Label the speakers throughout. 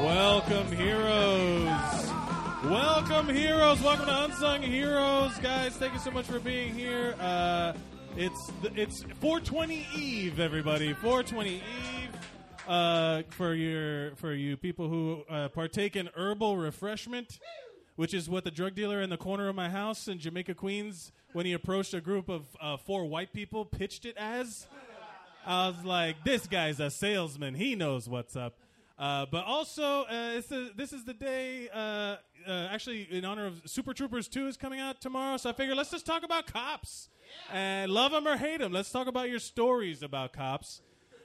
Speaker 1: Welcome, heroes. Welcome, heroes. Welcome to Unsung Heroes, guys. Thank you so much for being here. Uh, it's th- it's 420 Eve, everybody. 420 Eve. Uh, for your for you people who uh, partake in herbal refreshment, which is what the drug dealer in the corner of my house in Jamaica, Queens, when he approached a group of uh, four white people, pitched it as. I was like, this guy's a salesman. He knows what's up. Uh, but also, uh, it's the, this is the day, uh, uh, actually, in honor of Super Troopers 2 is coming out tomorrow. So I figured let's just talk about cops. And love them or hate them. Let's talk about your stories about cops.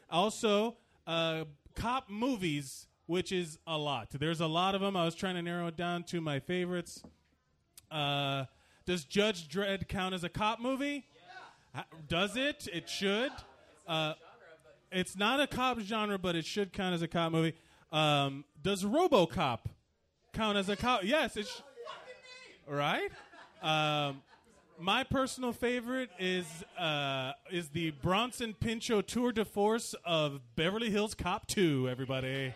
Speaker 1: Also, uh, cop movies, which is a lot. There's a lot of them. I was trying to narrow it down to my favorites. Uh, does Judge Dredd count as a cop movie? Ha- Does it? It should. Uh, it's not a cop genre, but it should count as a cop movie. Um, does RoboCop count as a cop? Yes, it's right. Um, my personal favorite is uh, is the Bronson Pinchot tour de force of Beverly Hills Cop Two. Everybody.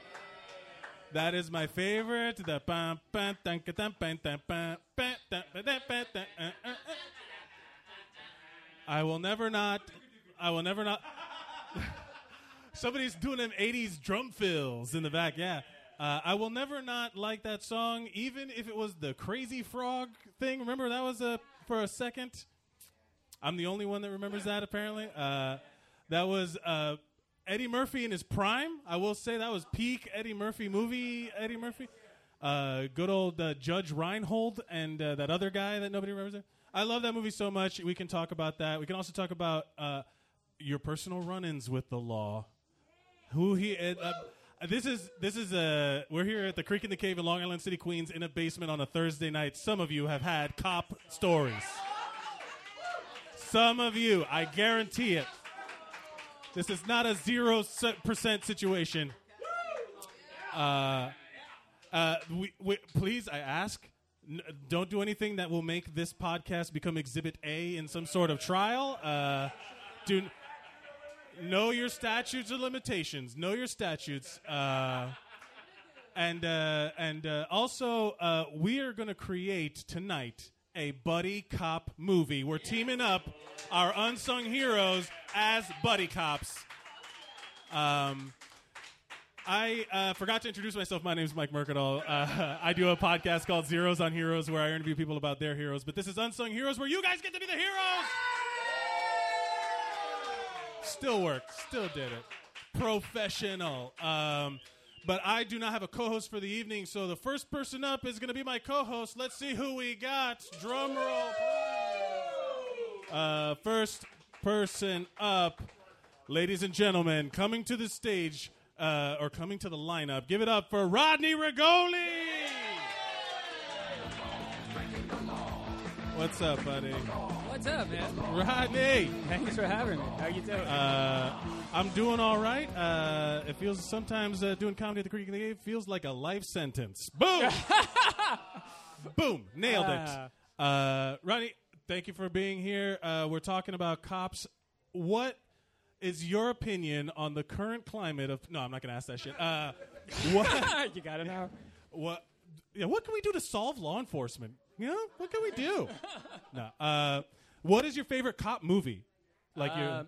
Speaker 1: That is my favorite. The bum, bum, dun, ka, dun, bun, dun, bun, bun, dun, ba, dun, ba, dun, uh, uh, uh. I will never not. I will never not. Somebody's doing them 80s drum fills in the back, yeah. Uh, I will never not like that song, even if it was the Crazy Frog thing. Remember that was a, for a second? I'm the only one that remembers that, apparently. Uh, that was uh, Eddie Murphy in his prime. I will say that was peak Eddie Murphy movie, Eddie Murphy. Uh, good old uh, Judge Reinhold and uh, that other guy that nobody remembers. I love that movie so much. We can talk about that. We can also talk about uh, your personal run ins with the law. Who he? Uh, uh, this is this is uh, we're here at the Creek in the Cave in Long Island City, Queens, in a basement on a Thursday night. Some of you have had cop stories. Some of you, I guarantee it. This is not a zero se- percent situation. Uh, uh, we, we, please, I ask, n- don't do anything that will make this podcast become Exhibit A in some sort of trial. Uh, do know your statutes and limitations. Know your statutes. Uh, and uh, and uh, also, uh, we are going to create tonight a buddy cop movie. We're teaming up our unsung heroes as buddy cops. Um, I uh, forgot to introduce myself. My name is Mike Mercadal. Uh, I do a podcast called Zeros on Heroes where I interview people about their heroes. But this is Unsung Heroes where you guys get to be the heroes. Still worked. Still did it. Professional. Um, but I do not have a co-host for the evening, so the first person up is going to be my co-host. Let's see who we got. Drum roll. please. Uh, first person up, ladies and gentlemen, coming to the stage uh, or coming to the lineup. Give it up for Rodney Rigoli. What's up, buddy?
Speaker 2: What's up, man?
Speaker 1: Rodney.
Speaker 2: Thanks for having me. How you doing?
Speaker 1: Uh, I'm doing all right. Uh, it feels sometimes uh, doing comedy at the Creek in the Cave feels like a life sentence. Boom, boom, nailed
Speaker 2: Ah.
Speaker 1: it. Uh, Ronnie, thank you for being here. Uh, we're talking about cops. What is your opinion on the current climate of? No, I'm not going to ask that shit. Uh, what?
Speaker 2: you got an hour?
Speaker 1: what yeah, what can we do to solve law enforcement? You know, what can we do? no. Uh, what is your favorite cop movie? Like your
Speaker 2: Um,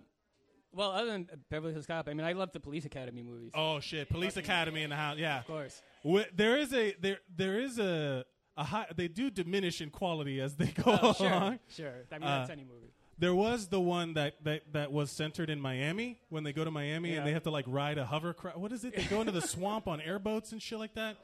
Speaker 2: well, other than Beverly Hills Cop, I mean, I love the Police Academy movies.
Speaker 1: oh shit, Police Academy in the house. Yeah,
Speaker 2: Of course.
Speaker 1: Wh- there is a there there is a a high. They do diminish in quality as they go
Speaker 2: Oh,
Speaker 1: along. Uh,
Speaker 2: sure, sure. I mean, that's any movie.
Speaker 1: There was the one that, that, that was centered in Miami when they go to Miami
Speaker 2: Yeah.
Speaker 1: and they have to like ride a hovercraft. What is it? They go into the swamp on airboats and shit like that.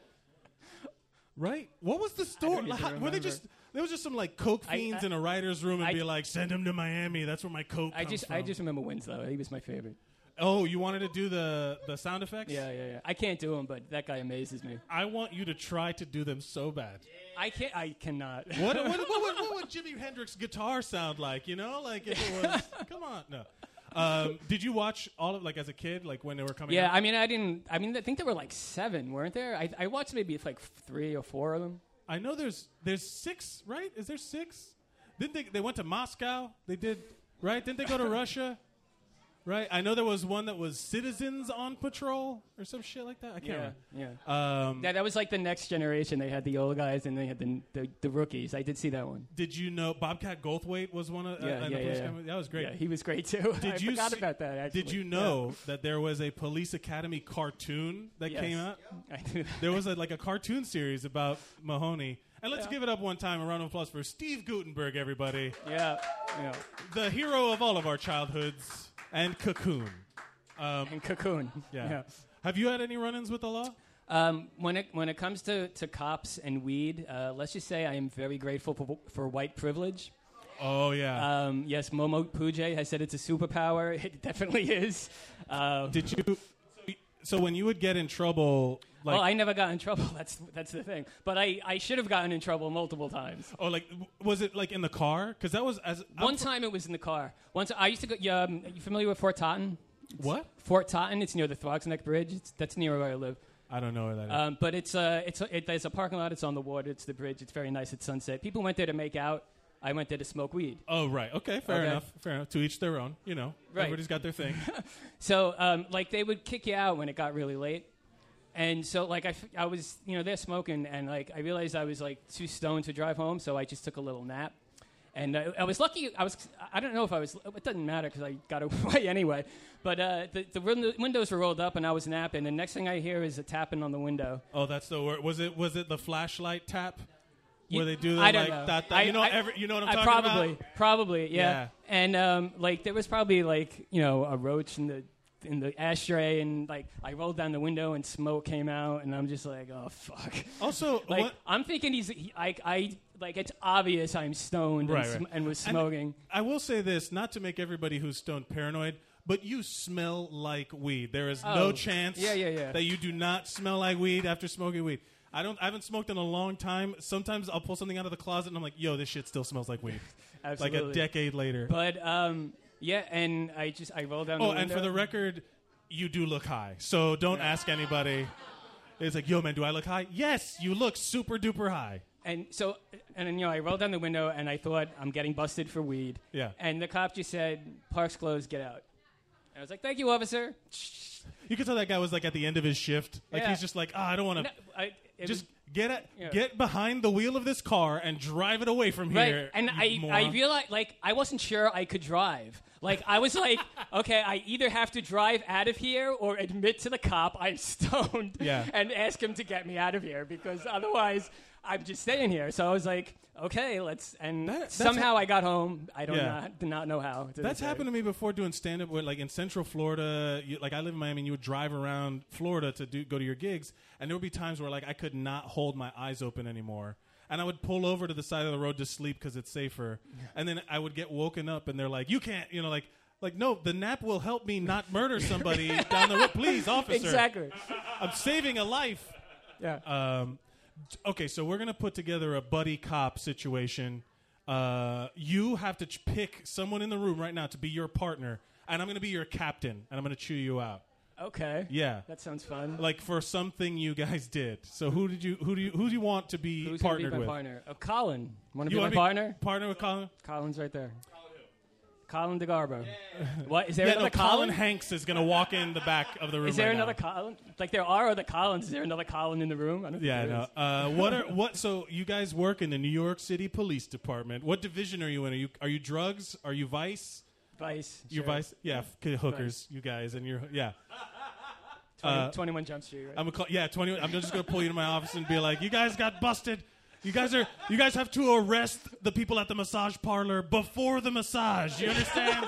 Speaker 1: Right? What was the story?
Speaker 2: even
Speaker 1: Like, how- were they
Speaker 2: remember.
Speaker 1: just there was just some like coke
Speaker 2: I-
Speaker 1: fiends
Speaker 2: I-
Speaker 1: in a writer's room and
Speaker 2: I-
Speaker 1: be like, send him to Miami. That's where my coke.
Speaker 2: I
Speaker 1: comes
Speaker 2: just, I
Speaker 1: from."
Speaker 2: just remember Winslow. He was my favorite.
Speaker 1: Oh, you wanted to do the the sound effects?
Speaker 2: Yeah, yeah, yeah. I can't do him, but that guy amazes me.
Speaker 1: I want you to try to do them so bad.
Speaker 2: I can't. I cannot.
Speaker 1: What, what, what, what, what would Jimi Hendrix's guitar sound like? You know, like if it was. come on, no. Um, did you watch all of like as a kid, like when they were coming?
Speaker 2: yeah,
Speaker 1: out?
Speaker 2: I mean, I didn't. I mean, I think there were like seven, weren't there? I, I watched maybe like three or four of them.
Speaker 1: I know there's there's six, right? Is there six? Didn't they? They went to Moscow. They did, right? Didn't they go to Russia? Right? I know there was one that was Citizens on Patrol or some shit like that. I can't
Speaker 3: Yeah,
Speaker 1: remember.
Speaker 3: yeah.
Speaker 1: Um,
Speaker 3: Yeah, that was like the next generation. They had the old guys and they had the the, the rookies. I did see that one.
Speaker 1: did you know Bobcat Goldthwait was one of uh,
Speaker 3: Yeah,
Speaker 1: in
Speaker 3: yeah,
Speaker 1: the police
Speaker 3: yeah, yeah.
Speaker 1: academy? That was great.
Speaker 3: Yeah, he was great too.
Speaker 1: Did
Speaker 3: I
Speaker 1: you
Speaker 3: forgot
Speaker 1: see-
Speaker 3: about that. Actually.
Speaker 1: Did you know that there was a Police Academy cartoon that
Speaker 3: Yes.
Speaker 1: came out?
Speaker 3: I knew that.
Speaker 1: There was a, like a cartoon series about Mahoney. And let's
Speaker 3: Yeah.
Speaker 1: give it up one time, a round of applause for Steve Gutenberg, everybody,
Speaker 3: Yeah, yeah.
Speaker 1: the hero of all of our childhoods, and Cocoon. Um,
Speaker 3: And Cocoon.
Speaker 1: yeah. Have you had any run-ins with the law?
Speaker 3: Um, when it when it comes to, to cops and weed, uh, let's just say I am very grateful for, for white privilege.
Speaker 1: Oh yeah.
Speaker 3: Um, yes, Momo Puja has said it's a superpower. It definitely is. Uh,
Speaker 1: Did you? So when you would get in trouble, like
Speaker 3: well, Oh, I never got in trouble. That's that's the thing. But I, I should have gotten in trouble multiple times.
Speaker 1: oh, like w- was it like in the car? Because that was as I'm
Speaker 3: One
Speaker 1: fr-
Speaker 3: time it was in the car. Once I used to go. Yeah, um, are you familiar with Fort Totten?
Speaker 1: What?
Speaker 3: Fort Totten. It's near the Throgs Neck Bridge. It's, that's near where I live.
Speaker 1: I don't know where that is.
Speaker 3: Um, but it's a, it's a, it, there's a parking lot. It's on the water. It's the bridge. It's very nice at sunset. People went there to make out. I went there to smoke weed.
Speaker 1: oh right. Okay. Fair
Speaker 3: okay.
Speaker 1: enough. Fair enough. To each their own. You know.
Speaker 3: Right.
Speaker 1: Everybody's got their thing.
Speaker 3: So um, like they would kick you out when it got really late. And so like I, f- I was you know there smoking and like I realized I was like too stoned to drive home. So I just took a little nap. And I, I was lucky. I was. I don't know if I was. It doesn't matter because I got away anyway. But uh, the, the win- windows were rolled up, and I was napping. And next thing I hear is a tapping on the window.
Speaker 1: oh, that's the word. Was it? Was it the flashlight tap?
Speaker 3: You-
Speaker 1: Where they do the
Speaker 3: I don't
Speaker 1: like
Speaker 3: know.
Speaker 1: that,
Speaker 3: I-
Speaker 1: you know
Speaker 3: I-
Speaker 1: every, you know what I'm
Speaker 3: I
Speaker 1: talking
Speaker 3: probably,
Speaker 1: about.
Speaker 3: probably, yeah.
Speaker 1: Yeah.
Speaker 3: And um, like there was probably like you know a roach in the in the ashtray, and like I rolled down the window and smoke came out, and I'm just like, oh fuck.
Speaker 1: Also,
Speaker 3: Like
Speaker 1: what,
Speaker 3: I'm thinking he's he, I I like it's obvious I'm stoned
Speaker 1: Right,
Speaker 3: and,
Speaker 1: right.
Speaker 3: sm- and was
Speaker 1: And-
Speaker 3: smoking.
Speaker 1: I will say this, not to make everybody who's stoned paranoid, but you smell like weed. There is no
Speaker 3: Oh.
Speaker 1: chance
Speaker 3: Yeah, yeah, yeah.
Speaker 1: that you do not smell like weed after smoking weed. I don't I haven't smoked in a long time. Sometimes I'll pull something out of the closet and I'm like, yo, this shit still smells like weed.
Speaker 3: Absolutely.
Speaker 1: Like a decade later.
Speaker 3: But um, yeah, and I just I rolled down.
Speaker 1: oh,
Speaker 3: the window.
Speaker 1: and for the record, you do look high. So don't ask anybody. It's like, yo man, do I look high? Yes, you look super duper high.
Speaker 3: And so, and then, you know, I rolled down the window and I thought, I'm getting busted for weed.
Speaker 1: Yeah.
Speaker 3: And the cop just said, Park's closed, get out. And I was like, thank you, officer.
Speaker 1: You could tell that guy was like at the end of his shift. Like
Speaker 3: Yeah.
Speaker 1: he's just like, ah, I don't want to
Speaker 3: No, I, it
Speaker 1: just
Speaker 3: was-
Speaker 1: get at,
Speaker 3: Yeah.
Speaker 1: get behind the wheel of this car and drive it away from
Speaker 3: right.
Speaker 1: here.
Speaker 3: and
Speaker 1: you
Speaker 3: I, I
Speaker 1: moron.
Speaker 3: realized, like, I wasn't sure I could drive. Like, I was like, okay, I either have to drive out of here or admit to the cop I'm stoned
Speaker 1: Yeah.
Speaker 3: and ask him to get me out of here because otherwise I'm just staying here. So I was like, okay, let's. And
Speaker 1: That- that's
Speaker 3: somehow I got home. I don't
Speaker 1: Yeah.
Speaker 3: not, do not know how. to
Speaker 1: That's
Speaker 3: this day.
Speaker 1: happened to me before doing stand up. Like in Central Florida, you, like I live in Miami, and you would drive around Florida to do, go to your gigs, and there would be times where like I could not hold my eyes open anymore, and I would pull over to the side of the road to sleep because it's safer, and then I would get woken up, and they're like, "You can't," you know, like. Like no, the nap will help me not murder somebody down the road, please, officer.
Speaker 3: Exactly.
Speaker 1: I'm saving a life.
Speaker 3: Yeah.
Speaker 1: Um, t- okay, so we're gonna put together a buddy cop situation. Uh, you have to ch- pick someone in the room right now to be your partner, and I'm gonna be your captain, and I'm gonna chew you out.
Speaker 3: Okay.
Speaker 1: Yeah,
Speaker 3: That sounds fun.
Speaker 1: like for something you guys did. So who did you who do you who do you want to be
Speaker 3: Who's gonna
Speaker 1: partnered
Speaker 3: be my
Speaker 1: with?
Speaker 3: partner? Oh, Colin. Want
Speaker 1: You
Speaker 3: to be my
Speaker 1: wanna be
Speaker 3: partner?
Speaker 1: Partner with Colin?
Speaker 3: Colin's right there. Colin DeGarbo. What is there
Speaker 1: Yeah, no,
Speaker 3: another
Speaker 1: Colin
Speaker 3: Colin?
Speaker 1: Hanks is gonna walk in the back of the room.
Speaker 3: is there
Speaker 1: right now.
Speaker 3: another Colin? Like there are other Collins. Is there another Colin in the room? I don't think
Speaker 1: Yeah, I
Speaker 3: there
Speaker 1: know.
Speaker 3: is.
Speaker 1: Uh, what are what? So you guys work in the New York City Police Department. What division are you in? Are you are you drugs? Are you vice?
Speaker 3: Vice.
Speaker 1: Your
Speaker 3: sure.
Speaker 1: vice, yeah, f- hookers, you guys, and your yeah.
Speaker 3: 20,
Speaker 1: uh,
Speaker 3: 21 Jump Street. Right?
Speaker 1: I'm gonna call, yeah, twenty. I'm just gonna pull you to my office and be like, you guys got busted. You guys are, you guys have to arrest the people at the massage parlor before the massage. You understand?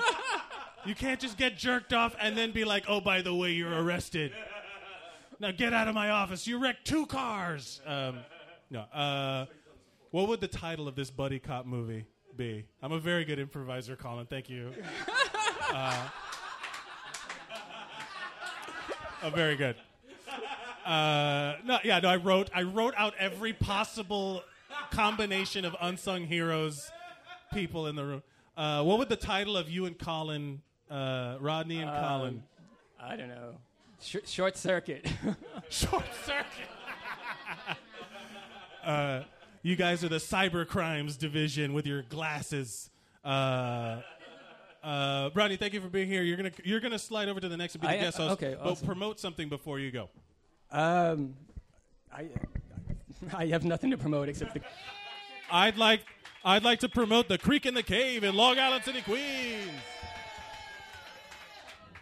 Speaker 1: you can't just get jerked off and then be like, oh, by the way, you're arrested. Now get out of my office. You wrecked two cars. Um, no. Uh, what would the title of this buddy cop movie be? I'm a very good improviser, Colin. Thank you. Uh, Oh, very good. Uh, no, yeah, no. I wrote, I wrote out every possible combination of unsung heroes, people in the room. Uh, what would the title of you and Colin, uh, Rodney and Colin,
Speaker 3: Um, I don't know. Sh- short circuit.
Speaker 1: Short Circuit? uh, you guys are the cyber crimes division with your glasses. Uh, Uh, Rodney, thank you for being here. You're gonna you're gonna slide over to the next and be the
Speaker 2: I am-
Speaker 1: guest host.
Speaker 2: okay,
Speaker 1: But
Speaker 2: awesome.
Speaker 1: promote something before you go.
Speaker 2: Um, I, I have nothing to promote except the.
Speaker 1: I'd like I'd like to promote the Creek in the Cave in Long Island City, Queens.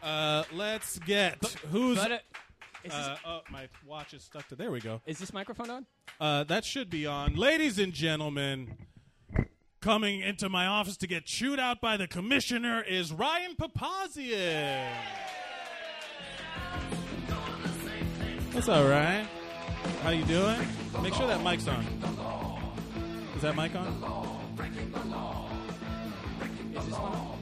Speaker 1: Uh, let's get who's.
Speaker 2: But, uh, is, this,
Speaker 1: uh, oh, my watch is stuck to. There we go.
Speaker 2: is this microphone on?
Speaker 1: Uh, that should be on. Ladies and gentlemen, coming into my office to get chewed out by the commissioner is Ryan Papazian. That's all right. How you doing? Make sure that mic's on. Is that mic on?
Speaker 2: Is this one?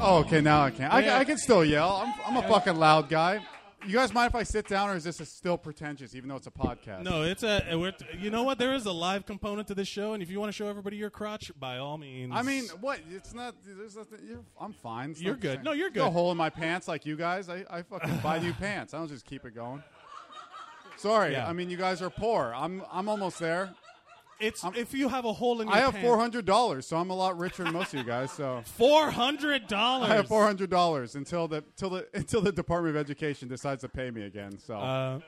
Speaker 4: Oh, okay, now I can. I,
Speaker 1: Yeah.
Speaker 4: I can still yell. I'm, I'm a fucking loud guy. You guys mind if I sit down, or is this still pretentious, even though it's a podcast?
Speaker 1: No, it's a. We're, you know what? There is a live component to this show, and if you want to show everybody your crotch, by all means.
Speaker 4: I mean, what? It's not. There's nothing. You're, I'm fine. It's
Speaker 1: You're
Speaker 4: not the
Speaker 1: good.
Speaker 4: same.
Speaker 1: No, you're
Speaker 4: There's No
Speaker 1: good.
Speaker 4: hole in my pants like you guys. I, I fucking buy new pants. I don't just keep it going. Sorry.
Speaker 1: Yeah.
Speaker 4: I mean, you guys are poor. I'm I'm almost there.
Speaker 1: it's if you have a hole in your
Speaker 4: I have
Speaker 1: pants-
Speaker 4: four hundred dollars, so I'm a lot richer than most of you guys. So
Speaker 1: $400.
Speaker 4: I have four hundred dollars until the until the until the Department of Education decides to pay me again. So
Speaker 1: Uh,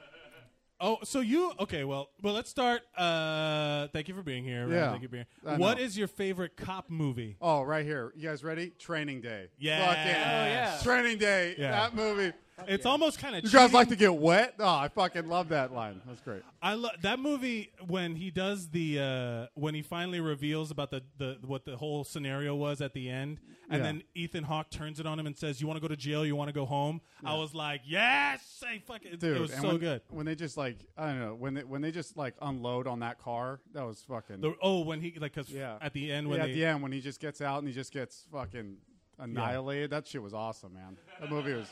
Speaker 1: oh, so you okay? Well, well, let's start. Uh, thank you for being here. Ryan.
Speaker 4: Yeah,
Speaker 1: thank you for being here.
Speaker 4: I
Speaker 1: What
Speaker 4: know.
Speaker 1: is your favorite cop movie?
Speaker 4: Oh, right here. You guys ready? Training Day.
Speaker 1: Yes.
Speaker 4: Fucking-
Speaker 1: Oh,
Speaker 2: yeah.
Speaker 4: Training Day.
Speaker 1: Yeah.
Speaker 4: That movie.
Speaker 1: It's almost kind of.
Speaker 4: You guys like to get wet? Oh, I fucking love that line. That's great.
Speaker 1: I lo- that movie when he does the uh, when he finally reveals about the, the what the whole scenario was at the end, and
Speaker 4: Yeah.
Speaker 1: then Ethan Hawke turns it on him and says, "You want to go to jail? You want to go home?" I was like, "Yes!" I fucking, it-
Speaker 4: Dude,
Speaker 1: it was
Speaker 4: and
Speaker 1: so
Speaker 4: when,
Speaker 1: good.
Speaker 4: When they just like, I don't know, when they when they just like unload on that car, that was fucking
Speaker 1: The, oh, when he like because
Speaker 4: yeah.
Speaker 1: at the end when
Speaker 4: yeah,
Speaker 1: they,
Speaker 4: at the end when he just gets out and he just gets fucking annihilated. That shit was awesome, man. That movie was.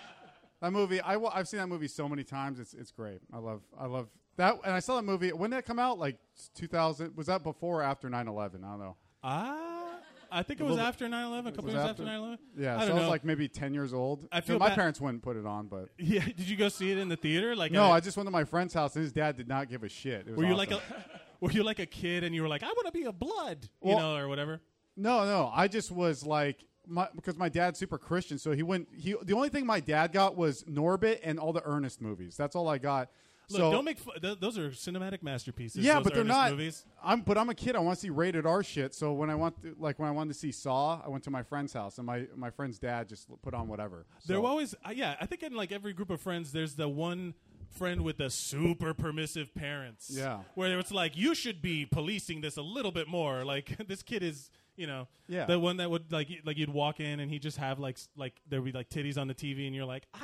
Speaker 4: That movie, I wa- I've seen that movie so many times. It's it's great. I love I love that. And I saw that movie. When did it come out? Like 2000? Was that before or after 9/11? I don't know.
Speaker 1: ah, I think it was
Speaker 4: little-
Speaker 1: after 9-11, a couple
Speaker 4: was
Speaker 1: years after
Speaker 4: after-
Speaker 1: 9-11.
Speaker 4: Yeah,
Speaker 1: I
Speaker 4: so
Speaker 1: don't
Speaker 4: I was
Speaker 1: know.
Speaker 4: like maybe ten years old.
Speaker 1: I
Speaker 4: No,
Speaker 1: feel
Speaker 4: my
Speaker 1: bad-
Speaker 4: parents wouldn't put it on, but
Speaker 1: Yeah, did you go see it in the theater? Like,
Speaker 4: no,
Speaker 1: uh,
Speaker 4: I just went to my friend's house and his dad did not give a shit. It was
Speaker 1: were you
Speaker 4: awesome.
Speaker 1: like a, were you like a kid and you were like, I want to be a blood, you
Speaker 4: Well-
Speaker 1: know, or whatever?
Speaker 4: no, no? I just was like my because my dad's super Christian, so he went. He the only thing my dad got was Norbit and all the Ernest movies. That's all I got.
Speaker 1: Look,
Speaker 4: so
Speaker 1: don't make fu- th- those are cinematic masterpieces.
Speaker 4: yeah,
Speaker 1: those
Speaker 4: but they're
Speaker 1: Ernest
Speaker 4: not.
Speaker 1: movies.
Speaker 4: I'm but I'm a kid. I want to see rated R shit. So when I want to, like when I wanted to see Saw, I went to my friend's house and my my friend's dad just put on whatever.
Speaker 1: There
Speaker 4: So-
Speaker 1: were always, uh, yeah, I think in like every group of friends, there's the one friend with the super permissive parents.
Speaker 4: Yeah.
Speaker 1: where it's like you should be policing this a little bit more. Like this kid is. You know,
Speaker 4: Yeah.
Speaker 1: the one that would like y- like you'd walk in and he'd just have like s- like there'd be like titties on the TV and you're like, I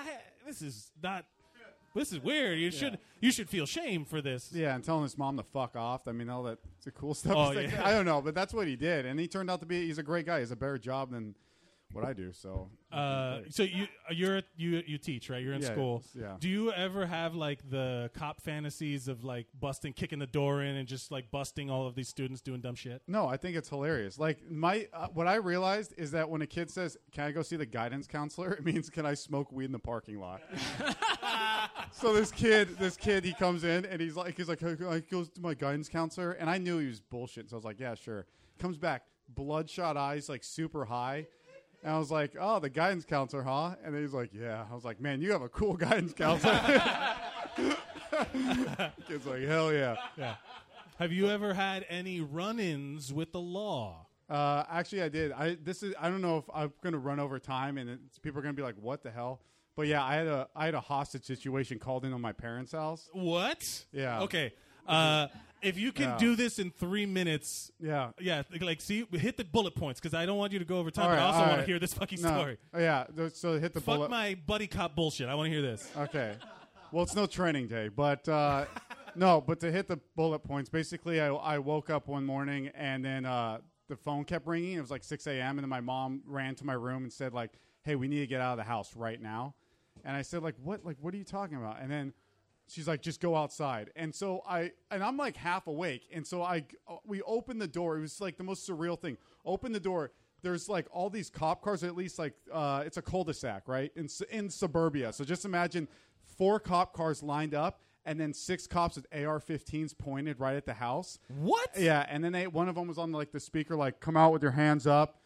Speaker 1: this is not, this is weird. You should you should feel shame for this.
Speaker 4: Yeah, and telling his mom to fuck off. I mean, all that the cool stuff.
Speaker 1: Oh,
Speaker 4: It's like-
Speaker 1: yeah.
Speaker 4: I don't know, but that's what he did, and he turned out to be. He's a great guy. He has a better job than what I do. So
Speaker 1: Uh, so you you're you you teach right? You're in
Speaker 4: Yeah,
Speaker 1: school.
Speaker 4: yeah.
Speaker 1: Do you ever have like the cop fantasies of like busting, kicking the door in, and just like busting all of these students doing dumb shit?
Speaker 4: no, I think it's hilarious. Like my, uh, what I realized is that when a kid says, "Can I go see the guidance counselor?" it means, "Can I smoke weed in the parking lot?" so this kid, this kid, he comes in and he's like, he's like, "Can I goes to my guidance counselor, and I knew he was bullshit. So I was like, "Yeah, sure." Comes back, bloodshot eyes, like super high. And I was like, oh, the guidance counselor, huh? And he's like, yeah. I was like, man, you have a cool guidance counselor. Kid's like, hell yeah.
Speaker 1: Yeah. have you ever had any run-ins with the law?
Speaker 4: Uh, actually, I did. I this is I don't know if I'm gonna run over time and it's, people are gonna be like, what the hell? But yeah, I had a I had a hostage situation called in on my parents' house.
Speaker 1: What?
Speaker 4: Yeah.
Speaker 1: Okay. Uh, if you can
Speaker 4: Yeah.
Speaker 1: do this in three minutes,
Speaker 4: Yeah.
Speaker 1: yeah, like see, hit the bullet points because I don't want you to go over time,
Speaker 4: All
Speaker 1: but
Speaker 4: right,
Speaker 1: I also
Speaker 4: all
Speaker 1: want to
Speaker 4: right.
Speaker 1: hear this fucking
Speaker 4: No.
Speaker 1: story.
Speaker 4: Oh, yeah. th- So hit the
Speaker 1: Fuck
Speaker 4: bullet.
Speaker 1: my buddy cop bullshit. I want to hear this.
Speaker 4: Okay. Well, it's no training day, but uh, no, but to hit the bullet points, basically, I, I woke up one morning and then uh, the phone kept ringing. It was like 6 a.m. And then my mom ran to my room and said, like, hey, we need to get out of the house right now. And I said, like, what? Like, what are you talking about? And then she's like, just go outside. And so I, and I'm like half awake. And so I, uh, we opened the door. It was like the most surreal thing. Open the door there's like all these cop cars, or at least like uh, it's a cul-de-sac, right? In su- in suburbia. So just imagine four cop cars lined up, and then six cops with AR-15s pointed right at the house.
Speaker 1: What?
Speaker 4: Yeah, and then they one of them was on like the speaker, like "Come out with your hands up."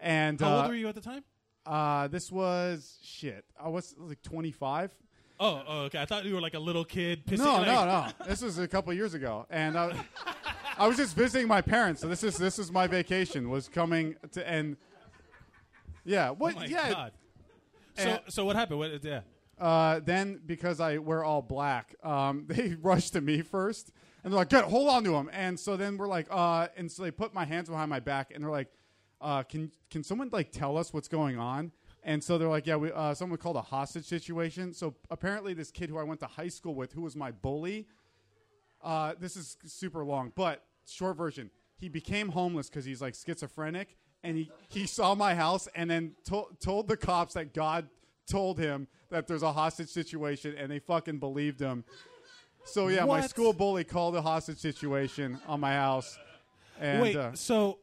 Speaker 4: And
Speaker 1: How
Speaker 4: uh,
Speaker 1: old were you at the time?
Speaker 4: Uh, this was shit. I was like 25.
Speaker 1: Oh, oh, okay. I thought you were like a little kid pissing.
Speaker 4: No,
Speaker 1: like, Oh
Speaker 4: no, no. This was a couple years ago, and I, I was just visiting my parents. So this is this is my vacation was coming to end. Yeah. What?
Speaker 1: Oh my
Speaker 4: yeah.
Speaker 1: god. So,
Speaker 4: And-
Speaker 1: so what happened? What, yeah.
Speaker 4: Uh, then because I wear all black, um, they rushed to me first, and they're like, "Get hold on to him." And so then we're like, uh, and so they put my hands behind my back, and they're like, uh, "Can can someone like tell us what's going on?" And so they're like, "Yeah, we uh, someone called a hostage situation." So apparently, this kid who I went to high school with, who was my bully, uh, this is super long, but short version. He became homeless because he's like schizophrenic, and he, he saw my house and then to- told the cops that God told him that there's a hostage situation, and they fucking believed him. So yeah, my
Speaker 1: What?
Speaker 4: school bully called a hostage situation on my house, and
Speaker 1: Wait.
Speaker 4: uh,
Speaker 1: so,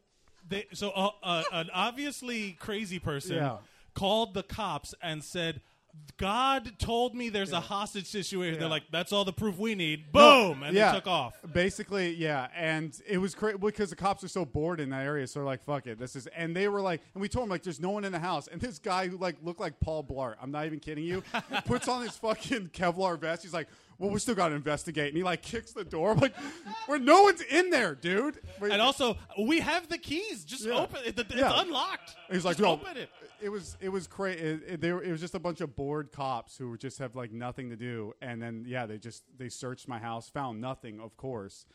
Speaker 1: they, so uh, uh, an obviously crazy person
Speaker 4: Yeah.
Speaker 1: called the cops and said. God told me there's a hostage situation. They're
Speaker 4: Yeah.
Speaker 1: like, that's all the proof we need.
Speaker 4: No,
Speaker 1: Boom! and
Speaker 4: yeah.
Speaker 1: they took off.
Speaker 4: Basically, yeah, and it was crazy because the cops are so bored in that area, so they're like, "Fuck it, this is." And they were like, and we told them like, "There's no one in the house." And this guy who like looked like Paul Blart, I'm not even kidding you, puts on his fucking Kevlar vest. He's like, "Well, we still got to investigate," and he like kicks the door. I'm like, "Where no one's in there, dude." But-
Speaker 1: And also, we have the keys. Just
Speaker 4: Yeah.
Speaker 1: open it. It's
Speaker 4: Yeah.
Speaker 1: unlocked.
Speaker 4: He's like,
Speaker 1: Just
Speaker 4: "No."
Speaker 1: open it.
Speaker 4: It was it was crazy. It, it- they were, it was just a bunch of bored cops who just have like nothing to do, and then yeah, they just they searched my house, found nothing, of course,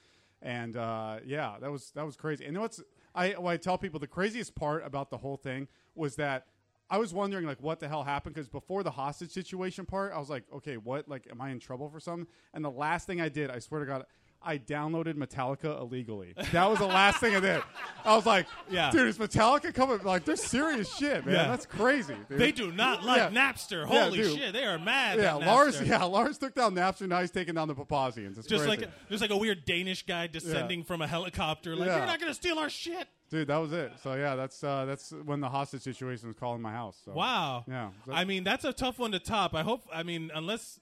Speaker 4: and uh, yeah, that was that was crazy. And what's I what I tell people the craziest part about the whole thing was that I was wondering like what the hell happened because before the hostage situation part, I was like, okay, what like am I in trouble for something? And the last thing I did, I swear to God. I downloaded Metallica illegally. That was the last thing I did. I was like,
Speaker 1: Yeah.
Speaker 4: dude, is Metallica coming? Like, they're serious shit, man.
Speaker 1: Yeah.
Speaker 4: That's crazy. Dude.
Speaker 1: They do not like
Speaker 4: Yeah.
Speaker 1: Napster.
Speaker 4: Yeah,
Speaker 1: Holy
Speaker 4: dude.
Speaker 1: shit, they are mad.
Speaker 4: Yeah,
Speaker 1: at
Speaker 4: Lars.
Speaker 1: Napster.
Speaker 4: Yeah, Lars took down Napster. Now he's taking down the Papazians. It's
Speaker 1: Just
Speaker 4: crazy.
Speaker 1: like just like a weird Danish guy descending from a helicopter, like
Speaker 4: Yeah.
Speaker 1: you're not gonna steal our shit.
Speaker 4: dude, that was it. So yeah, that's uh, that's when the hostage situation was calling my house. So.
Speaker 1: Wow.
Speaker 4: Yeah.
Speaker 1: I mean, that's a tough one to top. I hope. I mean, unless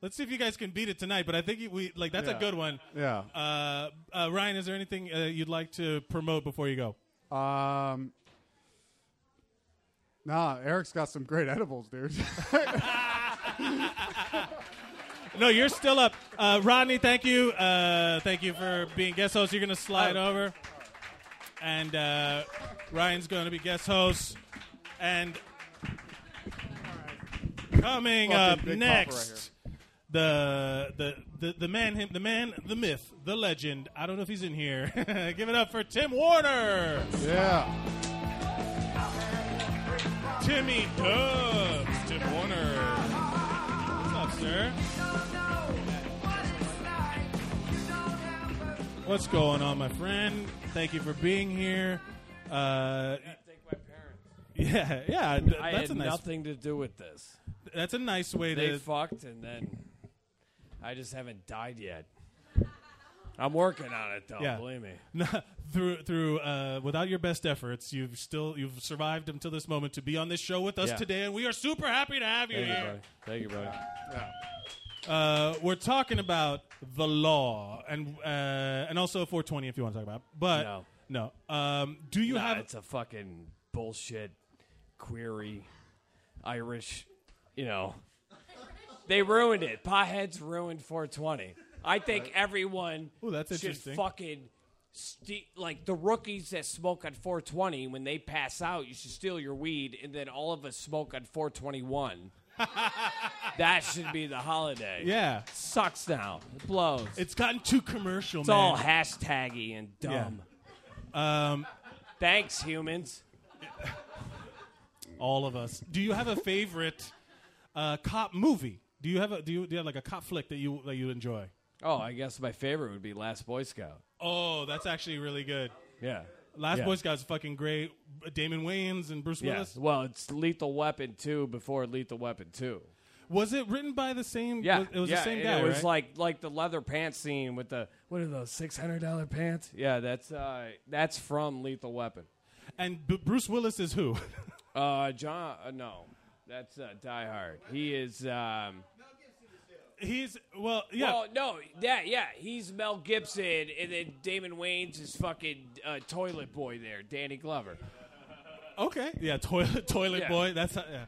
Speaker 1: let's see if you guys can beat it tonight. But I think we like that's a
Speaker 4: Yeah.
Speaker 1: good one.
Speaker 4: Yeah.
Speaker 1: Uh, uh, Ryan, is there anything uh, you'd like to promote before you go?
Speaker 4: Um. Nah, Eric's got some great edibles, dude.
Speaker 1: No, you're still up. Uh, Rodney, thank you. Uh, thank you for being guest host. You're going to slide
Speaker 4: Oh.
Speaker 1: over. And uh, Ryan's going to be guest host. And coming
Speaker 4: Fucking
Speaker 1: up
Speaker 4: Big Papa right
Speaker 1: next, the, the, the, the man, him, the man, the myth, the legend. I don't know if he's in here. Give it up for Tim Warner,
Speaker 4: yeah.
Speaker 1: Timmy Dubs, Tim Warner. What's up, sir? What's going on, my friend? Thank you for being here. Uh,
Speaker 5: Thank my parents.
Speaker 1: yeah, Uh, yeah, th-
Speaker 5: I
Speaker 1: that's
Speaker 5: had
Speaker 1: a nice.
Speaker 5: nothing to do with this.
Speaker 1: That's a nice way
Speaker 5: They
Speaker 1: to.
Speaker 5: fucked, and then I just haven't died yet. I'm working on it, though.
Speaker 1: Yeah.
Speaker 5: Believe me.
Speaker 1: through through uh, without your best efforts, you've still you've survived until this moment to be on this show with us
Speaker 5: Yeah.
Speaker 1: today, and we are super happy to have you
Speaker 5: Thank you,
Speaker 1: here.
Speaker 5: buddy. Thank you, buddy.
Speaker 1: Uh, we're talking about the law and uh, and also 420 if you want to talk about. it. But
Speaker 5: No.
Speaker 1: no, Um, do you
Speaker 5: Nah,
Speaker 1: have?
Speaker 5: it's a fucking bullshit query, Irish. You know, they ruined it. Potheads ruined 420. I think everyone
Speaker 1: Ooh, that's
Speaker 5: should
Speaker 1: interesting.
Speaker 5: fucking ste- like the rookies that smoke on 420 when they pass out. You should steal your weed, and then all of us smoke on 421. that should be the holiday.
Speaker 1: yeah,
Speaker 5: sucks now. It blows. It's,
Speaker 1: it's gotten too commercial, man.
Speaker 5: all hashtaggy and dumb.
Speaker 1: um,
Speaker 5: Thanks, humans.
Speaker 1: all of us. Do you have a favorite uh, cop movie? Do you have a do you, do you have like a cop flick that you that you enjoy?
Speaker 5: Oh, I guess my favorite would be Last Boy Scout.
Speaker 1: Oh, that's actually really good.
Speaker 5: Yeah.
Speaker 1: Last
Speaker 5: Yeah.
Speaker 1: Boy Scout's fucking great. Damon Wayans and Bruce
Speaker 5: Yeah.
Speaker 1: Willis.
Speaker 5: Well, it's Lethal Weapon 2 before Lethal Weapon 2.
Speaker 1: Was it written by the same?
Speaker 5: Yeah.
Speaker 1: was- it was
Speaker 5: yeah,
Speaker 1: the same
Speaker 5: it-
Speaker 1: guy.
Speaker 5: It was
Speaker 1: right?
Speaker 5: like like the leather pants scene with the what are those $600 pants? Yeah, that's uh that's from Lethal Weapon.
Speaker 1: and B- Bruce Willis is who?
Speaker 5: Uh John uh, no. That's uh, Die Hard. He is um
Speaker 1: He's well, yeah.
Speaker 5: Well, no, yeah, yeah. He's Mel Gibson, and then Damon Wayne's is fucking uh, toilet boy there, Danny Glover.
Speaker 1: Okay. Yeah, toilet toilet
Speaker 5: Yeah.
Speaker 1: boy. That's how, yeah.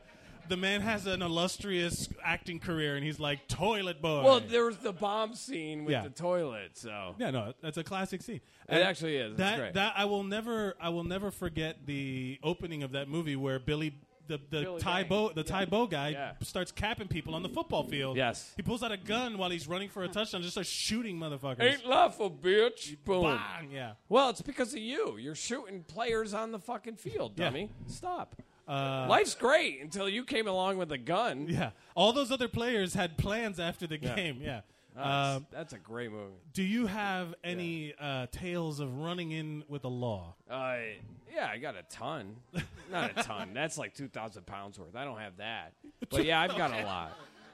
Speaker 1: the man has an illustrious acting career, and he's like toilet boy.
Speaker 5: Well, there was the bomb scene with
Speaker 1: Oh, Yeah.
Speaker 5: the toilet, so
Speaker 1: yeah, no, that's a classic scene.
Speaker 5: It actually is. It's
Speaker 1: that
Speaker 5: great.
Speaker 1: that I will never I will never forget the opening of that movie where Billy. The, the
Speaker 5: Billy
Speaker 1: Ty
Speaker 5: Bang.
Speaker 1: Bo the Ty Bo guy
Speaker 5: Yeah.
Speaker 1: starts capping people on the football field.
Speaker 5: Yes.
Speaker 1: he pulls out a gun while he's running for a touchdown, just starts shooting motherfuckers.
Speaker 5: ain't lawful, bitch. Boom.
Speaker 1: Bang! Yeah.
Speaker 5: Well, it's because of you. You're shooting players on the fucking field,
Speaker 1: Yeah. Uh,
Speaker 5: dummy. Stop. Life's great until you came along with a gun.
Speaker 1: Yeah. All those other players had plans after the game. Yeah.
Speaker 5: That's,
Speaker 1: Um,
Speaker 5: that's a great movie.
Speaker 1: do you have any uh, tales of running in with the law?
Speaker 5: Uh, yeah, I got a ton. Not a ton. That's like 2,000 pounds worth. I don't have that. But yeah, I've got a lot.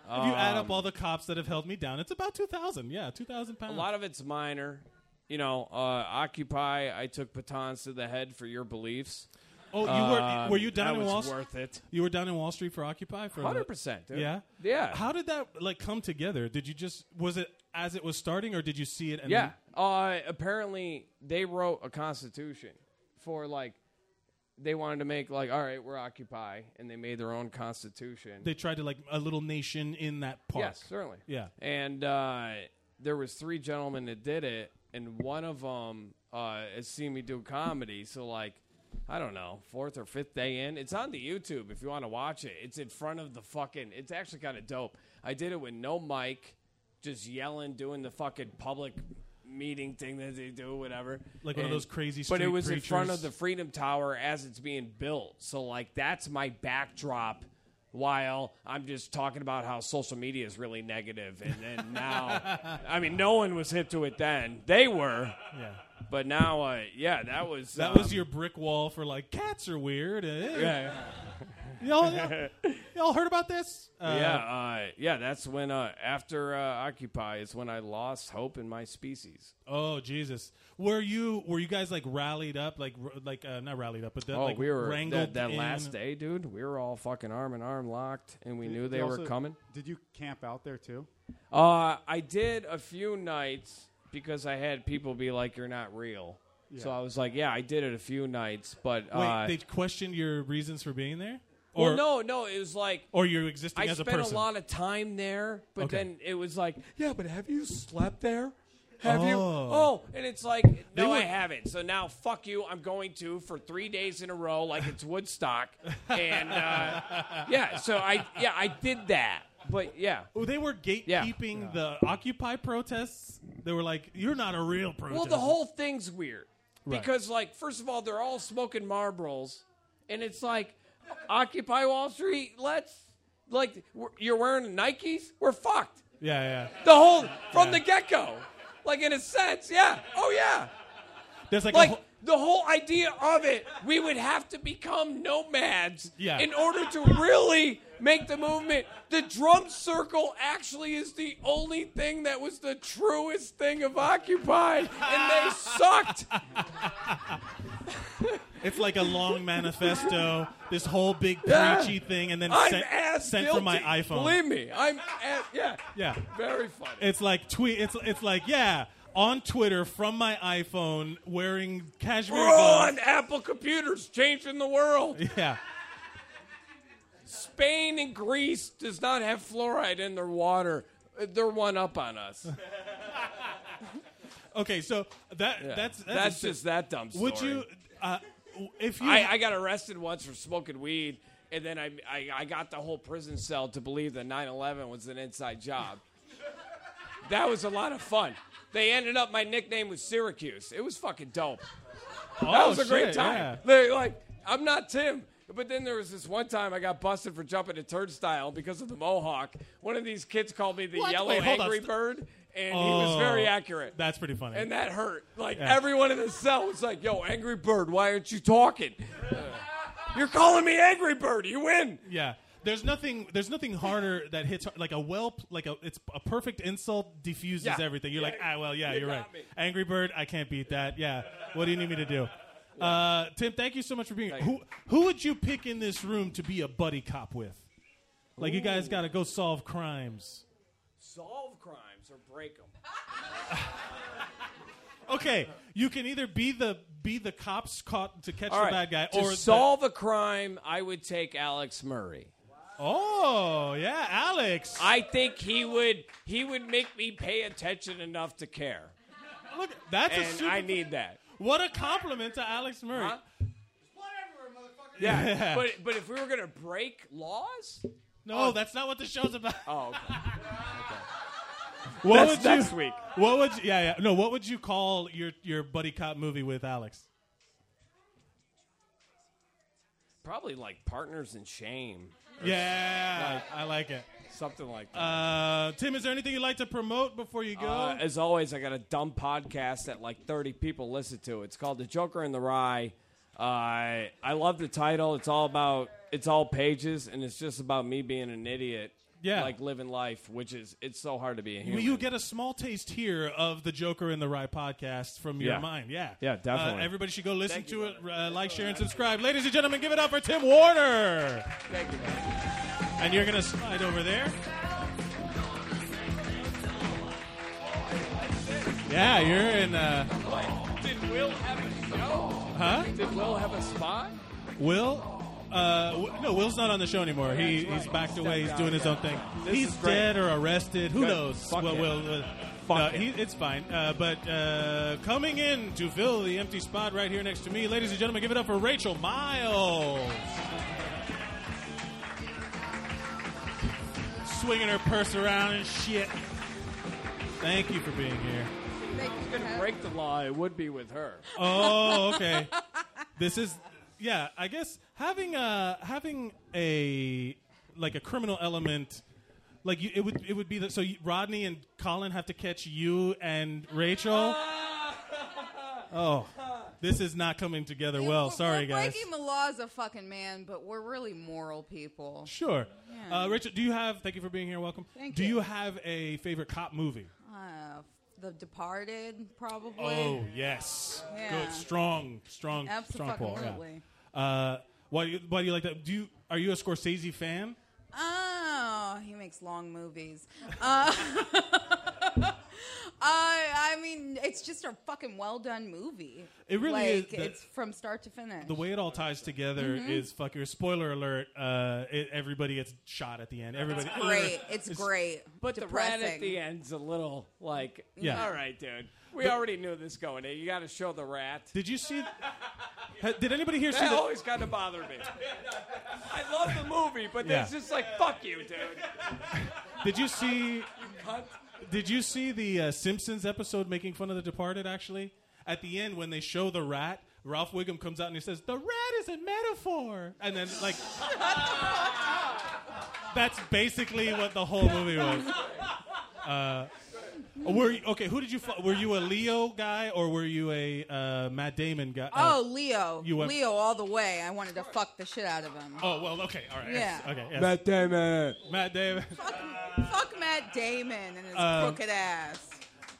Speaker 5: Um,
Speaker 1: If you add up all the cops that have held me down, it's about 2,000. Yeah, 2,000 pounds.
Speaker 5: A lot of it's minor. You know, uh, Occupy, I took batons to the head for your beliefs.
Speaker 1: oh, you
Speaker 5: Um,
Speaker 1: were, were you down
Speaker 5: that
Speaker 1: in
Speaker 5: was
Speaker 1: Wall Street?
Speaker 5: worth it.
Speaker 1: You were down in Wall Street for Occupy? For a
Speaker 5: Hundred
Speaker 1: little-
Speaker 5: percent, dude.
Speaker 1: Yeah?
Speaker 5: yeah,
Speaker 1: How did that, like, come together? Did you just, was it as it was starting or did you see it? And
Speaker 5: yeah. Uh, apparently, they wrote a constitution for like they wanted to make like, all right, we're Occupy, and they made their own constitution.
Speaker 1: They tried to, like, a little nation in that park.
Speaker 5: Yes, certainly.
Speaker 1: Yeah.
Speaker 5: And uh, there was three gentlemen that did it, and one of them uh, has seen me do comedy. So like, I don't know, fourth or fifth day in, it's on the YouTube if you want to watch it. It's in front of the fucking. It's actually kind of dope. I did it with no mic, just yelling, doing the fucking public meeting thing that they do, whatever.
Speaker 1: Like one of
Speaker 5: And-
Speaker 1: those crazy
Speaker 5: But it
Speaker 1: street
Speaker 5: was in front
Speaker 1: preachers.
Speaker 5: of the Freedom Tower as it's being built. So like that's my backdrop while I'm just talking about how social media is really negative and then now I mean no one was hip to it then. They were.
Speaker 1: Yeah.
Speaker 5: But now uh, yeah, that was
Speaker 1: That
Speaker 5: um,
Speaker 1: was your brick wall for, like, cats are weird. eh?
Speaker 5: yeah,
Speaker 1: Y'all, y'all, y'all heard about this? Uh,
Speaker 5: yeah, uh, yeah. That's when uh, after uh, Occupy is when I lost hope in my species.
Speaker 1: Oh Jesus! Were you were you guys like rallied up like r- like uh, not rallied up, but the,
Speaker 5: Oh,
Speaker 1: like
Speaker 5: we were
Speaker 1: wrangled
Speaker 5: that, that
Speaker 1: in-
Speaker 5: last day, dude. We were all fucking arm in arm locked, and we knew they were
Speaker 4: also-
Speaker 5: coming.
Speaker 4: Did you camp out there too?
Speaker 5: Uh, I did a few nights because I had people be like, "You're not real." So I was like, "Yeah, I did it a few nights, but
Speaker 1: Wait,
Speaker 5: uh,
Speaker 1: they questioned your reasons for being there, or
Speaker 5: well, no, no, it was like."
Speaker 1: or you existing
Speaker 5: I
Speaker 1: as a
Speaker 5: spent a,
Speaker 1: person.
Speaker 5: lot of time there, but
Speaker 1: Okay.
Speaker 5: then it was like, yeah, but have you slept there? Have you?
Speaker 1: Oh.
Speaker 5: Oh, and it's like, no,
Speaker 1: were-
Speaker 5: I haven't. So now, fuck you. I'm going to for three days in a row, like it's Woodstock, and uh, yeah. So I, yeah, I did that, but yeah.
Speaker 1: Oh, they were gatekeeping the Occupy protests. They were like, "You're not a real protest."
Speaker 5: Well, the whole thing's weird
Speaker 1: Right.
Speaker 5: because, like, first of all, they're all smoking Marlboros, and it's like Occupy Wall Street. Let's like we're- you're wearing Nikes. We're fucked.
Speaker 1: yeah, yeah.
Speaker 5: The whole from
Speaker 1: Yeah.
Speaker 5: the get go, like in a sense, yeah. Oh yeah,
Speaker 1: There's like, a
Speaker 5: like
Speaker 1: whole,
Speaker 5: the whole idea of it. We would have to become nomads
Speaker 1: Yeah.
Speaker 5: in order to really make the movement. The drum circle actually is the only thing that was the truest thing of Occupy, and they sucked.
Speaker 1: it's like a long manifesto. This whole big
Speaker 5: Yeah.
Speaker 1: preachy thing, and then
Speaker 5: I'm
Speaker 1: sent,
Speaker 5: as
Speaker 1: sent
Speaker 5: guilty.
Speaker 1: from my iPhone.
Speaker 5: Believe me, I'm as, yeah,
Speaker 1: Yeah.
Speaker 5: very funny.
Speaker 1: It's like tweet. It's it's like yeah, on Twitter from my iPhone, wearing cashmere.
Speaker 5: We're on Apple computers, changing the world.
Speaker 1: gloves. Yeah.
Speaker 5: Spain and Greece does not have fluoride in their water. Uh, They're one up on us.
Speaker 1: Okay, so that
Speaker 5: Yeah.
Speaker 1: that's that's, a-
Speaker 5: just that dumb story.
Speaker 1: Would you uh, if you
Speaker 5: I, I got arrested once for smoking weed, and then I, I I got the whole prison cell to believe that 9/11 was an inside job. that was a lot of fun. They ended up. My nickname was Syracuse. It was fucking dope. That
Speaker 1: Oh,
Speaker 5: was a great
Speaker 1: shit,
Speaker 5: time.
Speaker 1: yeah.
Speaker 5: They, like, I'm not Tim. But then there was this one time I got busted for jumping a turnstile because of the mohawk. One of these kids called me the
Speaker 1: What?
Speaker 5: yellow
Speaker 1: Wait, hold on.
Speaker 5: angry bird, and he was
Speaker 1: Oh,
Speaker 5: very accurate.
Speaker 1: That's pretty funny.
Speaker 5: and that hurt. Like
Speaker 1: Yeah.
Speaker 5: everyone in the cell was like, "Yo, Angry Bird, why aren't you talking? You're calling me Angry Bird. You win."
Speaker 1: yeah. There's nothing. There's nothing harder that hits like a well. Like a, it's a perfect insult diffuses
Speaker 5: Yeah.
Speaker 1: everything. You're like,
Speaker 5: Yeah,
Speaker 1: ah, well, yeah,
Speaker 5: you
Speaker 1: you are
Speaker 5: got
Speaker 1: right.
Speaker 5: me.
Speaker 1: Angry Bird, I can't beat that. Yeah. What do you need me to do? Uh, Tim, thank you so much for being here.
Speaker 5: Thank
Speaker 1: Who who would you pick in this room to be a buddy cop with? Like you guys got to go solve crimes.
Speaker 5: solve crimes or break them.
Speaker 1: Okay, you can either be the be the cops caught to catch
Speaker 5: All
Speaker 1: the bad
Speaker 5: right.
Speaker 1: guy,
Speaker 5: to
Speaker 1: or the-
Speaker 5: solve a crime, I would take Alex Murray.
Speaker 1: oh yeah, Alex.
Speaker 5: I think he would he would make me pay attention enough to care,
Speaker 1: Look, that's a
Speaker 5: and
Speaker 1: super.
Speaker 5: I need that.
Speaker 1: what a compliment to Alex Murray.
Speaker 5: Huh? Yeah, but but if we were gonna break laws,
Speaker 1: No, that's not what the show's about.
Speaker 5: oh, okay.
Speaker 1: What
Speaker 5: that's
Speaker 1: would you-
Speaker 5: next week.
Speaker 1: What would you, yeah yeah no? What would you call your your buddy cop movie with Alex?
Speaker 5: Probably like partners in shame,
Speaker 1: Yeah, I like it.
Speaker 5: something like that.
Speaker 1: Uh, Tim, is there anything you'd like to promote before you go?
Speaker 5: Uh, as always, I got a dumb podcast that like 30 people listen to. It's called The Joker and the Rye. Uh, I I love the title. It's all about it's all pages, and it's just about me being an idiot.
Speaker 1: Yeah.
Speaker 5: like living life, which is it's so hard to be a
Speaker 1: Well,
Speaker 5: human.
Speaker 1: you get a small taste here of the Joker and the Rye podcast from your
Speaker 5: Yeah.
Speaker 1: mind. Yeah.
Speaker 5: Yeah, definitely.
Speaker 1: Uh, everybody should go listen to it, uh, like, share, and subscribe. Ladies and gentlemen, give it up for Tim Warner. Thank you. And you're going to slide over there. Yeah, you're in. Uh,
Speaker 5: Did Will have a show?
Speaker 1: huh?
Speaker 5: Did Will have a spot?
Speaker 1: Will? Uh, w- no, Will's not on the show anymore. He, he's backed away. He's doing his own thing.
Speaker 5: This
Speaker 1: he's
Speaker 5: is great.
Speaker 1: dead or arrested. Who
Speaker 5: Good.
Speaker 1: knows?
Speaker 5: Fuck
Speaker 1: well,
Speaker 5: him.
Speaker 1: Will. uh,
Speaker 5: Fuck
Speaker 1: no,
Speaker 5: him.
Speaker 1: he- it's fine. Uh, but uh, coming in to fill the empty spot right here next to me, ladies and gentlemen, give it up for Rachel Miles. Swinging her purse around and shit. Thank you for being here.
Speaker 5: Break the law. It would be with her.
Speaker 1: Oh, okay. this is yeah. I guess having a having a like a criminal element, like you, it would it would be that. So you, Rodney and Colin have to catch you and Rachel. Oh, this is not coming together well.
Speaker 6: we're,
Speaker 1: Sorry,
Speaker 6: we're
Speaker 1: guys.
Speaker 6: Breaking the law as a fucking man, but we're really moral people.
Speaker 1: Sure.
Speaker 6: Yeah.
Speaker 1: Uh, Rachel, do you have? Thank you for being here. Welcome.
Speaker 6: Thank
Speaker 1: do
Speaker 6: you.
Speaker 1: you have a favorite cop movie?
Speaker 6: Uh, the Departed, probably.
Speaker 1: Oh yes,
Speaker 6: Yeah.
Speaker 1: good, strong, strong, strong pull. yeah.
Speaker 6: Absolutely.
Speaker 1: Uh, why do you, why do you like that? Do you are you a Scorsese fan?
Speaker 6: Oh, he makes long movies. Uh, I, I mean, it's just a fucking well done movie.
Speaker 1: It really
Speaker 6: like,
Speaker 1: is the-
Speaker 6: it's from start to finish.
Speaker 1: The way it all ties together
Speaker 6: Mm-hmm.
Speaker 1: is fucker. Spoiler alert: uh, it, everybody gets shot at the end. Everybody.
Speaker 6: great. It's, great.
Speaker 5: But
Speaker 6: Depressing.
Speaker 5: the rat at the end's a little like,
Speaker 1: Yeah.
Speaker 5: all right, dude. We already knew this going in. You got to show the rat.
Speaker 1: Did you see? ha- Did anybody here see
Speaker 5: That
Speaker 1: the?
Speaker 5: always kind of bothered me. I love the movie, but
Speaker 1: Yeah.
Speaker 5: it's just like, fuck you, dude.
Speaker 1: Did you see?
Speaker 5: Cunt.
Speaker 1: Did you see the uh, Simpsons episode making fun of the Departed? Actually, at the end when they show the rat, Ralph Wiggum comes out and he says, "The rat is a metaphor," and then like. That's basically what the whole movie was. Uh, were you, okay? Who did you? Fo- were you a Leo guy or were you a uh, Matt Damon guy? Uh,
Speaker 6: Oh, Leo.
Speaker 1: You went-
Speaker 6: Leo all the way. I wanted to fuck the shit out of him.
Speaker 1: oh well. Okay. All right.
Speaker 6: Yeah.
Speaker 1: Okay. yes.
Speaker 5: Matt Damon.
Speaker 1: Matt Damon.
Speaker 6: Fuck, fuck Matt Damon and his
Speaker 1: Um,
Speaker 6: crooked ass.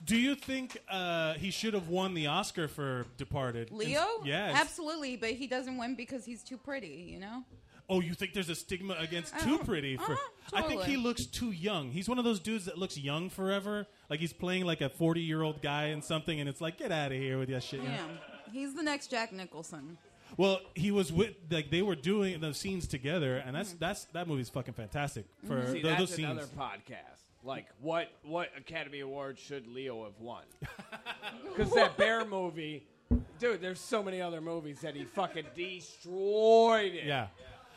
Speaker 1: Do you think uh, he should have won the Oscar for Departed?
Speaker 6: Leo?
Speaker 1: Yes.
Speaker 6: Absolutely, but he doesn't win because he's too pretty, you know?
Speaker 1: Oh, you think there's a stigma against
Speaker 6: Uh,
Speaker 5: Oh,
Speaker 1: too pretty? For,
Speaker 6: uh-huh,
Speaker 1: I think
Speaker 6: totally.
Speaker 1: he looks too young. He's one of those dudes that looks young forever. Like he's playing like a 40 year old guy in something, and it's like, get out of here with that shit. you know?
Speaker 6: Yeah. He's the next Jack Nicholson.
Speaker 1: Well, he was with like they were doing those scenes together, and that's that's that movie's fucking fantastic for
Speaker 5: Mm-hmm. See,
Speaker 1: tho-
Speaker 5: that's
Speaker 1: those scenes.
Speaker 5: another podcast. Like, what what Academy Award should Leo have won? Because that bear movie, dude. There's so many other movies that he fucking destroyed. It.
Speaker 1: yeah,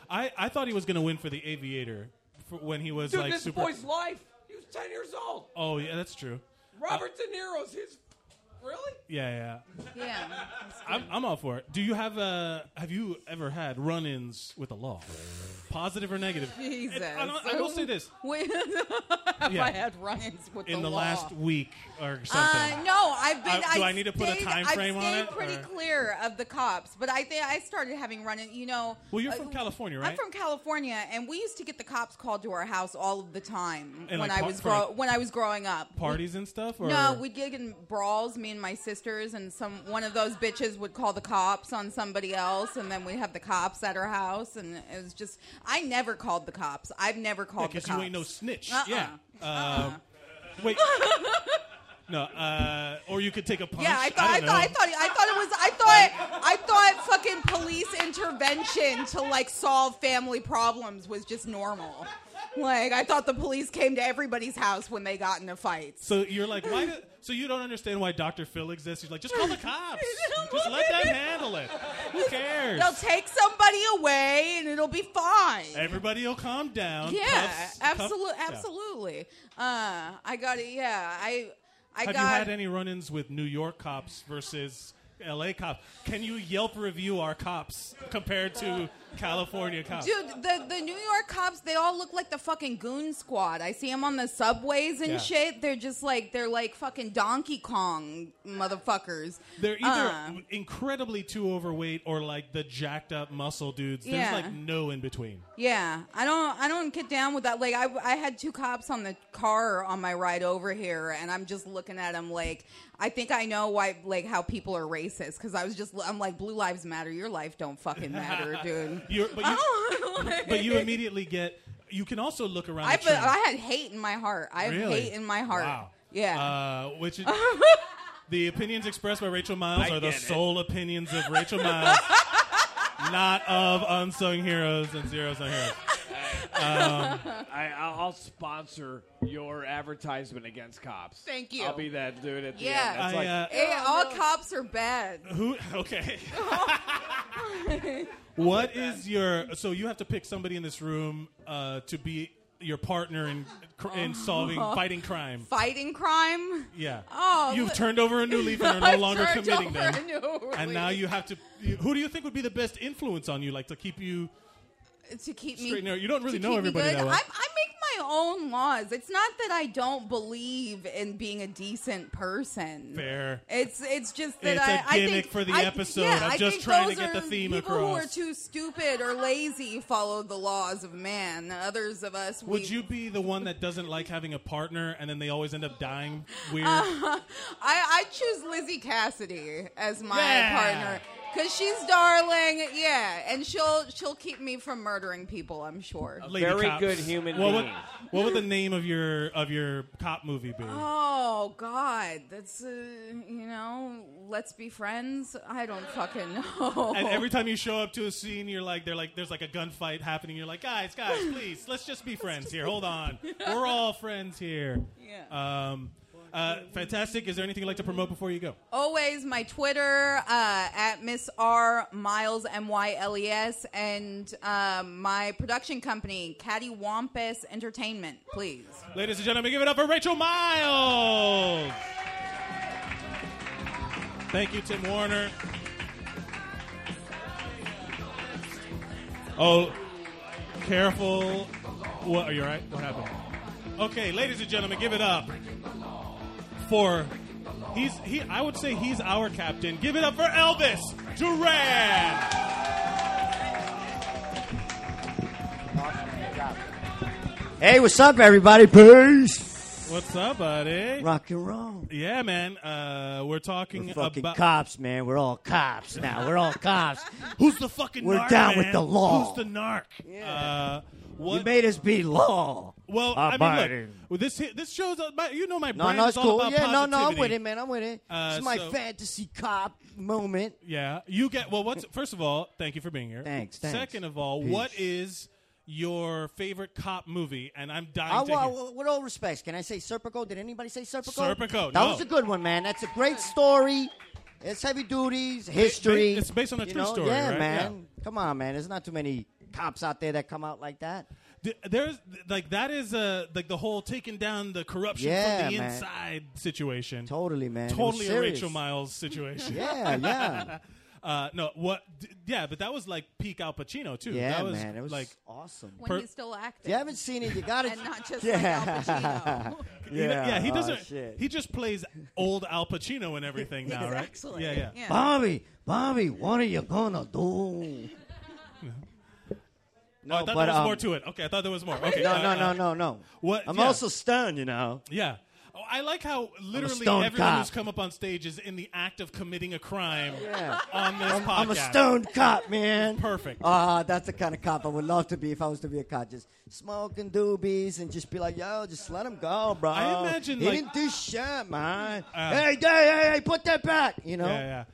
Speaker 1: I I thought he was gonna win for the Aviator for when he was
Speaker 5: dude.
Speaker 1: like
Speaker 5: this
Speaker 1: super.
Speaker 5: boy's life. He was ten years old.
Speaker 1: oh yeah, that's true.
Speaker 5: Robert De Niro's his. Really?
Speaker 1: Yeah, yeah.
Speaker 6: Yeah.
Speaker 1: I'm, I'm all for it. Do you have uh have you ever had run-ins with the law, positive or negative?
Speaker 6: Jesus.
Speaker 1: I, don't- I will say this.
Speaker 6: Wait, have
Speaker 1: Yeah.
Speaker 6: I had run-ins with
Speaker 1: in the,
Speaker 6: the, law?
Speaker 1: last week or something.
Speaker 6: Uh, no, I've been.
Speaker 1: I- do
Speaker 6: I've
Speaker 1: I need to put a
Speaker 6: stayed-
Speaker 1: time frame on
Speaker 6: I've stayed
Speaker 1: it,
Speaker 6: Pretty
Speaker 1: or-
Speaker 6: clear of the cops, but I think I started having run-in. You know. uh,
Speaker 1: Well, you're from California, right?
Speaker 6: I'm from California, and we used to get the cops called to our house all of the time
Speaker 1: And,
Speaker 6: when
Speaker 1: like,
Speaker 6: I
Speaker 1: par-
Speaker 6: was
Speaker 1: for,
Speaker 6: grow-
Speaker 1: like,
Speaker 6: when I was growing up.
Speaker 1: Parties and stuff, or
Speaker 6: No, we'd get in brawls, me and my sisters, and some one of those bitches would call the cops on somebody else, and then we'd have the cops at our house, and it was just I never called the cops. I've never called the
Speaker 1: because
Speaker 6: cops.
Speaker 1: you ain't no snitch.
Speaker 6: Uh-uh.
Speaker 1: Yeah, Um, Wait. No, uh, or you could take a punch.
Speaker 6: Yeah, I thought, I,
Speaker 1: don't
Speaker 6: thought, I
Speaker 1: know.
Speaker 6: thought, I thought it was, I thought, I thought fucking police intervention to like solve family problems was just normal. Like I thought the police came to everybody's house when they got into fights.
Speaker 1: So you're like, why? Do, so you don't understand why Doctor Phil exists. You're like, just call the cops. just let them handle it. Who cares?
Speaker 6: They'll take somebody away and it'll be fine.
Speaker 1: Everybody will calm down.
Speaker 6: Yeah,
Speaker 1: Cuffs- cuff-
Speaker 6: absolutely,
Speaker 1: Yeah.
Speaker 6: absolutely. Uh, I got it. Yeah, I, I
Speaker 1: Have
Speaker 6: got.
Speaker 1: you had any run-ins with New York cops versus L.A. cops? Can you Yelp review our cops compared to California cops?
Speaker 6: Dude, the, the New York cops, they all look like the fucking goon squad. I see them on the subways and
Speaker 1: Yeah.
Speaker 6: shit. They're just like, they're like fucking Donkey Kong motherfuckers.
Speaker 1: They're either
Speaker 6: Uh,
Speaker 1: incredibly too overweight or like the jacked up muscle dudes. There's
Speaker 6: Yeah.
Speaker 1: like no in between.
Speaker 6: yeah, I don't, I don't get down with that. Like, I, I had two cops on the car on my ride over here, and I'm just looking at them like, I think I know why, like, how people are racist because I was just, I'm like, blue lives matter, your life don't fucking matter, dude.
Speaker 1: You're, but,
Speaker 6: I
Speaker 1: you,
Speaker 6: don't- like-
Speaker 1: but you immediately get. You can also look around.
Speaker 6: I,
Speaker 1: the
Speaker 6: fe-
Speaker 1: train.
Speaker 6: I had hate in my heart. I have
Speaker 1: Really?
Speaker 6: hate in my heart.
Speaker 1: Wow.
Speaker 6: Yeah.
Speaker 1: Uh, which is, the opinions expressed by Rachel Miles
Speaker 5: I
Speaker 1: are the
Speaker 5: get it.
Speaker 1: sole opinions of Rachel Miles, not of unsung heroes and zero unsung heroes. Um,
Speaker 5: I, I'll I'll sponsor your advertisement against cops.
Speaker 6: Thank you.
Speaker 5: I'll be that dude at the
Speaker 6: Yeah.
Speaker 5: end. That's
Speaker 1: I,
Speaker 5: like,
Speaker 1: uh,
Speaker 6: Hey, all cops are bad.
Speaker 1: who? Okay. what is your? So you have to pick somebody in this room uh, to be your partner in cr- in solving fighting crime.
Speaker 6: Fighting crime.
Speaker 1: Yeah.
Speaker 6: Oh,
Speaker 1: You've
Speaker 6: li-
Speaker 1: turned over a new leaf and are no
Speaker 6: I've
Speaker 1: longer
Speaker 6: turned
Speaker 1: committing
Speaker 6: over
Speaker 1: them.
Speaker 6: a new
Speaker 1: And now
Speaker 6: leaf.
Speaker 1: you have to. You, who do you think would be the best influence on you, like to keep you?
Speaker 6: to keep me
Speaker 1: Straight and narrow. You don't really
Speaker 6: to
Speaker 1: know
Speaker 6: keep me
Speaker 1: everybody
Speaker 6: good.
Speaker 1: that well.
Speaker 6: I, I make my own laws. It's not that I don't believe in being a decent person.
Speaker 1: Fair.
Speaker 6: It's it's just that
Speaker 1: It's a
Speaker 6: I, I
Speaker 1: gimmick
Speaker 6: think,
Speaker 1: for the
Speaker 6: I-
Speaker 1: episode.
Speaker 6: Yeah,
Speaker 1: I'm
Speaker 6: I
Speaker 1: just
Speaker 6: think
Speaker 1: trying to
Speaker 6: those
Speaker 1: get the
Speaker 6: are
Speaker 1: theme
Speaker 6: people who are
Speaker 1: across.
Speaker 6: too stupid or lazy follow the laws of man. Others of us, we,
Speaker 1: Would you be the one that doesn't like having a partner and then they always end up dying weird?
Speaker 6: Uh, I, I choose Lizzie Cassidy as my
Speaker 1: Yeah.
Speaker 6: partner because she's darling. Yeah, and she'll she'll keep me from murdering people. I'm sure.
Speaker 1: Lady
Speaker 5: very
Speaker 1: cops.
Speaker 5: good human
Speaker 1: what Would,
Speaker 5: being.
Speaker 1: what would the name of your of your cop movie be?
Speaker 6: Oh God, that's uh, you know, let's be friends. I don't fucking know.
Speaker 1: and every time you show up to a scene, you're like, they're like, there's like a gunfight happening. You're like, guys, guys, please, let's just be friends here. Hold on, we're all friends here.
Speaker 6: Yeah.
Speaker 1: Um, uh, fantastic. Is there anything you'd like to promote before you go?
Speaker 6: Always my Twitter uh, at Miss R Miles M Y L E S and um, my production company Caddy Wampus Entertainment. Please.
Speaker 1: Ladies and gentlemen, give it up for Rachel Miles. Thank you, Tim Warner. Oh, careful. What are you all right? What happened? Okay, ladies and gentlemen, give it up for he's he I would say he's our captain. Give it up for Elvis Duran.
Speaker 7: Hey, what's up, everybody? Peace.
Speaker 1: What's up, buddy?
Speaker 7: Rock and roll.
Speaker 1: Yeah, man. Uh, we're talking
Speaker 7: We're fucking
Speaker 1: about
Speaker 7: cops, man. We're all cops now. We're all cops.
Speaker 1: Who's the fucking?
Speaker 7: We're
Speaker 1: narc,
Speaker 7: down with
Speaker 1: man?
Speaker 7: the law.
Speaker 1: Who's the narc? Uh,
Speaker 7: You
Speaker 1: what?
Speaker 7: made us be law.
Speaker 1: well, I mean,
Speaker 7: Abiding.
Speaker 1: look, well, this hit- this shows up. My, you know, my
Speaker 7: No,
Speaker 1: brand
Speaker 7: no,
Speaker 1: is
Speaker 7: it's
Speaker 1: all
Speaker 7: cool.
Speaker 1: about
Speaker 7: Yeah, no, no, I'm
Speaker 1: uh, positivity.
Speaker 7: with it, man. I'm with it.
Speaker 1: Uh,
Speaker 7: this is my
Speaker 1: so-
Speaker 7: fantasy cop moment.
Speaker 1: Yeah, you get. Well, what's first of all? Thank you for being here.
Speaker 7: Thanks, thanks.
Speaker 1: Second of all,
Speaker 7: Peace.
Speaker 1: what is your favorite cop movie? And I'm dying
Speaker 7: I,
Speaker 1: to hear.
Speaker 7: well, with all respects, can I say Serpico? Did anybody say Serpico?
Speaker 1: Serpico,
Speaker 7: That
Speaker 1: no.
Speaker 7: was a good one, man. That's a great story. It's heavy duties, history.
Speaker 1: ba- it's based on a
Speaker 7: you
Speaker 1: true
Speaker 7: know?
Speaker 1: story,
Speaker 7: Yeah,
Speaker 1: right?
Speaker 7: man. Come on, man. There's not too many cops out there that come out like that.
Speaker 1: Th- There's like that is uh, like the whole taking down the corruption
Speaker 7: Yeah,
Speaker 1: from the
Speaker 7: man.
Speaker 1: inside situation.
Speaker 7: Totally, man. It was
Speaker 1: Totally a
Speaker 7: serious.
Speaker 1: Rachel Miles situation.
Speaker 7: Yeah, yeah.
Speaker 1: Uh, no, what? D- yeah, but that was like peak Al Pacino too.
Speaker 7: Yeah,
Speaker 1: that was,
Speaker 7: man, it was
Speaker 1: like
Speaker 7: awesome.
Speaker 6: When
Speaker 1: Per-
Speaker 6: he's still
Speaker 7: If
Speaker 6: active.
Speaker 7: you haven't seen it, you got it.
Speaker 6: and not just
Speaker 7: Yeah.
Speaker 6: like Al Pacino.
Speaker 1: You know- yeah, he
Speaker 7: oh,
Speaker 1: doesn't.
Speaker 7: shit.
Speaker 1: he just plays old Al Pacino and everything now, right?
Speaker 6: Exactly.
Speaker 1: Yeah, yeah.
Speaker 7: Bobby, Bobby, what are you gonna do?
Speaker 1: Oh, I thought there was more to it. Okay, I thought there was more. Okay,
Speaker 7: um, No,
Speaker 1: uh,
Speaker 7: no,
Speaker 1: uh,
Speaker 7: no, no, no.
Speaker 1: What-
Speaker 7: I'm
Speaker 1: yeah.
Speaker 7: also stunned, you know.
Speaker 1: Yeah. Oh, I like how literally
Speaker 7: stoned
Speaker 1: everyone
Speaker 7: cop.
Speaker 1: who's come up on stage is in the act of committing a crime
Speaker 7: Yeah.
Speaker 1: on this podcast.
Speaker 7: I'm a stoned cop, man.
Speaker 1: Perfect.
Speaker 7: Ah, that's the kind of cop I would love to be if I was to be a cop. Just smoking doobies and just be like, yo, just let him go, bro.
Speaker 1: I imagine,
Speaker 7: he
Speaker 1: like-
Speaker 7: didn't do shit, man.
Speaker 1: Uh,
Speaker 7: hey, hey, hey, hey, put that back. You know,
Speaker 1: Yeah, yeah.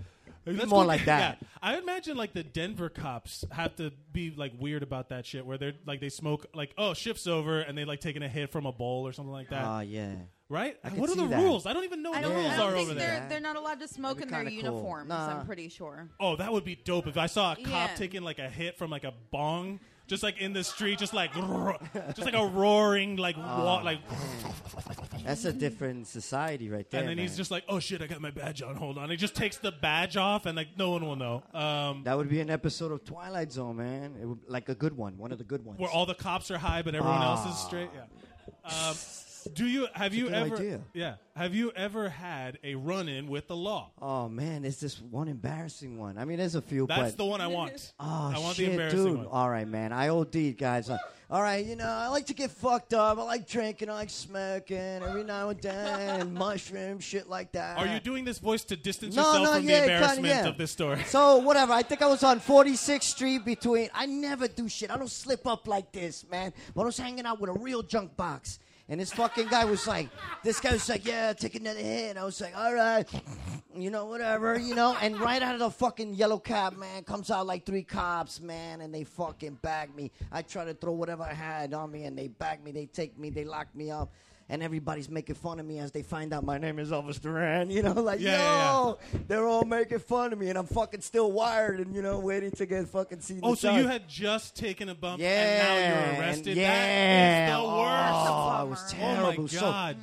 Speaker 1: That's
Speaker 7: more like that.
Speaker 1: Yeah. I imagine like the Denver cops have to be like weird about that shit, where they're like they smoke like oh shift's over and they like taking a hit from a bowl or something like that,
Speaker 7: Ah, yeah.
Speaker 1: right?
Speaker 7: I can
Speaker 1: What are
Speaker 7: see
Speaker 1: the
Speaker 7: that.
Speaker 1: rules? I don't even know
Speaker 6: I
Speaker 1: what the
Speaker 6: don't,
Speaker 1: rules
Speaker 6: I
Speaker 1: are
Speaker 6: don't
Speaker 1: over
Speaker 6: think
Speaker 1: there.
Speaker 6: they're they're not allowed to smoke in
Speaker 7: That'd be
Speaker 6: their
Speaker 7: kinda cool.
Speaker 6: uniforms.
Speaker 7: Nah.
Speaker 6: I'm pretty sure.
Speaker 1: Oh, that would be dope if I saw a cop
Speaker 6: Yeah.
Speaker 1: taking like a hit from like a bong, just like in the street, just like just like a roaring like
Speaker 7: Ah,
Speaker 1: wa- like,
Speaker 7: That's a different society right there.
Speaker 1: and then he's
Speaker 7: man.
Speaker 1: just like, oh shit, I got my badge on. Hold on, he just takes the badge off, and like no one will know. Um,
Speaker 7: That would be an episode of Twilight Zone, man. It would, like a good one, one of the good ones.
Speaker 1: where all the cops are high, but everyone else is straight. Yeah. Um, do you have you
Speaker 7: Ah. good
Speaker 1: ever?
Speaker 7: idea.
Speaker 1: Yeah. Have you ever had a run-in with the law?
Speaker 7: oh man, there's this one embarrassing one. I mean, there's a few.
Speaker 1: That's
Speaker 7: but
Speaker 1: the one I want.
Speaker 7: Oh,
Speaker 1: I want
Speaker 7: shit,
Speaker 1: the embarrassing
Speaker 7: dude.
Speaker 1: one.
Speaker 7: All right, man. I OD'd, guys. Uh, All right, you know, I like to get fucked up. I like drinking. I like smoking every now and then, and mushroom shit like that.
Speaker 1: Are you doing this voice to distance
Speaker 7: No,
Speaker 1: yourself
Speaker 7: no,
Speaker 1: from
Speaker 7: yeah,
Speaker 1: the
Speaker 7: kinda,
Speaker 1: embarrassment
Speaker 7: yeah.
Speaker 1: of this story?
Speaker 7: So whatever. I think I was on 46th Street between. I never do shit. I don't slip up like this, man. But I was hanging out with a real junk box, and this fucking guy was like, this guy was like, yeah, take another hit. And I was like, all right, you know, whatever, you know. And right out of the fucking yellow cab, man, comes out like three cops, man, and they fucking bag me. I try to throw whatever I had on me, and they bag me, they take me, they lock me up. And everybody's making fun of me as they find out my name is Elvis Duran, you know, like,
Speaker 1: Yeah,
Speaker 7: yo,
Speaker 1: yeah, yeah.
Speaker 7: they're all making fun of me, and I'm fucking still wired, and you know, waiting to get fucking seen.
Speaker 1: Oh,
Speaker 7: the
Speaker 1: so
Speaker 7: sun.
Speaker 1: you had just taken a bump
Speaker 7: yeah,
Speaker 1: and now
Speaker 7: and
Speaker 1: you're arrested?
Speaker 7: Yeah,
Speaker 1: That is the worst.
Speaker 7: Oh, it was
Speaker 1: Oh,
Speaker 7: terrible.
Speaker 1: my god.
Speaker 7: So,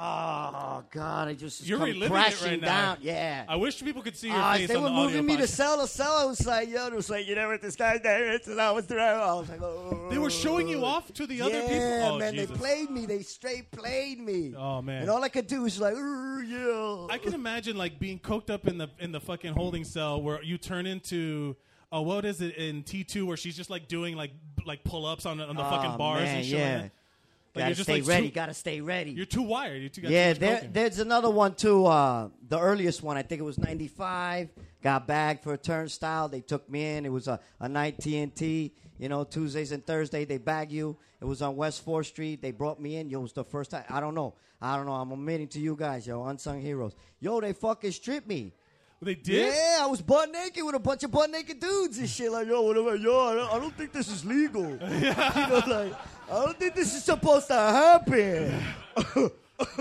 Speaker 7: oh god, I just
Speaker 1: You're
Speaker 7: come
Speaker 1: reliving it
Speaker 7: crashing
Speaker 1: right now.
Speaker 7: down. Yeah.
Speaker 1: I wish people could see your
Speaker 7: Ah,
Speaker 1: face
Speaker 7: they
Speaker 1: on
Speaker 7: were
Speaker 1: the audio
Speaker 7: moving me to
Speaker 1: podcast.
Speaker 7: cell to cell. I was like, yo, it was like, you know what this guy's name is? And I was there. I was like, oh.
Speaker 1: They were showing you off to the
Speaker 7: Yeah,
Speaker 1: other people. Oh,
Speaker 7: man,
Speaker 1: Jesus.
Speaker 7: they played me. They straight played me.
Speaker 1: Oh, man.
Speaker 7: And all I could do was like, "Ooh, yeah.
Speaker 1: I can imagine like being coked up in the in the fucking holding cell where you turn into oh what is it in T two where she's just like doing like b- like pull ups on the- on the
Speaker 7: Oh,
Speaker 1: fucking bars
Speaker 7: man,
Speaker 1: and shit. like
Speaker 7: yeah.
Speaker 1: that. Like,
Speaker 7: gotta
Speaker 1: you're just
Speaker 7: stay
Speaker 1: like
Speaker 7: ready.
Speaker 1: Too,
Speaker 7: gotta stay ready.
Speaker 1: you're too wired. You two got
Speaker 7: yeah,
Speaker 1: too much
Speaker 7: there,
Speaker 1: cocaine.
Speaker 7: there's another one too. Uh, the earliest one, I think it was '95. Got bagged for a turnstile. They took me in. It was a, a night TNT. You know, Tuesdays and Thursday they bag you. It was on West Fourth Street. They brought me in. Yo, it was the first time. I don't know. I don't know. I'm admitting to you guys, yo, unsung heroes. Yo, they fucking stripped me.
Speaker 1: they did.
Speaker 7: Yeah, I was butt naked with a bunch of butt naked dudes and shit. Like, yo, whatever, yo, I don't, I don't think this is legal. You know, like, I don't think this is supposed to happen. you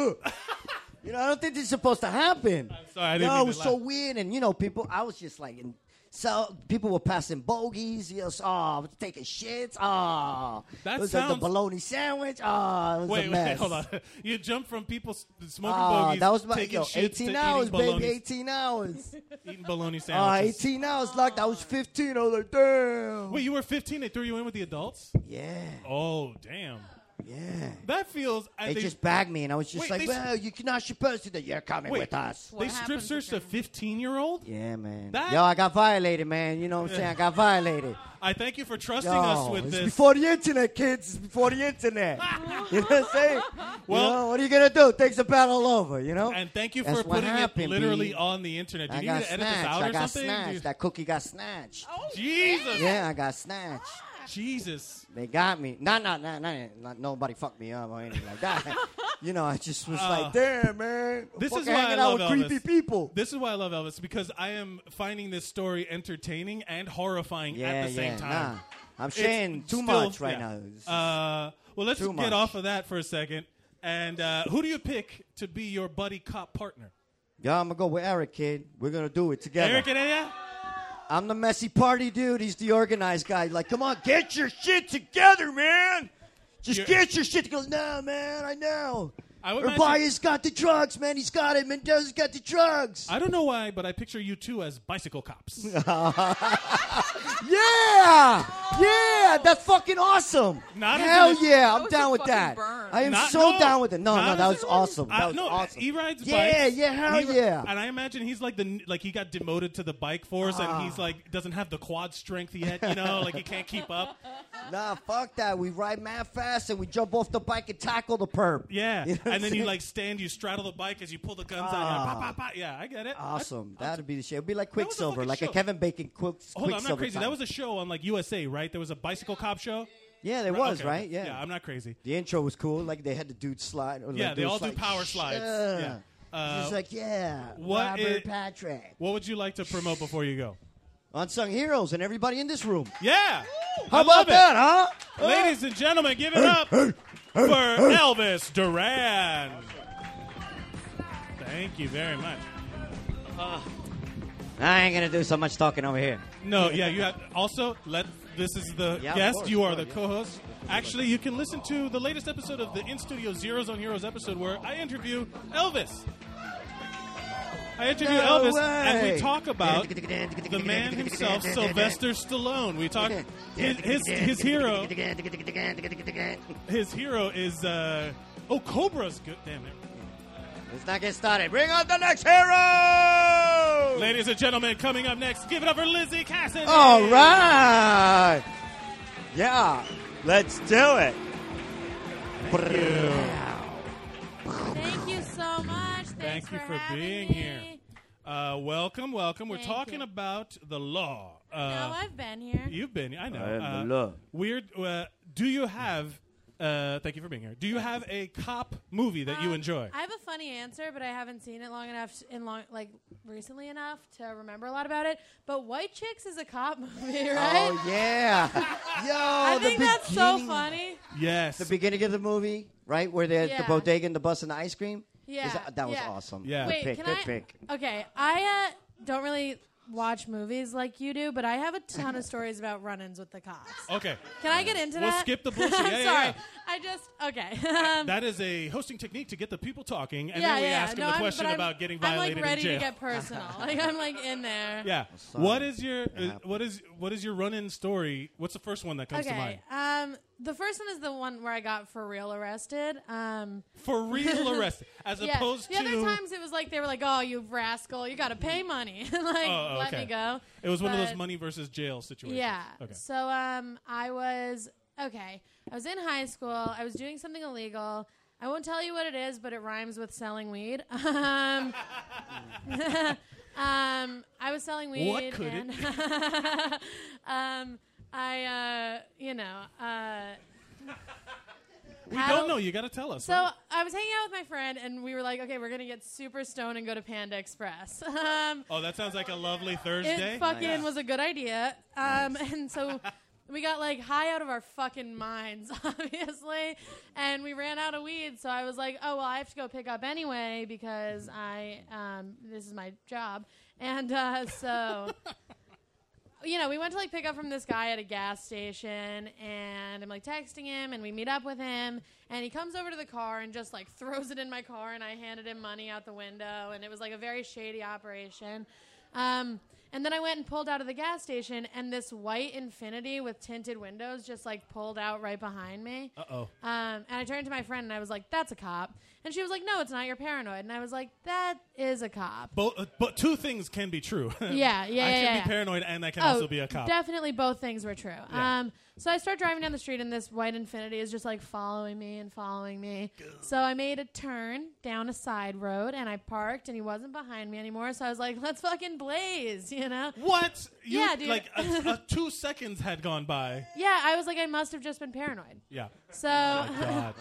Speaker 7: know, I don't think this is supposed to happen. I'm
Speaker 1: sorry, I didn't
Speaker 7: No,
Speaker 1: mean
Speaker 7: it
Speaker 1: to
Speaker 7: was so
Speaker 1: laugh.
Speaker 7: weird, and you know, people. I was just like, and so people were passing bogeys. Yes, oh, I was taking shits. Oh,
Speaker 1: That
Speaker 7: it was like
Speaker 1: sounds-
Speaker 7: the bologna sandwich. Oh, it was
Speaker 1: Wait,
Speaker 7: a
Speaker 1: wait,
Speaker 7: mess.
Speaker 1: hold on. You jump from people s- smoking
Speaker 7: Oh,
Speaker 1: bogeys,
Speaker 7: that was my
Speaker 1: taking
Speaker 7: yo,
Speaker 1: shits
Speaker 7: 18
Speaker 1: to
Speaker 7: hours,
Speaker 1: eating bologna,
Speaker 7: baby, 18 hours.
Speaker 1: eating bologna
Speaker 7: Oh,
Speaker 1: sandwiches.
Speaker 7: 18 hours locked. I was 15. I was like, damn.
Speaker 1: Wait, you were 15. They threw you in with the adults.
Speaker 7: Yeah,
Speaker 1: Oh, damn.
Speaker 7: yeah.
Speaker 1: That feels. I
Speaker 7: They,
Speaker 1: think-
Speaker 7: just bagged me, and I was just
Speaker 1: Wait,
Speaker 7: like,
Speaker 1: they-
Speaker 7: well, you're not supposed to. do- You're coming
Speaker 1: Wait.
Speaker 7: with us.
Speaker 6: What
Speaker 1: they strip
Speaker 6: happens if
Speaker 1: searched
Speaker 6: you're-
Speaker 1: a 15 year old.
Speaker 7: Yeah, man.
Speaker 1: That-
Speaker 7: Yo, I got violated, man. You know what I'm saying? I got violated.
Speaker 1: I thank you for trusting
Speaker 7: Yo,
Speaker 1: us with
Speaker 7: it's
Speaker 1: this.
Speaker 7: before the internet, kids. It's before the internet. you know what I'm saying?
Speaker 1: Well-
Speaker 7: you know, what are you gonna do? It takes a battle over, you know.
Speaker 1: And thank you
Speaker 7: That's
Speaker 1: for
Speaker 7: what
Speaker 1: putting it
Speaker 7: happened,
Speaker 1: literally
Speaker 7: B.
Speaker 1: on the internet. Do
Speaker 7: I
Speaker 1: you
Speaker 7: got
Speaker 1: need to edit this
Speaker 7: snatched.
Speaker 1: out
Speaker 7: I
Speaker 1: or
Speaker 7: got
Speaker 1: something? Do you-
Speaker 7: snatched. That cookie got snatched.
Speaker 8: Oh.
Speaker 1: Jesus. Ah,
Speaker 7: Yeah, I got snatched.
Speaker 1: Jesus.
Speaker 7: They got me. Not, not, not, not, not nobody fucked me up or anything like that. you know, I just was like, damn, man.
Speaker 1: Uh, This
Speaker 7: Fucking
Speaker 1: is why I
Speaker 7: hanging out
Speaker 1: love
Speaker 7: with creepy
Speaker 1: Elvis.
Speaker 7: people.
Speaker 1: This is why I love Elvis because I am finding this story entertaining and horrifying
Speaker 7: yeah,
Speaker 1: at the
Speaker 7: yeah,
Speaker 1: same time.
Speaker 7: Nah. I'm
Speaker 1: It's
Speaker 7: sharing too
Speaker 1: still-
Speaker 7: much right
Speaker 1: yeah.
Speaker 7: now. It's-
Speaker 1: Uh, well, let's
Speaker 7: Too
Speaker 1: get
Speaker 7: much.
Speaker 1: off of that for a second. And uh, who do you pick to be your buddy cop partner?
Speaker 7: Yo, I'm gonna go with Eric, kid. We're gonna do it together.
Speaker 1: Eric and Aya?
Speaker 7: I'm the messy party dude. He's the organized guy. Like, come on, get your shit together, man. Just
Speaker 1: You're-
Speaker 7: get your shit together. No, man, I know.
Speaker 1: I would imagine-
Speaker 7: Urbaya's got the drugs, man. He's got it. Mendoza's got the drugs.
Speaker 1: I don't know why, but I picture you two as bicycle cops.
Speaker 7: Yeah, yeah, that's fucking awesome.
Speaker 1: Not as
Speaker 7: Hell
Speaker 1: an-
Speaker 7: yeah, I'm
Speaker 6: was a
Speaker 7: down with
Speaker 6: fucking
Speaker 7: that.
Speaker 6: burn.
Speaker 7: I am
Speaker 1: Not-
Speaker 7: so
Speaker 1: no,
Speaker 7: down with it. No,
Speaker 1: not
Speaker 7: no,
Speaker 1: as
Speaker 7: that
Speaker 1: a-
Speaker 7: was awesome. That
Speaker 1: I-
Speaker 7: was
Speaker 1: no,
Speaker 7: awesome.
Speaker 1: He rides
Speaker 7: Yeah,
Speaker 1: bikes.
Speaker 7: yeah, hell
Speaker 1: He ri-
Speaker 7: yeah.
Speaker 1: And I imagine he's like the n- like he got demoted to the bike force, and
Speaker 7: Ah.
Speaker 1: he's like doesn't have the quad strength yet. You know, like he can't keep up.
Speaker 7: Nah, fuck that. We ride mad fast and we jump off the bike and tackle the perp.
Speaker 1: Yeah,
Speaker 7: You know what
Speaker 1: and then
Speaker 7: I'm
Speaker 1: you
Speaker 7: saying?
Speaker 1: like stand, you straddle the bike as you pull the guns out. You're like, "Pop, pop, pop." Yeah, I get it.
Speaker 7: Ah. Awesome. That'd be the shit. It'd be like
Speaker 1: was a
Speaker 7: Quicksilver,
Speaker 1: fucking
Speaker 7: like a
Speaker 1: show.
Speaker 7: Kevin Bacon quick,
Speaker 1: Hold on,
Speaker 7: Quicksilver.
Speaker 1: I'm not crazy.
Speaker 7: type.
Speaker 1: That was a show on like USA, right? There was a bicycle cop show.
Speaker 7: yeah, there was,
Speaker 1: Okay,
Speaker 7: right?
Speaker 1: okay.
Speaker 7: Yeah.
Speaker 1: Yeah, I'm not crazy.
Speaker 7: the intro was cool. Like they had the dude slide. Or
Speaker 1: Yeah,
Speaker 7: like
Speaker 1: they
Speaker 7: dude
Speaker 1: all do
Speaker 7: slide.
Speaker 1: power slides.
Speaker 7: Yeah.
Speaker 1: Yeah. Uh,
Speaker 7: Just like, yeah,
Speaker 1: what
Speaker 7: Robert
Speaker 1: is-
Speaker 7: Patrick.
Speaker 1: What would you like to promote before you go?
Speaker 7: Unsung heroes and everybody in this room.
Speaker 1: Yeah.
Speaker 7: How
Speaker 1: I love it.
Speaker 7: about that, huh?
Speaker 1: Ladies and gentlemen, give it up for Elvis Duran. Thank you very much.
Speaker 7: I ain't gonna do so much talking over here.
Speaker 1: No, yeah, you have also let this is the
Speaker 7: Yeah, of
Speaker 1: guest,
Speaker 7: course,
Speaker 1: you are
Speaker 7: sure,
Speaker 1: the
Speaker 7: yeah.
Speaker 1: co-host. Actually, you can listen to the latest episode of the In Studio Zeros on Heroes episode where I interview Elvis. I interview
Speaker 7: No
Speaker 1: Elvis
Speaker 7: way.
Speaker 1: and we talk about the man himself, Sylvester Stallone. We talk his his, his hero his hero is uh oh Cobra's good damn it.
Speaker 7: Let's not get started. Bring on the next hero!
Speaker 1: Ladies and gentlemen, coming up next, give it up for Lizzie Cassidy.
Speaker 7: All right. Yeah, let's do it.
Speaker 9: Thank you so much. Thanks
Speaker 1: Thank you for
Speaker 9: having
Speaker 1: being
Speaker 9: me.
Speaker 1: here. Uh, welcome, welcome. We're
Speaker 9: Thank
Speaker 1: talking
Speaker 9: you.
Speaker 1: about the law.
Speaker 9: No,
Speaker 1: Uh,
Speaker 9: I've been here.
Speaker 1: you've been, I know.
Speaker 7: I am
Speaker 1: uh,
Speaker 7: the law.
Speaker 1: Weird. Uh, do you have? Uh, thank you for being here. Do you have a cop movie that you
Speaker 9: Um,
Speaker 1: enjoy?
Speaker 9: I have a funny answer, but I haven't seen it long enough, in long, like recently enough to remember a lot about it. But White Chicks is a cop movie, right?
Speaker 7: Oh yeah, yo!
Speaker 9: I
Speaker 7: the
Speaker 9: think that's so
Speaker 7: beginning-
Speaker 9: funny.
Speaker 1: yes.
Speaker 7: The beginning of the movie, right where they're at the
Speaker 9: Yeah.
Speaker 7: bodega and the bus and the ice cream.
Speaker 9: Yeah,
Speaker 7: Is that, that was
Speaker 9: yeah.
Speaker 7: awesome.
Speaker 1: Yeah.
Speaker 7: Good
Speaker 9: Wait,
Speaker 7: pick.
Speaker 9: can
Speaker 7: good
Speaker 9: I?
Speaker 7: pick.
Speaker 9: Okay, I uh, don't really watch movies like you do, but I have a ton of stories about run-ins with the cops.
Speaker 1: okay.
Speaker 9: Can I get into
Speaker 1: We'll
Speaker 9: that?
Speaker 1: skip the bullshit.
Speaker 9: I'm
Speaker 1: Yeah, yeah,
Speaker 9: sorry.
Speaker 1: yeah.
Speaker 9: I just okay. Um,
Speaker 1: That is a hosting technique to get the people talking, and
Speaker 9: yeah,
Speaker 1: then we
Speaker 9: yeah.
Speaker 1: ask them
Speaker 9: no,
Speaker 1: the
Speaker 9: I'm-
Speaker 1: question
Speaker 9: but I'm-
Speaker 1: about getting
Speaker 9: I'm
Speaker 1: violated
Speaker 9: like ready
Speaker 1: in jail.
Speaker 9: to get personal. like I'm like in there.
Speaker 1: yeah.
Speaker 7: sorry.
Speaker 1: What is your uh,
Speaker 7: happened.
Speaker 1: what is what is your run-in story? What's the first one that comes to mind?
Speaker 9: Okay. Um, the first one is the one where I got for real arrested. Um,
Speaker 1: For real arrest, as
Speaker 9: yeah.
Speaker 1: opposed
Speaker 9: the
Speaker 1: to
Speaker 9: other times it was like they were like, "Oh, you rascal, you got to pay money." like,
Speaker 1: Oh, oh,
Speaker 9: let
Speaker 1: okay.
Speaker 9: me go.
Speaker 1: It was one of those
Speaker 9: But-
Speaker 1: money versus jail situations.
Speaker 9: Yeah.
Speaker 1: Okay.
Speaker 9: So um, I was okay. I was in high school. I was doing something illegal. I won't tell you what it is, but it rhymes with selling weed. Um, um, I was selling weed.
Speaker 1: What could it
Speaker 9: and um, I, uh, you know, uh,
Speaker 1: we don't know. You got to tell us.
Speaker 9: so
Speaker 1: right?
Speaker 9: I was hanging out with my friend, and we were like, okay, we're gonna get super stoned and go to Panda Express. Um,
Speaker 1: Oh, that sounds like a lovely Thursday.
Speaker 9: it fucking was a good idea. Um, And so we got like high out of our fucking minds, obviously. And we ran out of weed. So I was like, oh, well, I have to go pick up anyway because I, um, this is my job. And uh, so. You know, we went to like pick up from this guy at a gas station, and I'm like texting him, and we meet up with him, and he comes over to the car and just like throws it in my car, and I handed him money out the window, and it was like a very shady operation. Um, and then I went and pulled out of the gas station, and this white infinity with tinted windows just like pulled out right behind me.
Speaker 1: Uh oh.
Speaker 9: Um, and I turned to my friend and I was like, that's a cop. And she was like, no, it's not. You're paranoid. And I was like, that is a cop.
Speaker 1: Both, uh, but two things can be true.
Speaker 9: Yeah, yeah, yeah,
Speaker 1: I can
Speaker 9: yeah,
Speaker 1: be
Speaker 9: yeah. Oh,
Speaker 1: paranoid, and I can also be a cop.
Speaker 9: Definitely both things were true.
Speaker 1: Yeah.
Speaker 9: Um, so I start driving down the street, and this white infinity is just like following me and following me. So I made a turn down a side road and I parked, and he wasn't behind me anymore. So I was like, let's fucking blaze, you know?
Speaker 1: what? You,
Speaker 9: Yeah, dude.
Speaker 1: Like uh, uh, two seconds had gone by.
Speaker 9: Yeah, I was like, I must have just been paranoid.
Speaker 1: Yeah. Oh
Speaker 9: So
Speaker 1: God.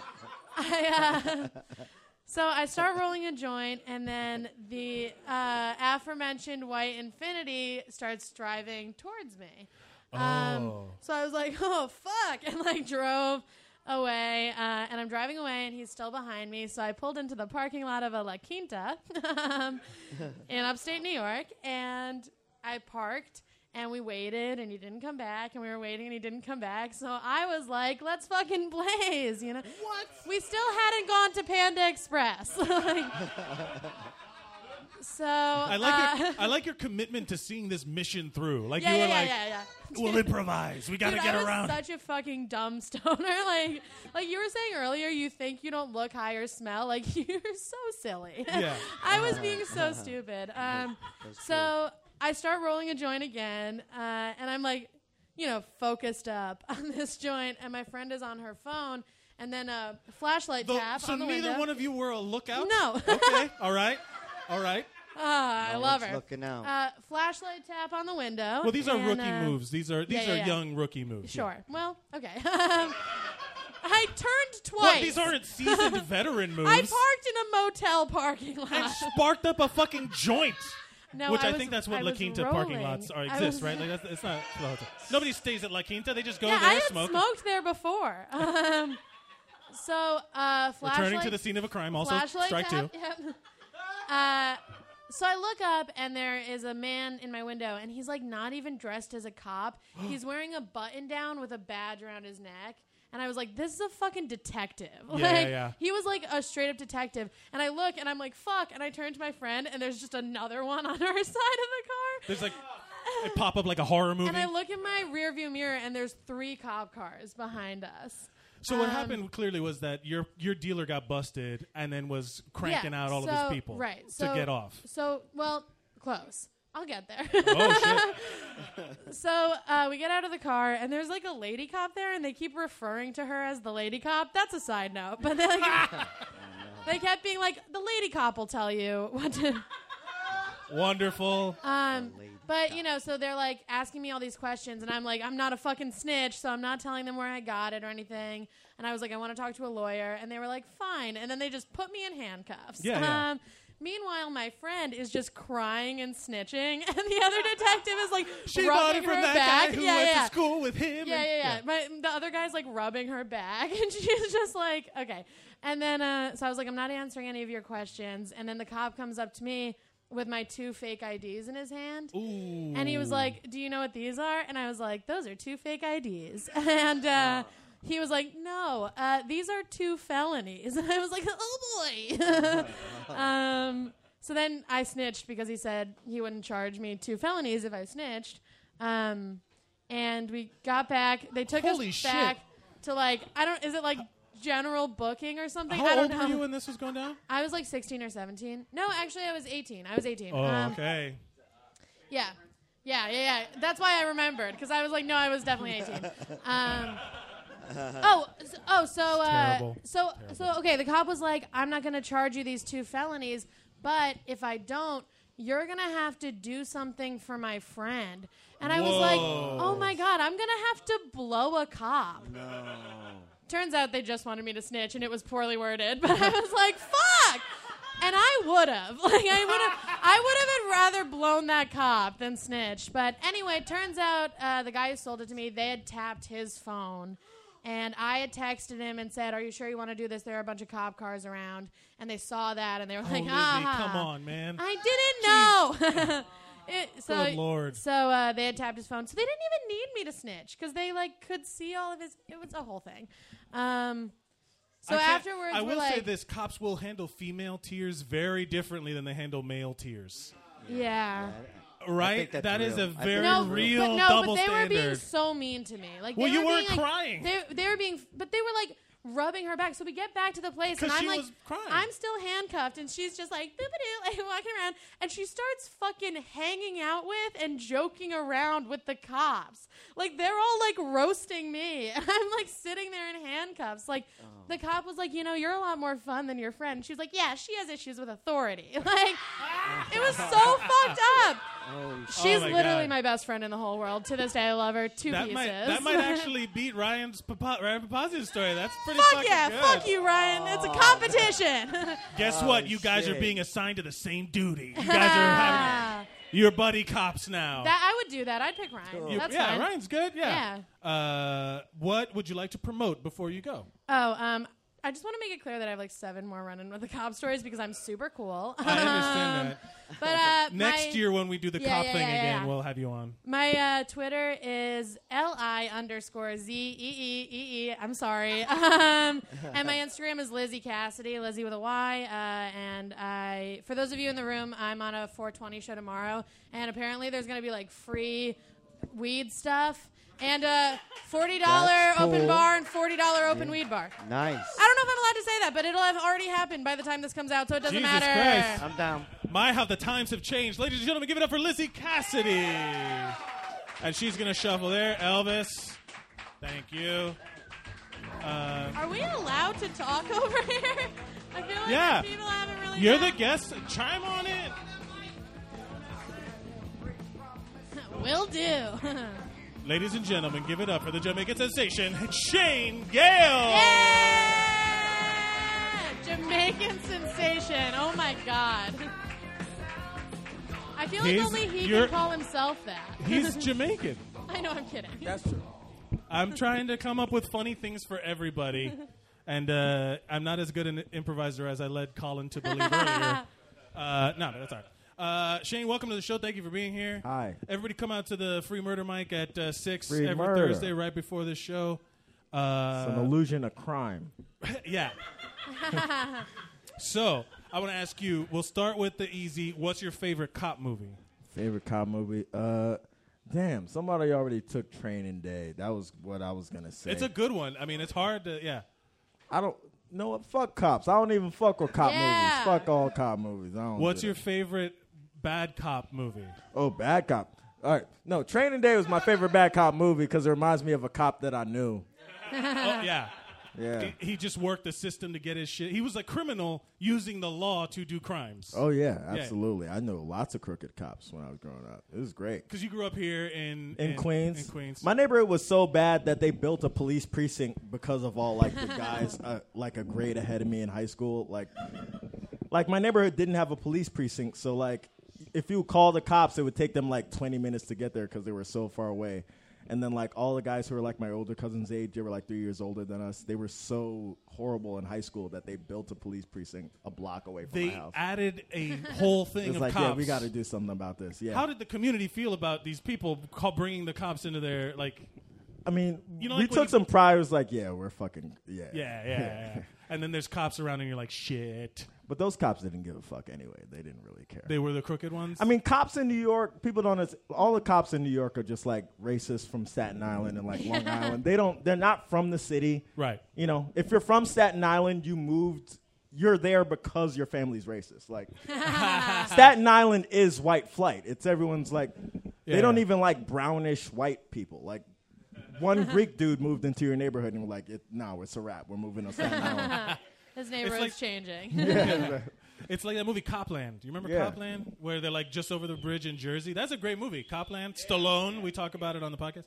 Speaker 9: I, uh, so I start rolling a joint, and then the uh, aforementioned white infinity starts driving towards me. Um,
Speaker 1: Oh.
Speaker 9: so I was like, oh, fuck. And like drove away, uh, and I'm driving away, and he's still behind me. So I pulled into the parking lot of a La Quinta um, in upstate New York, and I parked. And we waited, and he didn't come back, and we were waiting, and he didn't come back. So I was like, "Let's fucking blaze," you know. What? We still hadn't gone to Panda Express. Like, So
Speaker 1: I like
Speaker 9: uh,
Speaker 1: your, I like your commitment to seeing this mission through. Like
Speaker 9: yeah,
Speaker 1: you
Speaker 9: yeah,
Speaker 1: were
Speaker 9: yeah,
Speaker 1: like,
Speaker 9: yeah, yeah.
Speaker 1: we'll improvise. We got to
Speaker 9: Dude,
Speaker 1: get
Speaker 9: I was
Speaker 1: around.
Speaker 9: such a fucking dumb stoner. Like, like you were saying earlier, you think you don't look high or smell. Like, you're so silly.
Speaker 1: Yeah.
Speaker 9: I was being so stupid. Um, so I start rolling a joint again, uh, and I'm like, you know, focused up on this joint, and my friend is on her phone, and then a flashlight
Speaker 1: Though-
Speaker 9: tap
Speaker 1: so
Speaker 9: on the
Speaker 1: neither
Speaker 9: window.
Speaker 1: one of you were a lookout.
Speaker 9: No.
Speaker 1: okay. All right. All right.
Speaker 9: Ah, I love
Speaker 7: one's
Speaker 9: her.
Speaker 7: looking out.
Speaker 9: Uh, flashlight tap on the window.
Speaker 1: Well, these are
Speaker 9: and,
Speaker 1: rookie
Speaker 9: uh,
Speaker 1: moves. These are these
Speaker 9: yeah,
Speaker 1: are
Speaker 9: yeah.
Speaker 1: young rookie moves. yeah.
Speaker 9: Sure. Well, okay. I turned twice.
Speaker 1: Well, these aren't seasoned veteran moves.
Speaker 9: I parked in a motel parking lot.
Speaker 1: and sparked up a fucking joint.
Speaker 9: No,
Speaker 1: Which I,
Speaker 9: I was-
Speaker 1: think that's what
Speaker 9: I
Speaker 1: La
Speaker 9: was
Speaker 1: Quinta parking
Speaker 9: rolling.
Speaker 1: lots are
Speaker 9: I
Speaker 1: exist,
Speaker 9: was-
Speaker 1: right? Like that's, it's not the hotel. nobody stays at La Quinta. They just go
Speaker 9: yeah,
Speaker 1: there,
Speaker 9: I had
Speaker 1: smoke.
Speaker 9: smoked there before. Um, so uh, flashlight.
Speaker 1: Returning to the scene of a crime, also
Speaker 9: flashlight
Speaker 1: strike two.
Speaker 9: tap, yep. Uh, so I look up and there is a man in my window, and he's like not even dressed as a cop. he's wearing a button down with a badge around his neck. And I was like, this is a fucking detective. like,
Speaker 1: yeah, yeah.
Speaker 9: He was like a straight up detective. And I look and I'm like, fuck. And I turn to my friend, and there's just another one on our side of the car.
Speaker 1: There's like it pop up like a horror movie.
Speaker 9: And I look in my rearview mirror, and there's three cop cars behind us.
Speaker 1: so what
Speaker 9: um,
Speaker 1: happened clearly was that your your dealer got busted and then was cranking
Speaker 9: Yeah,
Speaker 1: out all of
Speaker 9: so-
Speaker 1: his people
Speaker 9: right,
Speaker 1: to
Speaker 9: so-
Speaker 1: get off.
Speaker 9: So, well, close. I'll get there.
Speaker 1: Oh
Speaker 9: so uh, we get out of the car, and there's like a lady cop there, and they keep referring to her as the lady cop. That's a side note, but they like, they kept being like, the lady cop will tell you what to.
Speaker 1: shit! Wonderful.
Speaker 9: Um, but you know, so they're like asking me all these questions, and I'm like, I'm not a fucking snitch, so I'm not telling them where I got it or anything. And I was like, I want to talk to a lawyer, and they were like, fine. And then they just put me in handcuffs.
Speaker 1: Yeah, yeah.
Speaker 9: Um, Meanwhile, my friend is just crying and snitching, and the other detective is like
Speaker 1: she
Speaker 9: rubbing
Speaker 1: bought it
Speaker 9: her
Speaker 1: from that
Speaker 9: back.
Speaker 1: guy who
Speaker 9: yeah,
Speaker 1: went
Speaker 9: yeah.
Speaker 1: to school with him.
Speaker 9: Yeah,
Speaker 1: and-
Speaker 9: yeah, yeah. My, the other guy's like rubbing her back, and she's just like, okay. And then, uh, so I was like, I'm not answering any of your questions. And then the cop comes up to me with my two fake IDs in his hand. And he was like, Do you know what these are? And I was like, Those are two fake IDs. And
Speaker 1: Ah.
Speaker 9: uh, he was like, No, uh, these are two felonies. And I was like, Oh boy. um, so then I snitched because he said he wouldn't charge me two felonies if I snitched. Um, and we got back. They took
Speaker 1: Holy
Speaker 9: us
Speaker 1: shit.
Speaker 9: back to like, I don't, is it like general booking or something? I
Speaker 1: How
Speaker 9: don't
Speaker 1: old
Speaker 9: know.
Speaker 1: were you when this was going down?
Speaker 9: I was like 16 or 17. No, actually, I was 18. I was 18.
Speaker 1: Oh,
Speaker 9: Um,
Speaker 1: okay.
Speaker 9: yeah. Yeah, yeah, yeah. That's why I remembered because I was like, no, I was definitely 18. Um,
Speaker 1: Uh-huh.
Speaker 9: oh, so, oh, so, uh,
Speaker 1: terrible.
Speaker 9: so, so, okay. The cop was like, I'm not going to charge you these two felonies, but if I don't, you're going to have to do something for my friend. And I was like,
Speaker 1: Whoa.
Speaker 9: oh my God, I'm going to have to blow a cop. Turns out they just wanted me to snitch, and it was poorly worded. But I was like, "Fuck!" And I would have, like, I would have, I would have had rather blown that cop than snitched. But anyway, turns out uh, the guy who sold it to me, they had tapped his phone, and I had texted him and said, "Are you sure you want to do this? There are a bunch of cop cars around." And they saw that, and they were
Speaker 1: Oh,
Speaker 9: like,
Speaker 1: Lizzie,
Speaker 9: "Ah,
Speaker 1: come on, man.
Speaker 9: I didn't know. It, so,
Speaker 1: Good lord.
Speaker 9: So uh, they had tapped his phone. So they didn't even need me to snitch because they like could see all of his. It was a whole thing. Um, so
Speaker 1: I can't-
Speaker 9: afterwards,
Speaker 1: I
Speaker 9: we're
Speaker 1: will
Speaker 9: like,
Speaker 1: say this: cops will handle female tears very differently than they handle male tears.
Speaker 9: Yeah.
Speaker 1: Right?
Speaker 7: that's
Speaker 1: That is
Speaker 7: real.
Speaker 1: a
Speaker 7: I think
Speaker 1: very
Speaker 9: No,
Speaker 1: real
Speaker 9: but no,
Speaker 1: double
Speaker 9: but they
Speaker 1: standard.
Speaker 9: were being so mean to me. Like,
Speaker 1: Well,
Speaker 9: they
Speaker 1: you
Speaker 9: were
Speaker 1: weren't
Speaker 9: being, like-
Speaker 1: crying.
Speaker 9: They, they were being, but they were like rubbing her back. So we get back to the place,
Speaker 1: 'Cause
Speaker 9: and I'm
Speaker 1: she
Speaker 9: like,
Speaker 1: was crying.
Speaker 9: I'm still handcuffed, and she's just like, boop like walking around, and she starts fucking hanging out with and joking around with the cops. Like they're all like roasting me, and I'm like sitting there in handcuffs. Like
Speaker 7: Oh.
Speaker 9: the cop was like, you know, you're a lot more fun than your friend. She was like, yeah, she has issues with authority. Like it was so fucked up. She's
Speaker 1: Oh my
Speaker 9: literally
Speaker 1: God.
Speaker 9: my best friend in the whole world. To this day, I love her. Two
Speaker 1: that
Speaker 9: pieces.
Speaker 1: might that might actually beat Ryan's Papa, Ryan Papazia's story. That's pretty
Speaker 9: fuck
Speaker 1: fucking
Speaker 9: yeah,
Speaker 1: good.
Speaker 9: fuck you, Ryan. It's a competition.
Speaker 1: Guess what? You guys are
Speaker 7: Oh, shit.
Speaker 1: being assigned to the same duty. You guys are having your buddy cops now.
Speaker 9: that I would do that. I'd pick Ryan.
Speaker 1: You-
Speaker 9: That's
Speaker 1: yeah,
Speaker 9: fine.
Speaker 1: Ryan's good. Yeah. Uh, what would you like to promote before you go?
Speaker 9: Oh, um, I just want to make it clear that I have like seven more running with the cop stories because I'm super cool.
Speaker 1: I understand
Speaker 9: Um,
Speaker 1: that.
Speaker 9: But uh,
Speaker 1: Next
Speaker 9: my,
Speaker 1: year when we do the
Speaker 9: Yeah,
Speaker 1: cop
Speaker 9: yeah,
Speaker 1: thing
Speaker 9: yeah, yeah,
Speaker 1: again,
Speaker 9: yeah.
Speaker 1: we'll have you on.
Speaker 9: my uh, Twitter is l i underscore z e e e e. I'm sorry. Um, and my Instagram is Lizzie Cassidy, Lizzie with a Y. Uh, and I for those of you in the room, I'm on a 420 show tomorrow, and apparently there's going to be like free weed stuff and a $40
Speaker 7: That's
Speaker 9: open
Speaker 7: cool.
Speaker 9: bar and $40 open weed bar. I
Speaker 7: Nice.
Speaker 9: don't know if I'm allowed to say that, but it'll have already happened by the time this comes out, so it doesn't
Speaker 1: Jesus
Speaker 9: matter.
Speaker 1: Christ.
Speaker 7: I'm down.
Speaker 1: My, how the times have changed. Ladies and gentlemen, give it up for Lizzie Cassidy. And she's going to shuffle there. Elvis, thank you. Uh,
Speaker 9: Are we allowed to talk over here? I feel like
Speaker 1: Yeah.
Speaker 9: people haven't really.
Speaker 1: you're the
Speaker 9: known.
Speaker 1: guest. Chime on it.
Speaker 9: Will do.
Speaker 1: Ladies and gentlemen, give it up for the Jamaican sensation, Shane Gale.
Speaker 9: yeah! Jamaican sensation. Oh my god. I feel like
Speaker 1: He's-
Speaker 9: only he
Speaker 1: you're-
Speaker 9: can call himself that.
Speaker 1: He's Jamaican.
Speaker 9: I know. I'm kidding.
Speaker 5: That's true.
Speaker 1: I'm trying to come up with funny things for everybody. And uh, I'm not as good an improviser as I led Colin to believe earlier. Uh, no, no, that's all right. Uh, Shane, welcome to the show. Thank you for being here.
Speaker 10: Hi.
Speaker 1: Everybody come out to the free murder mic at uh, 6
Speaker 10: Free
Speaker 1: every
Speaker 10: murder.
Speaker 1: Thursday right before this show.
Speaker 10: It's an
Speaker 1: Uh,
Speaker 10: illusion of crime.
Speaker 1: yeah. so I want to ask you we'll start with the easy. What's your favorite cop movie?
Speaker 10: Favorite cop movie? Uh, damn, somebody already took Training Day. That was what I was gonna say.
Speaker 1: It's a good one. I mean, it's hard to, yeah.
Speaker 10: I don't. No, what? Fuck cops. I don't even fuck with cop
Speaker 9: Yeah.
Speaker 10: movies. Fuck all cop movies. I don't.
Speaker 1: What's
Speaker 10: do
Speaker 1: your
Speaker 10: that.
Speaker 1: favorite bad cop movie?
Speaker 10: Oh, bad cop. All right. No, Training Day was my favorite bad cop movie because it reminds me of a cop that I knew.
Speaker 1: oh, yeah.
Speaker 10: Yeah.
Speaker 1: He, he just worked the system to get his shit. He was a criminal using the law to do crimes.
Speaker 10: Oh yeah, absolutely. I knew lots of crooked cops when I was growing up. It was great.
Speaker 1: Because you grew up here in,
Speaker 10: in, Queens.
Speaker 1: In Queens.
Speaker 10: My neighborhood was so bad that they built a police precinct because of all like the guys uh, like a grade ahead of me in high school. Like, like my neighborhood didn't have a police precinct, so like if you call the cops, it would take them like 20 minutes to get there because they were so far away. And then like all the guys who were like my older cousin's age, they were like three years older than us. They were so horrible in high school that they built a police precinct a block away from my
Speaker 1: they
Speaker 10: house.
Speaker 1: added a whole thing
Speaker 10: It's
Speaker 1: of
Speaker 10: like,
Speaker 1: cops.
Speaker 10: yeah, we got to do something about this. Yeah,
Speaker 1: How did the community feel about these people call, bringing the cops into their like?
Speaker 10: I mean,
Speaker 1: You know,
Speaker 10: we
Speaker 1: like, when
Speaker 10: took
Speaker 1: you-
Speaker 10: some pride. It was like, yeah, we're fucking, yeah,
Speaker 1: Yeah, yeah, yeah. and then there's cops around, and you're like, shit.
Speaker 10: But those cops didn't give a fuck anyway. They didn't really care.
Speaker 1: They were the crooked ones.
Speaker 10: I mean, cops in New York, people don't. as- All the cops in New York are just like racists from Staten Island and like Long Island. They don't. They're not from the city.
Speaker 1: Right.
Speaker 10: You know, if you're from Staten Island, you moved. You're there because your family's racist. Like Staten Island is white flight. It's everyone's like.
Speaker 1: Yeah.
Speaker 10: They don't even like brownish white people. Like one Greek dude moved into your neighborhood and were like, it, "No, it's a wrap. We're moving to Staten Island."
Speaker 9: His neighborhood's
Speaker 1: like-
Speaker 9: changing.
Speaker 1: it's like that movie Copland. You remember
Speaker 10: Yeah.
Speaker 1: Copland, where they're like just over the bridge in Jersey? That's a great movie. Copland, Stallone. We talk about it on the podcast.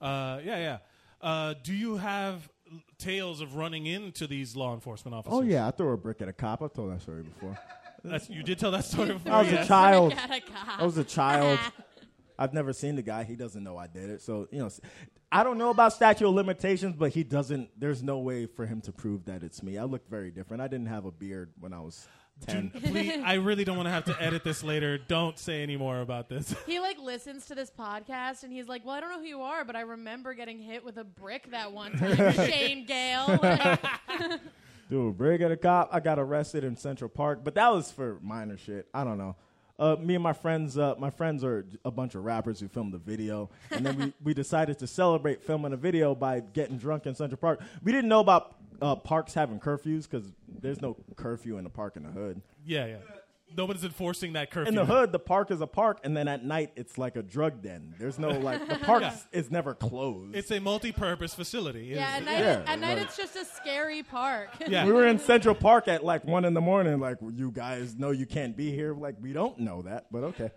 Speaker 1: Uh, yeah, yeah. Uh, do you have l- tales of running into these law enforcement officers?
Speaker 10: Oh yeah, I threw a brick at a cop. I've told that story before.
Speaker 1: That's, you did tell that story before.
Speaker 10: I was
Speaker 1: yes.
Speaker 10: a child.
Speaker 9: Got a cop.
Speaker 10: I was a child. I've never seen the guy. He doesn't know I did it. So you know, s- I don't know about statute of limitations, but he doesn't. There's no way for him to prove that it's me. I looked very different. I didn't have a beard when I was
Speaker 1: Do-
Speaker 10: ten.
Speaker 1: please, I really don't want to have to edit this later. Don't say any more about this.
Speaker 9: He like listens to this podcast and he's like, "Well, I don't know who you are, but I remember getting hit with a brick that one time." Shane Gale. Like,
Speaker 10: Dude, brig at a cop. I got arrested in Central Park, but that was for minor shit. I don't know. Uh, me and my friends, uh, my friends are j- a bunch of rappers who filmed the video, and then we, we decided to celebrate filming a video by getting drunk in Central Park. We didn't know about uh, parks having curfews because there's no curfew in the park in the hood.
Speaker 1: Yeah, yeah. Nobody's enforcing that curfew.
Speaker 10: In the hood, the park is a park, and then at night it's like a drug den. There's no like the park
Speaker 1: Yeah.
Speaker 10: is never closed.
Speaker 1: It's a multi-purpose facility.
Speaker 9: yeah, at night,
Speaker 10: Yeah,
Speaker 9: at night
Speaker 10: like-
Speaker 9: it's just a scary park.
Speaker 1: yeah.
Speaker 10: we were in Central Park at like one in the morning. Like you guys know you can't be here. Like we don't know that, but okay.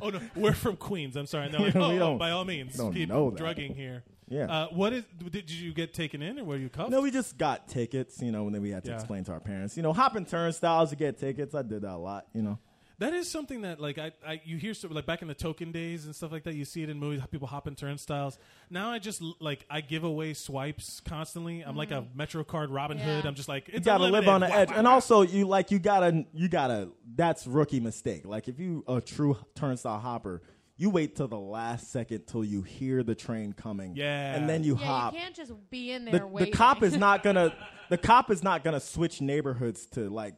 Speaker 1: Oh no, we're from Queens. I'm sorry. And they're like,
Speaker 10: We
Speaker 1: oh, oh,
Speaker 10: don't-
Speaker 1: by all means,
Speaker 10: don't
Speaker 1: keep
Speaker 10: know that.
Speaker 1: drugging here.
Speaker 10: Yeah.
Speaker 1: Uh, what is? Did you get taken in, or were you cuffed?
Speaker 10: No, we just got tickets, you know, and then we had to
Speaker 1: Yeah.
Speaker 10: explain to our parents, you know, hopping turnstiles to get tickets. I did that a lot, you know.
Speaker 1: That is something that, like, I, I you hear so, like back in the token days and stuff like that. You see it in movies, how people hop in turnstiles. Now I just l- like I give away swipes constantly. I'm like a MetroCard Robin Hood.
Speaker 9: Yeah.
Speaker 1: I'm just like it's
Speaker 10: You gotta live
Speaker 1: unlimited.
Speaker 10: on the
Speaker 1: Wah,
Speaker 10: edge,
Speaker 1: wah,
Speaker 10: and
Speaker 1: wah.
Speaker 10: also you like you gotta you gotta. That's rookie mistake. Like if you a true turnstile hopper, you wait till the last second till you hear the train coming,
Speaker 1: Yeah.
Speaker 10: and then you
Speaker 9: yeah,
Speaker 10: hop.
Speaker 9: you can't just be in there
Speaker 10: the, the
Speaker 9: waiting.
Speaker 10: cop is not gonna the cop is not gonna switch neighborhoods to like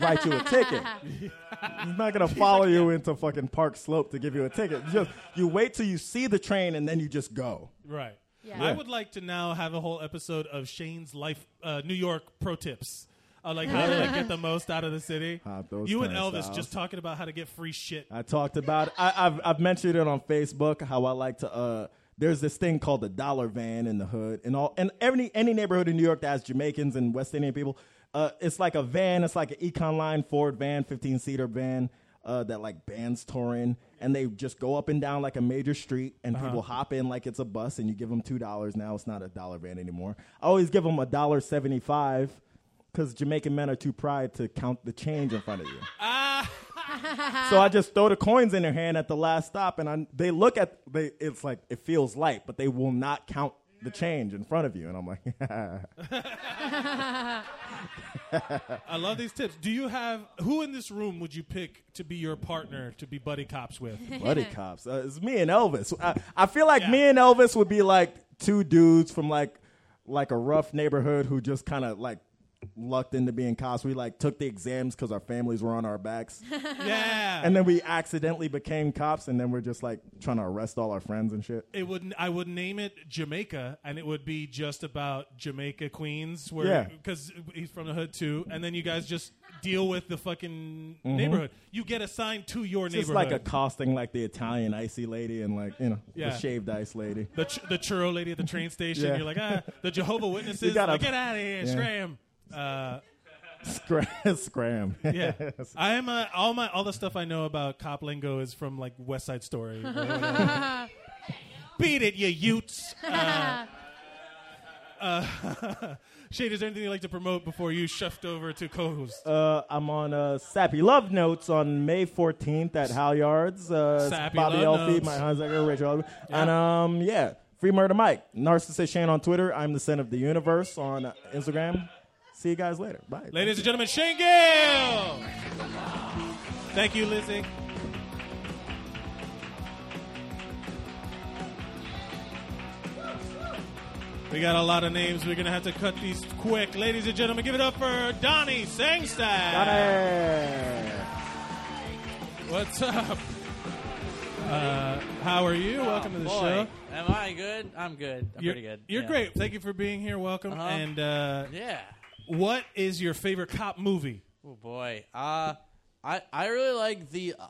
Speaker 10: write you a ticket. He's not gonna follow you into fucking Park Slope to give you a ticket. Just you wait till you see the train and then you just go.
Speaker 1: Right.
Speaker 9: Yeah.
Speaker 1: I
Speaker 10: Yeah.
Speaker 1: would like to now have a whole episode of Shane's life, uh, New York pro tips. Uh, like how to like, get the most out of the city.
Speaker 10: Hop those
Speaker 1: you and Elvis
Speaker 10: turnstiles.
Speaker 1: just talking about how to get free shit.
Speaker 10: I talked about I, I've I've mentioned it on Facebook how I like to uh there's this thing called the dollar van in the hood and all and every any neighborhood in New York that has Jamaicans and West Indian people uh it's like a van it's like an econ line Ford van 15 seater van uh that like bands touring and they just go up and down like a major street and people hop in like it's a bus and you give them two dollars now it's not a dollar van anymore I always give them a dollar seventy five because Jamaican men are too proud to count the change in front of you. So
Speaker 1: Uh,
Speaker 10: I just throw the coins in their hand at the last stop, and I, they look at they. It's like it feels light, but they will not count the change in front of you. And I'm like,
Speaker 1: I love these tips. Do you have who in this room would you pick to be your partner to be buddy cops with?
Speaker 10: buddy cops, uh, it's me and Elvis. I, I feel like
Speaker 1: Yeah.
Speaker 10: me and Elvis would be like two dudes from like like a rough neighborhood who just kind of like lucked into being cops. We like took the exams because our families were on our backs,
Speaker 1: yeah.
Speaker 10: and then we accidentally became cops, and then we're just like trying to arrest all our friends and shit.
Speaker 1: it would I would name it Jamaica, and it would be just about Jamaica Queens, where
Speaker 10: Yeah.
Speaker 1: because he's from the hood too. And then you guys just deal with the fucking neighborhood. You get assigned to your
Speaker 10: Mm-hmm. Just
Speaker 1: neighborhood.
Speaker 10: like accosting like the Italian icy lady and like you know
Speaker 1: Yeah.
Speaker 10: the shaved ice lady.
Speaker 1: the ch- the churro lady at the train station.
Speaker 10: Yeah.
Speaker 1: You're like ah, the Jehovah Witnesses.
Speaker 10: gotta-
Speaker 1: like, get out of here,
Speaker 10: Yeah.
Speaker 1: scram. Uh,
Speaker 10: Scram. Scram.
Speaker 1: yeah, I am uh, all my all the stuff I know about cop lingo is from like West Side Story. or whatever. Beat it, you Utes. Uh, uh, Shade, is there anything you'd like to promote before you shift over to co-host?
Speaker 10: Uh, I'm on uh, Sappy Love Notes on May 14th at Halyards. Uh, it's
Speaker 1: Sappy
Speaker 10: Bobby
Speaker 1: Love
Speaker 10: Elfie,
Speaker 1: Notes.
Speaker 10: my Hunziker, Rachel Elfie. And um, yeah, Free Murder Mike. Narcissist Shane on Twitter. I'm the Sin of the Universe on uh, Instagram. See you guys later. Bye.
Speaker 1: Ladies and gentlemen, Shane Gale. Thank you, Lizzie. We got a lot of names. We're going to have to cut these quick. Ladies and gentlemen, give it up for Donnie Sangstad.
Speaker 10: Bye.
Speaker 1: What's up? Uh, how are you? Welcome to the
Speaker 11: Oh, Boy,
Speaker 1: show.
Speaker 11: am I good? I'm good. I'm
Speaker 1: You're,
Speaker 11: pretty good.
Speaker 1: You're
Speaker 11: yeah.
Speaker 1: great. Thank you for being here. Welcome.
Speaker 11: Uh-huh.
Speaker 1: And uh,
Speaker 11: Yeah.
Speaker 1: what is your favorite cop movie?
Speaker 11: Oh boy. Uh, I I really like the uh,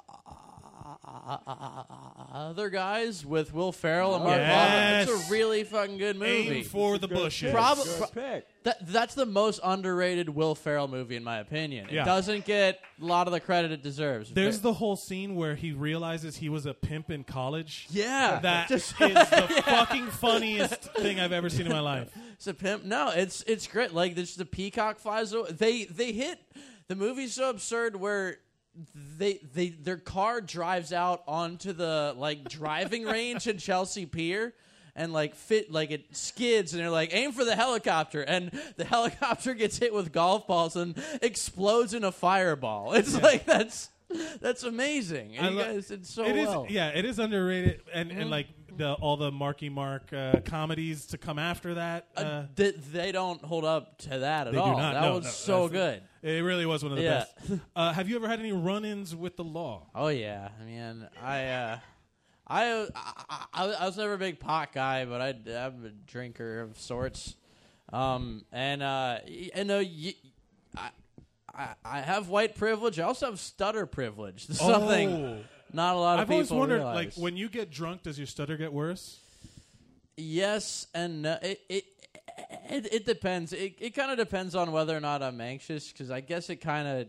Speaker 11: other guys with Will Ferrell and Mark
Speaker 1: Yes.
Speaker 11: Wahlberg. It's a really fucking good movie.
Speaker 1: Aim for the bushes.
Speaker 11: Prob- pro-
Speaker 10: Pick.
Speaker 11: that, that's the most underrated Will Ferrell movie in my opinion. It
Speaker 1: Yeah.
Speaker 11: doesn't get a lot of the credit it deserves.
Speaker 1: There's the whole scene where he realizes he was a pimp in college.
Speaker 11: Yeah.
Speaker 1: that is
Speaker 11: Just-
Speaker 1: the fucking funniest thing I've ever seen in my life.
Speaker 11: It's a pimp. No, it's it's great. Like this, the peacock flies away. They they hit the movie's so absurd where they they their car drives out onto the like driving range in Chelsea Pier. And like fit like it skids, and they're like aim for the helicopter, and the helicopter gets hit with golf balls and explodes in a fireball. It's like that's that's amazing. And
Speaker 1: I
Speaker 11: you
Speaker 1: lo-
Speaker 11: guys did so
Speaker 1: It is,
Speaker 11: well. Mm-hmm.
Speaker 1: yeah, it is underrated, and, and like the all the Marky Mark uh, comedies to come after that. Uh,
Speaker 11: Uh, th- they don't hold up to that at
Speaker 1: they do
Speaker 11: all.
Speaker 1: not.
Speaker 11: that
Speaker 1: no,
Speaker 11: was
Speaker 1: no,
Speaker 11: so
Speaker 1: that's-
Speaker 11: good.
Speaker 1: It really was one of the
Speaker 11: Yeah.
Speaker 1: best. Uh, have you ever had any run-ins with the law?
Speaker 11: Oh yeah, I mean, I, uh, I, I, I, I was never a big pot guy, but I, I'm a drinker of sorts, um, and uh, y- and uh, y- I, I, I have white privilege. I also have stutter privilege. It's Something
Speaker 1: Oh.
Speaker 11: not a lot of
Speaker 1: I've
Speaker 11: people
Speaker 1: always wondered,
Speaker 11: realize.
Speaker 1: like, when you get drunk, does your stutter get worse?
Speaker 11: Yes and no. It it it, it depends. It it kind of depends on whether or not I'm anxious because I guess it kind of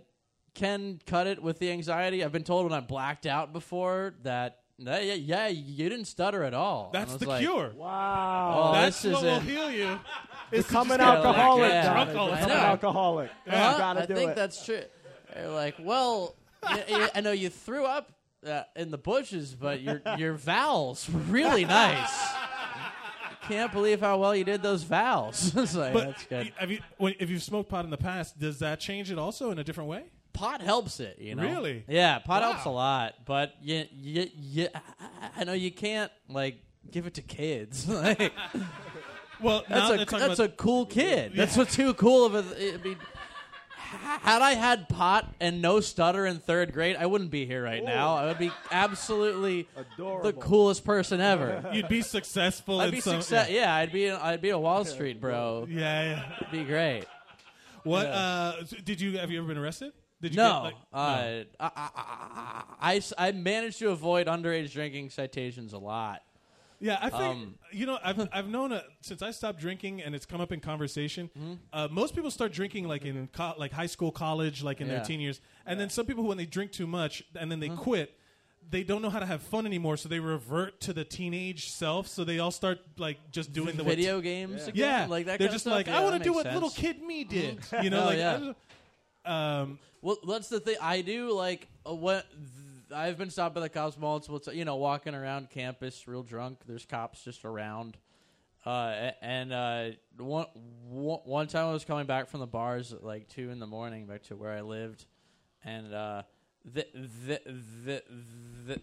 Speaker 11: can cut it with the anxiety. I've been told when I blacked out before that. "No, yeah, yeah, you didn't stutter at all. And I
Speaker 1: That's
Speaker 11: was
Speaker 1: the
Speaker 11: like,
Speaker 1: cure.
Speaker 10: Wow.
Speaker 11: Oh,
Speaker 1: That's
Speaker 11: this
Speaker 1: what will
Speaker 11: isn't-
Speaker 1: heal you. It's
Speaker 10: Become an
Speaker 11: gotta let
Speaker 10: alcoholic.
Speaker 11: it go.
Speaker 10: Donnie.
Speaker 1: Drunk all the
Speaker 10: Become an
Speaker 11: time.
Speaker 10: alcoholic.
Speaker 11: Huh?
Speaker 10: You gotta
Speaker 11: I
Speaker 10: do
Speaker 11: think
Speaker 10: it.
Speaker 11: that's true. They're like, well, y- y- I know you threw up uh, in the bushes, but your your vowels were really nice. Can't believe how well you did those vowels. it's like,
Speaker 1: But
Speaker 11: that's good.
Speaker 1: Have you, when, if you've smoked pot in the past, does that change it also in a different way?
Speaker 11: pot helps it, you know.
Speaker 1: Really?
Speaker 11: Yeah, pot
Speaker 1: Wow.
Speaker 11: helps a lot, but you, you, you, I know you can't like give it to kids. like,
Speaker 1: Well, now
Speaker 11: that's
Speaker 1: they're
Speaker 11: a
Speaker 1: talking
Speaker 11: that's
Speaker 1: about
Speaker 11: a cool kid. That's what's too cool of a. I mean, had I had pot and no stutter in third grade, I wouldn't be here right now. I would be absolutely the coolest person ever.
Speaker 1: You'd be successful.
Speaker 11: I'd
Speaker 1: in
Speaker 11: be
Speaker 1: some,
Speaker 11: success. Yeah. I'd be. I'd be a Wall Street bro.
Speaker 1: Yeah. yeah, yeah.
Speaker 11: It'd be great.
Speaker 1: What uh, s- did you? Have you ever been arrested? Did you
Speaker 11: No,
Speaker 1: Get,
Speaker 11: uh, I, I, I- I s- I managed to avoid underage drinking citations a lot.
Speaker 1: Yeah, I think
Speaker 11: Um,
Speaker 1: you know I've I've known uh since I stopped drinking and it's come up in conversation.
Speaker 11: Mm-hmm.
Speaker 1: Uh, most people start drinking like in co- like high school, college, like in
Speaker 11: Yeah. Mm-hmm.
Speaker 1: their teen years, and then some people who when they drink too much and then they quit, they don't know how to have fun anymore, so they revert to the teenage self. So they all start like just doing the what
Speaker 11: Video games, again?
Speaker 1: yeah,
Speaker 11: like that.
Speaker 1: they're
Speaker 11: kind of
Speaker 1: just
Speaker 11: stuff?
Speaker 1: like I
Speaker 11: Yeah,
Speaker 1: want
Speaker 11: that
Speaker 1: to do
Speaker 11: makes
Speaker 1: what
Speaker 11: sense.
Speaker 1: little kid me did, you know?
Speaker 11: Oh,
Speaker 1: like,
Speaker 11: yeah.
Speaker 1: I just- um,
Speaker 11: Well, that's the thing. I do like uh, what th- I've been stopped by the cops multiple times. You know, walking around campus, real drunk. There's cops just around. Uh, a- and uh, one one one time I was coming back from the bars at like two in the morning back to where I lived, and uh, the, the, the the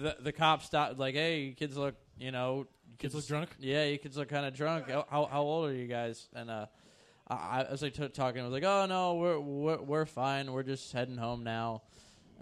Speaker 11: the the cop stopped like, "Hey, you kids look, you know, you
Speaker 1: Kids look drunk?
Speaker 11: Yeah, you kids look kind of drunk. How, how how old are you guys?" And uh, I, I was like t- talking. I was like, "Oh no, we're we're we're fine. We're just heading home now."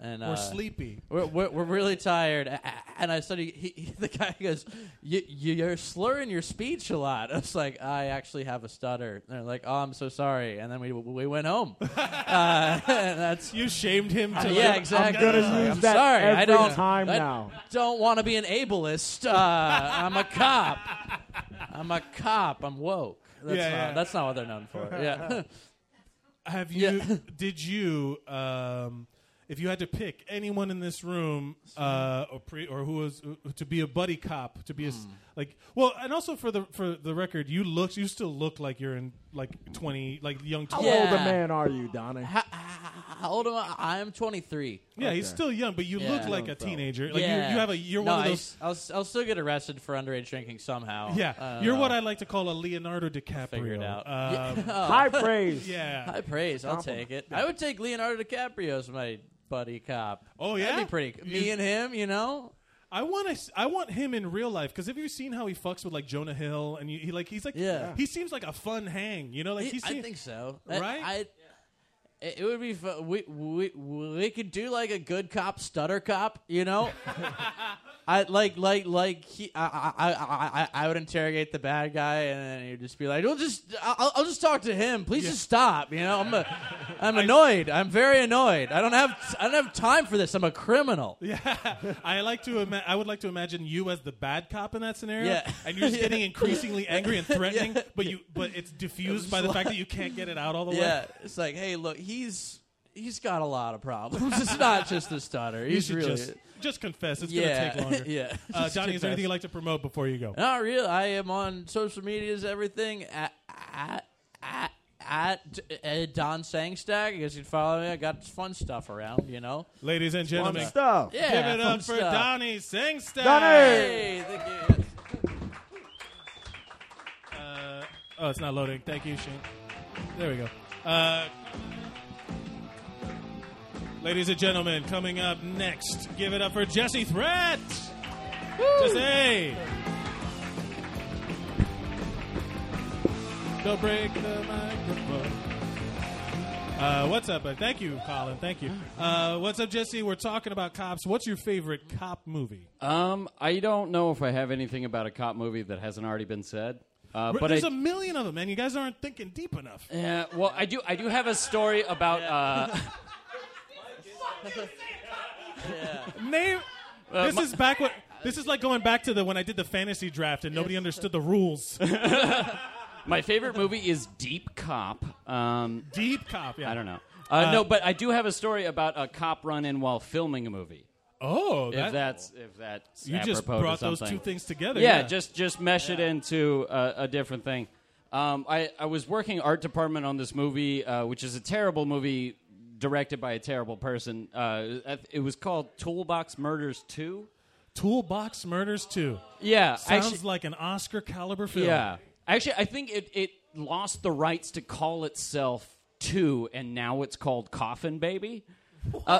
Speaker 11: And
Speaker 1: we're
Speaker 11: uh,
Speaker 1: sleepy.
Speaker 11: we're, we're, we're really tired. A- a- And I study. He, he- the guy goes, "You- you- You're slurring your speech a lot. I was like, I actually have a stutter. And they're like, Oh, I'm so sorry. And then we, we went home. uh, and that's.
Speaker 1: You shamed him. To
Speaker 11: Yeah, exactly.
Speaker 1: I'm
Speaker 11: It's
Speaker 1: gonna
Speaker 11: like,
Speaker 1: lose
Speaker 11: I'm
Speaker 1: that
Speaker 11: sorry. I
Speaker 12: every
Speaker 11: don't,
Speaker 12: time
Speaker 11: I
Speaker 12: now.
Speaker 11: don't want to be an ableist. Uh, I'm a cop. I'm a cop. I'm woke. That's,
Speaker 1: Yeah,
Speaker 11: not,
Speaker 1: yeah.
Speaker 11: that's not what they're known for. Yeah.
Speaker 1: Have you?
Speaker 11: Yeah.
Speaker 1: did you? Um, if you had to pick anyone in this room, uh, or pre, or who was to be a buddy cop, to be a s
Speaker 11: Hmm.
Speaker 1: like, well, and also for the for the record, you look, you still look like you're in like twenty, like young
Speaker 12: How
Speaker 1: twenty.
Speaker 11: Yeah.
Speaker 12: old a man are you, Donnie?
Speaker 11: how, how old am I? I'm 23.
Speaker 1: Yeah, he's still young, but you
Speaker 11: Yeah.
Speaker 1: look like a teenager. Like you, you have a, you're
Speaker 11: No,
Speaker 1: one
Speaker 11: I
Speaker 1: of those.
Speaker 11: s- I'll, s- I'll still get arrested for underage drinking somehow.
Speaker 1: Yeah,
Speaker 11: don't
Speaker 1: you're
Speaker 11: know.
Speaker 1: what I like to call a Leonardo DiCaprio.
Speaker 11: uh, Figure it out.
Speaker 1: Um,
Speaker 12: High praise.
Speaker 1: yeah.
Speaker 11: High praise. I'll take it. I would take Leonardo DiCaprio as my buddy cop.
Speaker 1: Oh, yeah?
Speaker 11: that'd be pretty. c- Me
Speaker 1: You-
Speaker 11: and him, you know.
Speaker 1: I want to. I want him in real life because have you seen how he fucks with like Jonah Hill and you, he like he's like
Speaker 11: Yeah.
Speaker 1: he seems like a fun hang. You know, like
Speaker 11: He-
Speaker 1: he's.
Speaker 11: I think so. I-
Speaker 1: Right?
Speaker 11: I, it, it would be fun. We, we we could do like a good cop stutter cop. You know. I like like like he, I, I, I I I would interrogate the bad guy and then he'd just be like, "Well, just I'll, I'll just talk to him. Please just stop." You know, I'm a, I'm annoyed. I'm very annoyed. I don't have I don't have time for this. I'm a criminal.
Speaker 1: Yeah, I like to. Ima- I would like to imagine you as the bad cop in that scenario,
Speaker 11: Yeah.
Speaker 1: and you're just
Speaker 11: Yeah.
Speaker 1: getting increasingly angry and threatening,
Speaker 11: Yeah.
Speaker 1: but you, but it's diffused by the fact that you can't get it out all the
Speaker 11: Yeah,
Speaker 1: way.
Speaker 11: it's like, hey, look, he's he's got a lot of problems. It's not just the stutter.
Speaker 1: You
Speaker 11: He's
Speaker 1: should
Speaker 11: really
Speaker 1: just just confess. It's
Speaker 11: yeah,
Speaker 1: gonna take longer.
Speaker 11: yeah.
Speaker 1: Uh,
Speaker 11: Just
Speaker 1: Johnny, is there
Speaker 11: confess.
Speaker 1: anything you'd like to promote before you go?
Speaker 11: Not really. I am on social medias, everything at at at, at uh, Don Sangstag. I guess you can follow me. I got fun stuff around, you know.
Speaker 1: Ladies and
Speaker 7: Fun
Speaker 1: gentlemen,
Speaker 7: stuff.
Speaker 11: Yeah,
Speaker 1: give it
Speaker 11: fun
Speaker 1: up for
Speaker 11: stuff.
Speaker 1: Donnie Singstad.
Speaker 11: Hey, thank you.
Speaker 1: Uh, oh, it's not loading. Thank you, Shane. There we go. Uh, ladies and gentlemen, coming up next, give it up for Jesse Threat. Jesse. Don't break the microphone. Uh, what's up? Uh, thank you, Colin. Thank you. Uh, what's up, Jesse? We're talking about cops. What's your favorite cop movie?
Speaker 13: Um, I don't know if I have anything about a cop movie that hasn't already been said. Uh, but
Speaker 1: There's
Speaker 13: I,
Speaker 1: a million of them, man. You guys aren't thinking deep enough.
Speaker 13: yeah, well, I do. I do have a story about. Uh,
Speaker 1: Name. this
Speaker 13: my-
Speaker 1: is back when. This is like going back to the when I did the fantasy draft and nobody understood the rules.
Speaker 13: my favorite movie is Deep Cop. Um,
Speaker 1: Deep cop. Yeah.
Speaker 13: I don't know. Uh, no, but I do have a story about a cop run-in while filming a movie.
Speaker 1: Oh,
Speaker 13: If
Speaker 1: that,
Speaker 13: that's if that's
Speaker 1: you just
Speaker 13: apropos to
Speaker 1: brought those
Speaker 13: something.
Speaker 1: two things together.
Speaker 13: Yeah, just just mesh it into a, a different thing. Um, I I was working art department on this movie, uh, which is a terrible movie directed by a terrible person. Uh, I th- it was called Toolbox Murders Two.
Speaker 1: Toolbox Murders Two
Speaker 13: Yeah,
Speaker 1: sounds
Speaker 13: actually,
Speaker 1: like an Oscar caliber film.
Speaker 13: yeah. Actually, I think it it lost the rights to call itself Two, and now it's called Coffin Baby. What? I,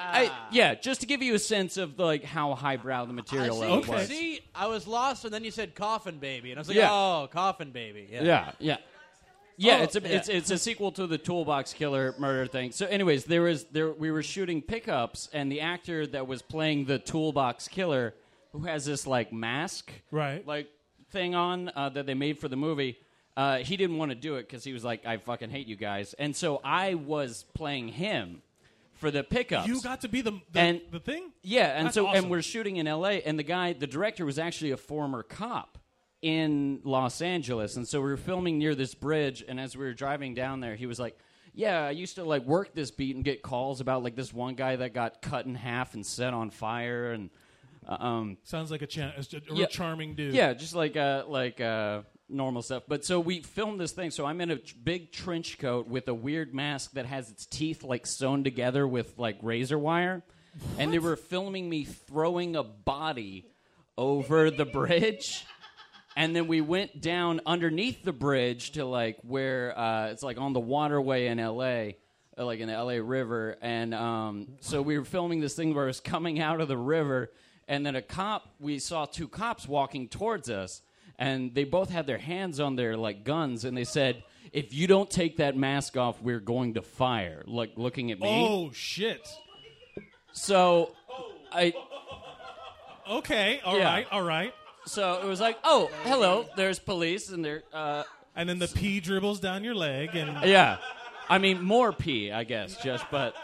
Speaker 11: Ah.
Speaker 13: yeah, just to give you a sense of like how highbrow the
Speaker 11: I
Speaker 13: material
Speaker 11: see,
Speaker 13: level was.
Speaker 11: see, I was lost, and then you said coffin baby, and I was like,
Speaker 13: Yeah.
Speaker 11: oh, coffin baby. Yeah.
Speaker 13: Yeah, yeah. Yeah,
Speaker 11: Oh,
Speaker 13: it's a
Speaker 11: yeah.
Speaker 13: it's it's a sequel to the toolbox killer murder thing. So, anyways, there was there we were shooting pickups, and the actor that was playing the toolbox killer, who has this like mask,
Speaker 1: Right.
Speaker 13: like thing on uh, that they made for the movie. Uh, he didn't want to do it because he was like, "I fucking hate you guys," and so I was playing him for the pickups.
Speaker 1: You got to be the the,
Speaker 13: And-
Speaker 1: the thing.
Speaker 13: Yeah, and
Speaker 1: That's
Speaker 13: so
Speaker 1: awesome.
Speaker 13: and we're shooting in L.A. and the guy, the director, was actually a former cop in Los Angeles, and so we were filming near this bridge, and as we were driving down there, he was like. Yeah, I used to like work this beat and get calls about like this one guy that got cut in half and set on fire and uh, um
Speaker 1: sounds like a, cha- a, a real
Speaker 13: Yeah.
Speaker 1: charming dude.
Speaker 13: yeah, just like uh, like uh, normal stuff. But so we filmed this thing. So I'm in a tr- big trench coat with a weird mask that has its teeth like sewn together with like razor wire, and they were filming me throwing a body over the bridge. And then we went down underneath the bridge to like where uh, it's like on the waterway in L.A. uh, Like in the LA River, and um, so we were filming this thing where it was coming out of the river, and then a cop we saw two cops walking towards us and they both had their hands on their like guns and they said if you don't take that mask off we're going to fire like looking at me
Speaker 1: Oh shit.
Speaker 13: so i
Speaker 1: Okay. All right.
Speaker 13: Yeah.
Speaker 1: All right.
Speaker 13: so it was like oh hello there's police and they're uh
Speaker 1: And then the pee dribbles down your leg, and
Speaker 13: yeah i mean more pee i guess just but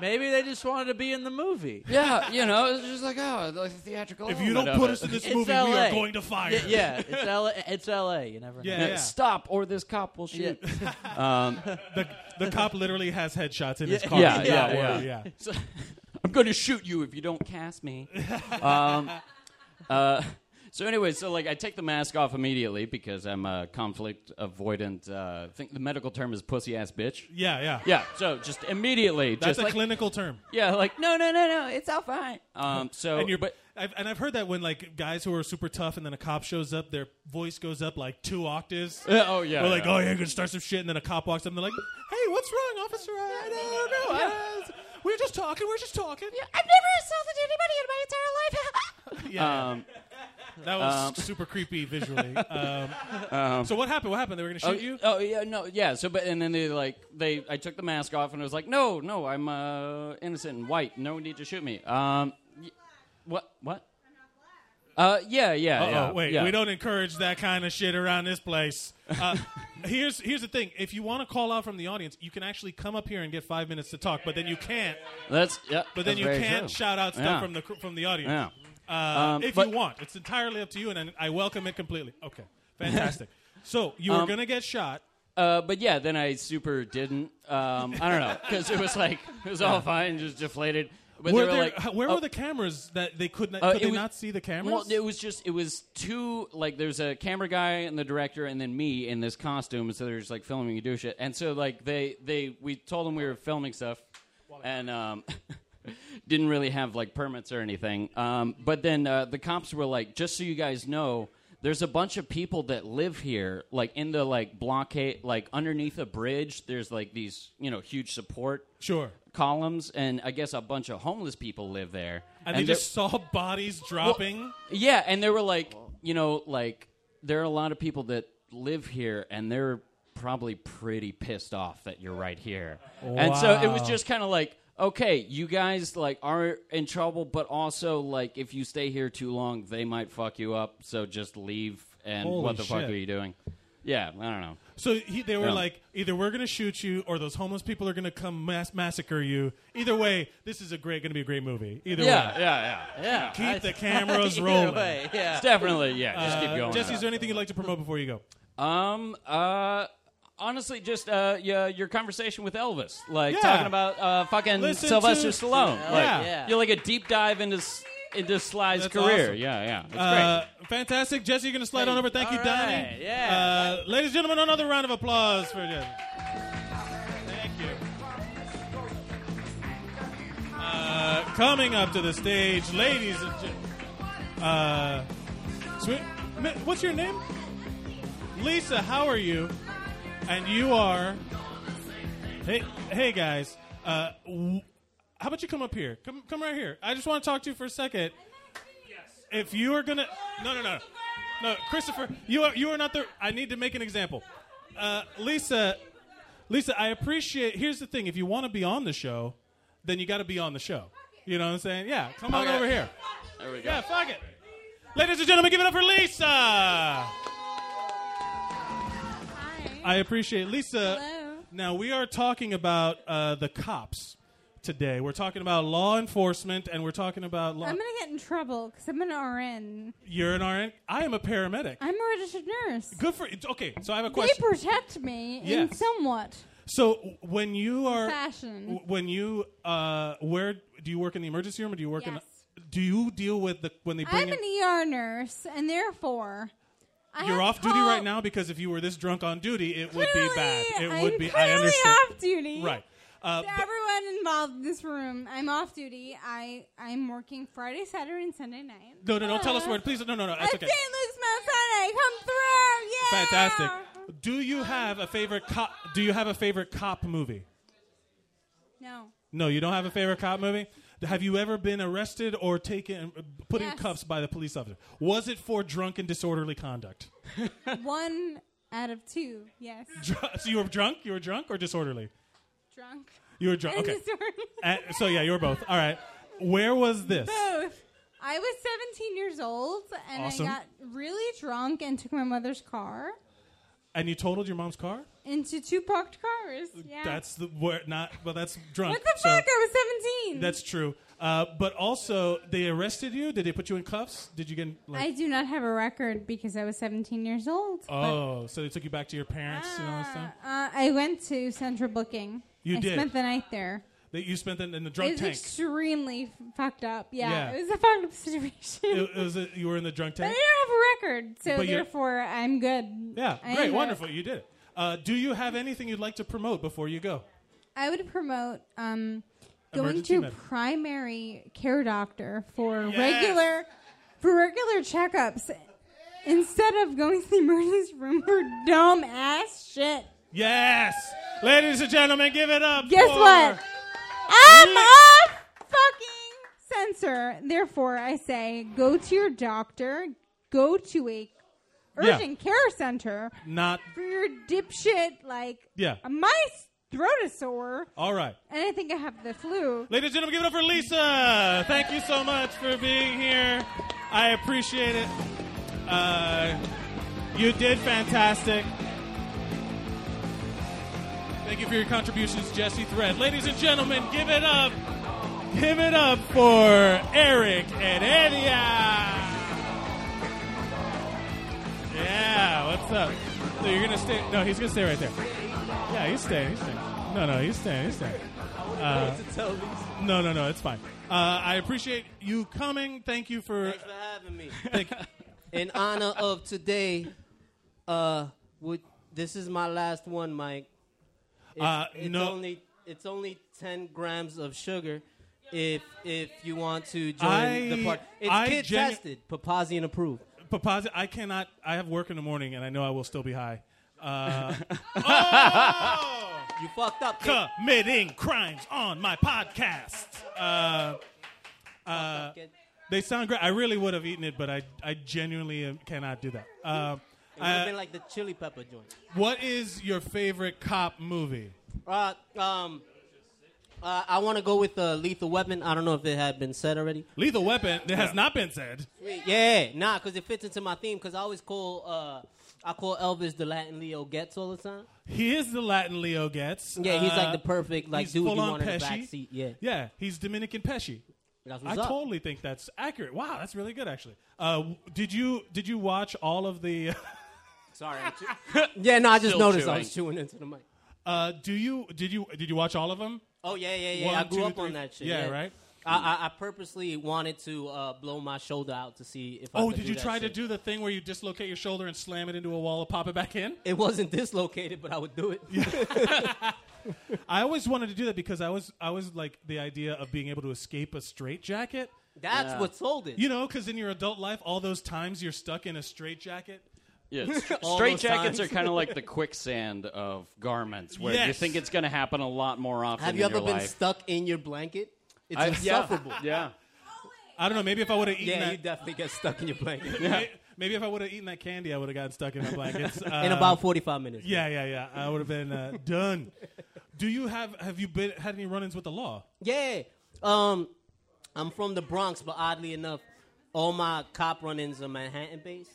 Speaker 11: Maybe they just wanted to be in the movie.
Speaker 13: yeah you know it's just like oh the theatrical
Speaker 1: if you
Speaker 13: element
Speaker 1: don't
Speaker 13: of
Speaker 1: put
Speaker 13: it.
Speaker 1: us in this
Speaker 11: It's
Speaker 1: movie, we
Speaker 11: LA.
Speaker 1: are going to fire.
Speaker 11: Yeah, yeah, it's LA. It's LA. You never know.
Speaker 1: Yeah, yeah.
Speaker 13: stop or this cop will shoot
Speaker 1: The, the cop literally has headshots in his car.
Speaker 13: um, yeah,
Speaker 1: Don't
Speaker 13: yeah,
Speaker 1: worry,
Speaker 13: yeah. So- I'm going to shoot you if you don't cast me. um, uh, so anyway, so like I take the mask off immediately because I'm a conflict avoidant. Uh, think the medical term is pussy ass bitch.
Speaker 1: yeah, yeah.
Speaker 13: Yeah, so just immediately,
Speaker 1: That's
Speaker 13: just
Speaker 1: a
Speaker 13: like
Speaker 1: clinical term.
Speaker 13: yeah, like no, no, no, no, it's all fine. Um, so
Speaker 1: and you're
Speaker 13: but
Speaker 1: I've, and I've heard that when like guys who are super tough and then a cop shows up, their voice goes up like two octaves.
Speaker 13: Uh, oh yeah,
Speaker 1: We're like,
Speaker 13: yeah.
Speaker 1: oh, you're gonna start some shit, and then a cop walks up, and they're like, hey, what's wrong, officer? I, I don't know. I- we we're just talking. we We're just talking.
Speaker 9: I've never assaulted anybody in my entire life.
Speaker 1: Yeah,
Speaker 13: Um,
Speaker 1: that was super creepy visually. Um, so what happened? What happened? They were gonna shoot
Speaker 13: oh,
Speaker 1: you.
Speaker 13: oh, yeah, no, yeah. So but and then they like they I took the mask off and I was like, no, no, I'm uh, innocent and white. No need to shoot me. Um, y- what what? Uh, yeah, yeah,
Speaker 1: Uh-oh,
Speaker 13: yeah.
Speaker 1: wait,
Speaker 13: yeah.
Speaker 1: we don't encourage that kind of shit around this place. Uh, here's here's the thing: if you want to call out from the audience, you can actually come up here and get five minutes to talk, but then you can't.
Speaker 13: That's yeah.
Speaker 1: But then
Speaker 13: that's
Speaker 1: you
Speaker 13: very
Speaker 1: can
Speaker 13: true.
Speaker 1: shout out stuff
Speaker 13: Yeah.
Speaker 1: from the cr- from the audience.
Speaker 13: Yeah.
Speaker 1: Uh,
Speaker 13: Um,
Speaker 1: if
Speaker 13: but-
Speaker 1: you want, it's entirely up to you, and I- I welcome it completely. Okay, fantastic. so you
Speaker 13: Um,
Speaker 1: were gonna get shot.
Speaker 13: Uh, but yeah, then I super didn't. Um, I don't know because it was like it was all fine, just deflated. But
Speaker 1: Were
Speaker 13: they were
Speaker 1: there-
Speaker 13: like,
Speaker 1: h- where
Speaker 13: oh,
Speaker 1: were the cameras that they could not?
Speaker 13: uh,
Speaker 1: could
Speaker 13: it
Speaker 1: they
Speaker 13: was-
Speaker 1: not see the cameras?
Speaker 13: Well, it was just it was two like there's a camera guy and the director and then me in this costume, so they're just like filming you do shit. And so like they they we told them we were filming stuff, and um, didn't really have like permits or anything. Um, but then uh, the cops were like, just so you guys know. There's a bunch of people that live here, like in the like blockade, like underneath a bridge. There's like these, you know, huge support
Speaker 1: sure.
Speaker 13: columns, and I guess a bunch of homeless people live there.
Speaker 1: And, they
Speaker 13: they're-
Speaker 1: just saw bodies dropping.
Speaker 13: yeah, and they were like, you know, like there are a lot of people that live here, and they're probably pretty pissed off that you're right here. And so it was
Speaker 1: Wow.
Speaker 13: just kind of like, okay, you guys like are in trouble, but also like if you stay here too long, they might fuck you up. So just leave. And
Speaker 1: Holy
Speaker 13: what the fuck
Speaker 1: shit.
Speaker 13: are you doing? Yeah, I don't know.
Speaker 1: so he, they were
Speaker 13: Yeah.
Speaker 1: like, either we're gonna shoot you, or those homeless people are gonna come mass- massacre you. Either way, this is a great, gonna be a great movie. Either
Speaker 13: Yeah,
Speaker 1: way,
Speaker 13: yeah, yeah.
Speaker 11: yeah.
Speaker 1: keep
Speaker 11: I-
Speaker 1: the cameras
Speaker 11: Either
Speaker 1: rolling.
Speaker 11: way, yeah.
Speaker 13: Definitely, yeah. Just keep
Speaker 1: Uh,
Speaker 13: going.
Speaker 1: Jesse, is there anything you'd like to promote before you go?
Speaker 13: Um. Uh. Honestly, just uh, yeah, your conversation with Elvis, like
Speaker 1: Yeah.
Speaker 13: talking about uh, fucking
Speaker 1: Listen
Speaker 13: Sylvester
Speaker 1: to-
Speaker 13: Stallone. Like,
Speaker 1: Yeah.
Speaker 11: Yeah.
Speaker 13: You're like a deep dive into S- into Sly's
Speaker 1: That's
Speaker 13: career.
Speaker 1: awesome.
Speaker 13: Yeah, yeah. It's
Speaker 1: Uh, fantastic, Jesse. You're gonna slide on over. Thank you,
Speaker 11: all
Speaker 1: Donnie.
Speaker 11: right, yeah.
Speaker 1: Uh, ladies and gentlemen, another round of applause for Jesse. Thank you. Uh, coming up to the stage, ladies and gentlemen. Uh, sweet, ma- what's your name? Lisa. How are you? And you are. Hey, hey, guys. Uh, w- how about you come up here? Come, come right here. I just want to talk to you for a second. If you are gonna, no, no, no, no, Christopher, you are you are not the. I need to make an example. uh, Lisa, Lisa, I appreciate. Here's the thing: if you want to be on the show, then you got to be on the show. You know what I'm saying? Yeah, come on
Speaker 13: Okay.
Speaker 1: over here.
Speaker 13: There we go.
Speaker 1: Yeah, fuck it. Ladies and gentlemen, give it up for Lisa. Hi. I appreciate Lisa.
Speaker 9: Hello.
Speaker 1: Now we are talking about uh, the cops today. We're talking about law enforcement, and we're talking about law.
Speaker 14: I'm gonna get in trouble because I'm an RN.
Speaker 1: You're an RN. I am a paramedic.
Speaker 14: I'm a registered nurse.
Speaker 1: Good for okay. So I have a
Speaker 14: They
Speaker 1: question.
Speaker 14: protect me in
Speaker 1: Yes.
Speaker 14: somewhat
Speaker 1: So when you are
Speaker 14: Fashion.
Speaker 1: w- when you uh, where do you work in the emergency room or do you work
Speaker 14: Yes.
Speaker 1: in? Do you deal with the when they bring
Speaker 14: I'm
Speaker 1: in?
Speaker 14: an ER nurse, and therefore, I
Speaker 1: you're
Speaker 14: have
Speaker 1: off duty
Speaker 14: call-
Speaker 1: right now because if you were this drunk on duty, it would be bad. It
Speaker 14: I'm
Speaker 1: would be. I
Speaker 14: clearly
Speaker 1: understand.
Speaker 14: off duty.
Speaker 1: Right. Uh,
Speaker 14: To
Speaker 1: but-
Speaker 14: everyone involved in this room, I'm off duty. I I'm working Friday, Saturday, and Sunday night.
Speaker 1: no, no, don't tell us where. Please, no, no, no. That's
Speaker 14: At
Speaker 1: okay.
Speaker 14: St. Luke's Mount Sinai, come through! Yeah.
Speaker 1: Fantastic. Do you have a favorite cop? Do you have a favorite cop movie?
Speaker 14: No.
Speaker 1: No, you don't have a favorite cop movie. Have you ever been arrested or taken put in
Speaker 14: Yes.
Speaker 1: cuffs by the police officer? Was it for drunk and disorderly conduct?
Speaker 14: One out of two. Yes.
Speaker 1: Dr- so you were drunk. You were drunk or disorderly.
Speaker 14: Drunk.
Speaker 1: You were drunk.
Speaker 14: And
Speaker 1: Okay.
Speaker 14: disorderly.
Speaker 1: Uh, so yeah, you were both. All right. Where was this?
Speaker 14: Both. I was 17 years old and
Speaker 1: Awesome.
Speaker 14: I got really drunk and took my mother's car
Speaker 1: And you totaled your mom's car.
Speaker 14: into two parked cars. Yeah.
Speaker 1: That's the where not. Well, that's drunk.
Speaker 14: what the
Speaker 1: so
Speaker 14: fuck? I was 17.
Speaker 1: That's true. Uh, but also, they arrested you. Did they put you in cuffs? Did you get in, like?
Speaker 14: I do not have a record because I was 17 years old. but,
Speaker 1: oh, so they took you back to your parents and all that stuff.
Speaker 14: uh, I went to central booking.
Speaker 1: You
Speaker 14: I
Speaker 1: did.
Speaker 14: spent the night there.
Speaker 1: That you spent in, in the
Speaker 14: it
Speaker 1: drunk
Speaker 14: was
Speaker 1: tank.
Speaker 14: extremely f- fucked up. Yeah,
Speaker 1: Yeah.
Speaker 14: It was a fucked up situation.
Speaker 1: It, it was a, you were in the drunk
Speaker 14: but I
Speaker 1: tank.
Speaker 14: don't have a record, so
Speaker 1: But you're-
Speaker 14: therefore I'm good.
Speaker 1: Yeah,
Speaker 14: I
Speaker 1: great,
Speaker 14: am a-
Speaker 1: wonderful. You did it. Uh, do you have anything you'd like to promote before you go?
Speaker 14: I would promote um, going
Speaker 1: Emergency
Speaker 14: to
Speaker 1: med-
Speaker 14: primary care doctor for
Speaker 1: Yes.
Speaker 14: regular for regular checkups instead of going to the emergency room for dumb ass shit.
Speaker 1: Yes, ladies and gentlemen, give it up.
Speaker 14: Guess
Speaker 1: for-
Speaker 14: what? I'm off fucking censor. Therefore, I say go to your doctor, go to a
Speaker 1: Yeah.
Speaker 14: urgent care center
Speaker 1: Not.
Speaker 14: for your dipshit like
Speaker 1: Yeah.
Speaker 14: my throat is sore
Speaker 1: All right.
Speaker 14: and I think I have the flu.
Speaker 1: Ladies and gentlemen, give it up for Lisa. Thank you so much for being here. I appreciate it. Uh, you did fantastic. Thank you for your contributions, Jesse Thread. Ladies and gentlemen, give it up. Give it up for Eric and Edia. Yeah, what's up? So you're gonna stay? No, he's gonna stay right there. Yeah, he's staying. He's staying. No, no, he's staying. He's staying. Uh, no, no, no, it's fine. Uh, I appreciate you coming. Thank you for.
Speaker 15: Thanks for having me. In honor of today, uh, would, this is my last one, Mike. It's,
Speaker 1: Uh,
Speaker 15: it's
Speaker 1: no.
Speaker 15: only it's only ten grams of sugar. If if you want to join
Speaker 1: I,
Speaker 15: the part, it's
Speaker 1: I
Speaker 15: kid
Speaker 1: genu-
Speaker 15: tested. Papazian approved.
Speaker 1: Papazian, I cannot. I have work in the morning, and I know I will still be high. Uh, oh!
Speaker 15: You fucked up.
Speaker 1: Committing crimes on my podcast. Uh, uh, they sound great. I really would have eaten it, but I, I genuinely am- cannot do that. Uh,
Speaker 15: It would have
Speaker 1: uh,
Speaker 15: been like the chili pepper joint.
Speaker 1: what is your favorite cop movie?
Speaker 15: Uh, um, uh, I want to go with uh, Lethal Weapon. I don't know if it had been said already.
Speaker 1: Lethal Weapon. That has not been said.
Speaker 15: Yeah, nah, because it fits into my theme. Because I always call uh, I call Elvis the Latin Leo Getz all the time.
Speaker 1: He is the Latin Leo gets.
Speaker 15: Yeah, he's like
Speaker 1: Uh,
Speaker 15: the perfect like
Speaker 1: he's
Speaker 15: dude you
Speaker 1: full-on
Speaker 15: want in the
Speaker 1: Pesci.
Speaker 15: backseat. Yeah,
Speaker 1: Yeah, he's Dominican Pesci.
Speaker 15: That's
Speaker 1: I
Speaker 15: what's up.
Speaker 1: totally think that's accurate. Wow, that's really good actually. Uh, w- did you did you watch all of the?
Speaker 15: Sorry. I'm chew- yeah, no, I just
Speaker 1: Still
Speaker 15: noticed I was
Speaker 1: chewing.
Speaker 15: chewing into the mic.
Speaker 1: Uh, do you did you did you watch all of them?
Speaker 15: Oh yeah, yeah, yeah.
Speaker 1: One,
Speaker 15: I grew
Speaker 1: two,
Speaker 15: up
Speaker 1: three-
Speaker 15: on that shit.
Speaker 1: Yeah, right.
Speaker 15: I, I, I purposely wanted to uh, blow my shoulder out to see if. I
Speaker 1: Oh,
Speaker 15: could
Speaker 1: did
Speaker 15: do
Speaker 1: you
Speaker 15: that
Speaker 1: try
Speaker 15: shit.
Speaker 1: to do the thing where you dislocate your shoulder and slam it into a wall and pop it back in?
Speaker 15: It wasn't dislocated, but I would do it.
Speaker 1: I always wanted to do that because I was I was like the idea of being able to escape a straitjacket.
Speaker 15: That's Yeah. what sold it.
Speaker 1: You know, because in your adult life, all those times you're stuck in a straitjacket.
Speaker 13: Yeah,
Speaker 1: All
Speaker 13: straight
Speaker 1: those
Speaker 13: jackets
Speaker 1: times.
Speaker 13: are kind of like the quicksand of garments, where you
Speaker 15: Yes.
Speaker 13: think it's going to happen a lot more often.
Speaker 15: Have you
Speaker 13: in
Speaker 15: ever
Speaker 13: your
Speaker 15: been
Speaker 13: life.
Speaker 15: stuck in your blanket? It's
Speaker 13: I- yeah.
Speaker 15: insufferable.
Speaker 13: Yeah.
Speaker 1: I don't know. Maybe if I would have eaten
Speaker 15: Yeah,
Speaker 1: that,
Speaker 15: you definitely get stuck in your blanket.
Speaker 1: Yeah. Maybe if I would have eaten that candy, I would have gotten stuck in my blankets.
Speaker 15: In
Speaker 1: Uh,
Speaker 15: about 45 minutes.
Speaker 1: Yeah, yeah, yeah. I would have been uh, done. Do you have have you been had any run-ins with the law?
Speaker 15: Yeah. Um, I'm from the Bronx, but oddly enough, all my cop run-ins are Manhattan-based.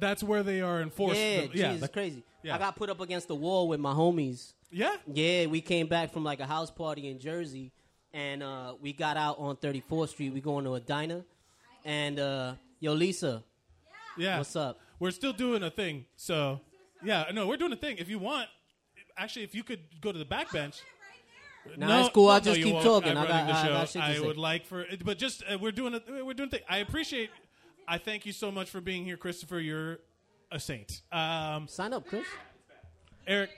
Speaker 1: That's where they are enforced.
Speaker 15: Yeah,
Speaker 1: the- yeah,
Speaker 15: Jesus,
Speaker 1: the-
Speaker 15: crazy.
Speaker 1: yeah.
Speaker 15: I got put up against the wall with my homies.
Speaker 1: Yeah?
Speaker 15: Yeah, we came back from like a house party in Jersey, and uh, we got out on 34th Street. We going to a diner, and uh, yo, Lisa.
Speaker 1: Yeah.
Speaker 15: What's up?
Speaker 1: We're still doing a thing. So, yeah, no, we're doing a thing. If you want, actually, if you could go to the back bench.
Speaker 15: Nah, it's cool. I'll just
Speaker 1: you
Speaker 15: keep
Speaker 1: won't.
Speaker 15: talking.
Speaker 1: I'm
Speaker 15: I got-
Speaker 1: running the
Speaker 15: I
Speaker 1: show.
Speaker 15: got shit to
Speaker 1: I
Speaker 15: say.
Speaker 1: would like for, but just uh, we're doing a we're doing a thing. I appreciate. I thank you so much for being here, Christopher. You're a saint. Um,
Speaker 15: Sign up, Chris.
Speaker 1: Eric,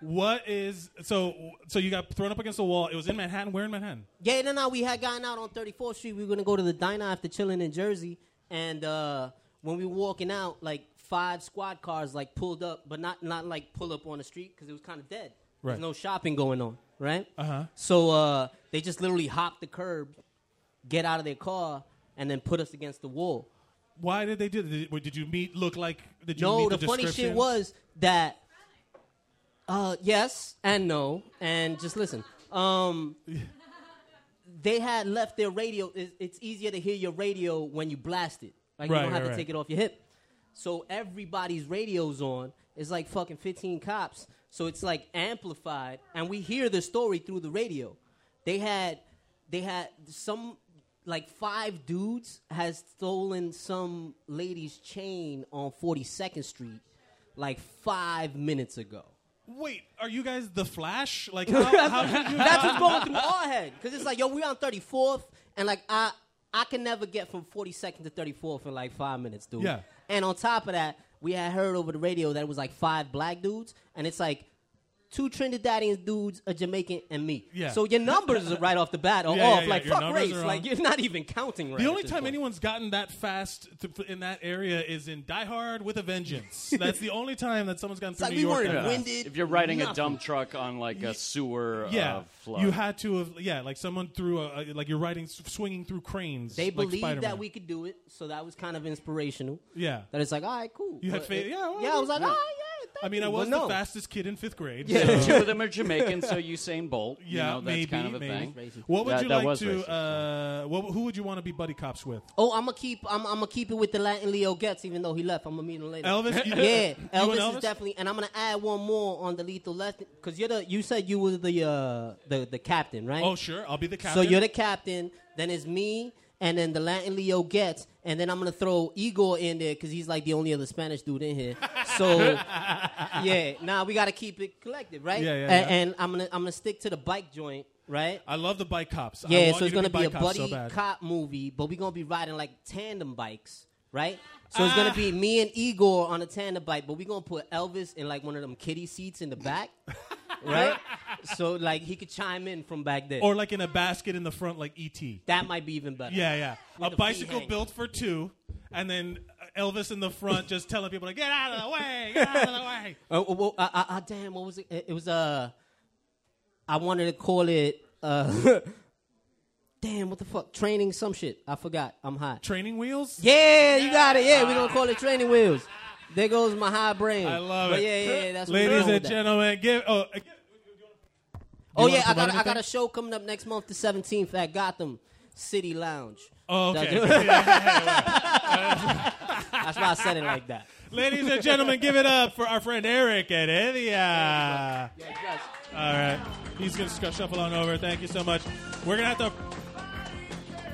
Speaker 1: what is so? So you got thrown up against the wall. It was in Manhattan. Where in Manhattan?
Speaker 15: Yeah, no, no. We had gotten out on 34th Street. We were gonna go to the diner after chilling in Jersey, and uh, when we were walking out, like five squad cars like pulled up, but not not like pull up on the street because it was kind of dead.
Speaker 1: Right.
Speaker 15: There's no shopping going on, right?
Speaker 1: Uh-huh.
Speaker 15: So uh, they just literally hopped the curb, get out of their car, and then put us against the wall.
Speaker 1: Why did they do that? Did, did you meet? Look like? Did you
Speaker 15: no,
Speaker 1: meet
Speaker 15: the,
Speaker 1: the,
Speaker 15: funny shit
Speaker 1: description?
Speaker 15: was that. Uh, yes and no, and just listen. Um, they had left their radio. It's, it's easier to hear your radio when you blast it. Like
Speaker 16: Right,
Speaker 15: you don't have
Speaker 16: right,
Speaker 15: to
Speaker 16: right.
Speaker 15: take it off your hip. So everybody's radios on. It's like fucking fifteen cops. So it's like amplified, and we hear the story through the radio. They had, they had some like five dudes has stolen some lady's chain on 42nd Street like five minutes ago.
Speaker 1: Wait, are you guys the Flash? Like, how, how did you?
Speaker 15: That's what's going through our head because it's like, yo, we're on 34th, and like I, I can never get from 42nd to 34th in like five minutes, dude.
Speaker 1: Yeah.
Speaker 15: And on top of that, we had heard over the radio that it was like five black dudes, and it's like two Trinidadian dudes, a Jamaican, and me.
Speaker 1: Yeah.
Speaker 15: So your numbers right off the bat are
Speaker 1: Yeah, yeah,
Speaker 15: off.
Speaker 1: yeah,
Speaker 15: Oh, like
Speaker 1: your
Speaker 15: fuck
Speaker 1: numbers
Speaker 15: race.
Speaker 1: are
Speaker 15: Like
Speaker 1: off.
Speaker 15: you're not even counting right.
Speaker 1: the
Speaker 15: at
Speaker 1: only
Speaker 15: this
Speaker 1: time
Speaker 15: point.
Speaker 1: anyone's gotten that fast to, in that area is in Die Hard with a Vengeance. That's the only time that someone's gotten through New York. that fast.
Speaker 13: If you're riding a dump truck on like a sewer,
Speaker 1: yeah,
Speaker 13: of Uh, flood.
Speaker 1: you had to have yeah, like someone threw a, a- like you're riding s- swinging through cranes.
Speaker 15: They
Speaker 1: like
Speaker 15: believed
Speaker 1: Spider-Man.
Speaker 15: that we could do it, so that was kind of inspirational.
Speaker 1: Yeah.
Speaker 15: That it's like, all right, cool.
Speaker 1: You had
Speaker 15: But
Speaker 1: faith-
Speaker 15: it-
Speaker 1: yeah, all
Speaker 15: yeah. I
Speaker 1: right,
Speaker 15: was like,
Speaker 1: yeah.
Speaker 15: all right, yeah.
Speaker 1: I mean, I
Speaker 15: But
Speaker 1: was
Speaker 15: no.
Speaker 1: the fastest kid in fifth grade. so-
Speaker 13: Yeah. Two of them are Jamaican, so Usain Bolt.
Speaker 1: Yeah,
Speaker 13: you know, that's
Speaker 1: maybe,
Speaker 13: kind of a
Speaker 1: maybe.
Speaker 13: thing.
Speaker 1: What would
Speaker 13: That-
Speaker 1: you
Speaker 13: that
Speaker 1: like
Speaker 13: was
Speaker 1: to? uh, what, who would you want to be buddy cops with?
Speaker 15: Oh, I'm gonna keep. I'm, I'm gonna keep it with the Latin Leo Getz, even though he left. I'm gonna meet him later.
Speaker 1: Elvis, you-
Speaker 15: yeah,
Speaker 1: you and
Speaker 15: Elvis,
Speaker 1: Elvis?
Speaker 15: is definitely. And I'm gonna add one more on the lethal lesson because you're the. You said you were the uh, the the captain, right?
Speaker 1: Oh, sure, I'll be the
Speaker 15: So
Speaker 1: captain.
Speaker 15: you're the captain. Then it's me, and then the Latin Leo Getz, and then I'm gonna throw Igor in there because he's like the only other Spanish dude in here. So yeah, nah, we gotta keep it collective, right?
Speaker 1: Yeah, yeah,
Speaker 15: A-
Speaker 1: yeah.
Speaker 15: And I'm gonna I'm gonna stick to the bike joint, right?
Speaker 1: I love the bike cops. I
Speaker 15: Yeah,
Speaker 1: want
Speaker 15: so
Speaker 1: you
Speaker 15: it's
Speaker 1: to
Speaker 15: gonna be, a
Speaker 1: bike cops so
Speaker 15: buddy
Speaker 1: bad.
Speaker 15: cop movie, but we're gonna be riding like tandem bikes, right? So
Speaker 1: Ah.
Speaker 15: it's gonna be me and Igor on a tandem bike, but we're gonna put Elvis in like one of them kiddie seats in the back, right? So like he could chime in from back there,
Speaker 1: or like in a basket in the front, like E ET.
Speaker 15: that might be even better.
Speaker 1: Yeah, yeah.
Speaker 15: With
Speaker 1: a
Speaker 15: the feet
Speaker 1: bicycle
Speaker 15: hanging.
Speaker 1: built for two, and then Elvis in the front just telling people to get out of the way, get out of the way.
Speaker 15: Oh, oh, oh, ah, ah, ah, damn, what was it? It it was uh, I wanted to call it uh, damn, what the fuck? Training some shit. I forgot. I'm hot.
Speaker 1: Training wheels. Ah.
Speaker 15: Yeah, you got it. Yeah, we're gonna call it training wheels. There goes my high brain.
Speaker 1: I love
Speaker 15: But
Speaker 1: it.
Speaker 15: Yeah, yeah, yeah. That's what we're
Speaker 1: Ladies
Speaker 15: doing
Speaker 1: and
Speaker 15: with that.
Speaker 1: gentlemen, give. Oh, uh,
Speaker 15: Oh
Speaker 1: You wanna
Speaker 15: yeah, I
Speaker 1: promote
Speaker 15: got I got
Speaker 1: anything?
Speaker 15: a show coming up next month, the seventeenth at Gotham City Lounge.
Speaker 1: Oh, okay.
Speaker 15: That's why I said it like that.
Speaker 1: ladies and gentlemen, give it up for our friend Eric at Evia. All right, he's gonna sc- shuffle on over. Thank you so much. We're gonna have to.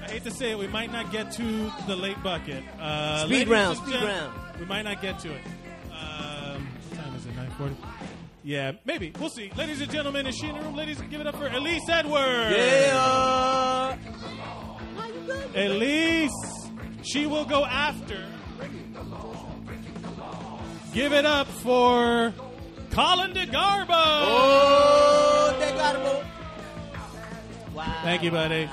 Speaker 1: I hate to say it, we might not get to the late bucket. Uh,
Speaker 15: Speed
Speaker 1: ladies
Speaker 15: round,
Speaker 1: and
Speaker 15: speed
Speaker 1: gen-
Speaker 15: round.
Speaker 1: We might not get to it. Um, what time is it? Nine forty. Yeah, Uh, maybe. We'll see. Ladies and gentlemen, is she in the room? Ladies, give it up for Elise Edwards.
Speaker 15: Yeah.
Speaker 1: Elise. She will go after. Give it up for Colin DeGarbo.
Speaker 15: Oh, DeGarbo.
Speaker 1: Thank you, buddy.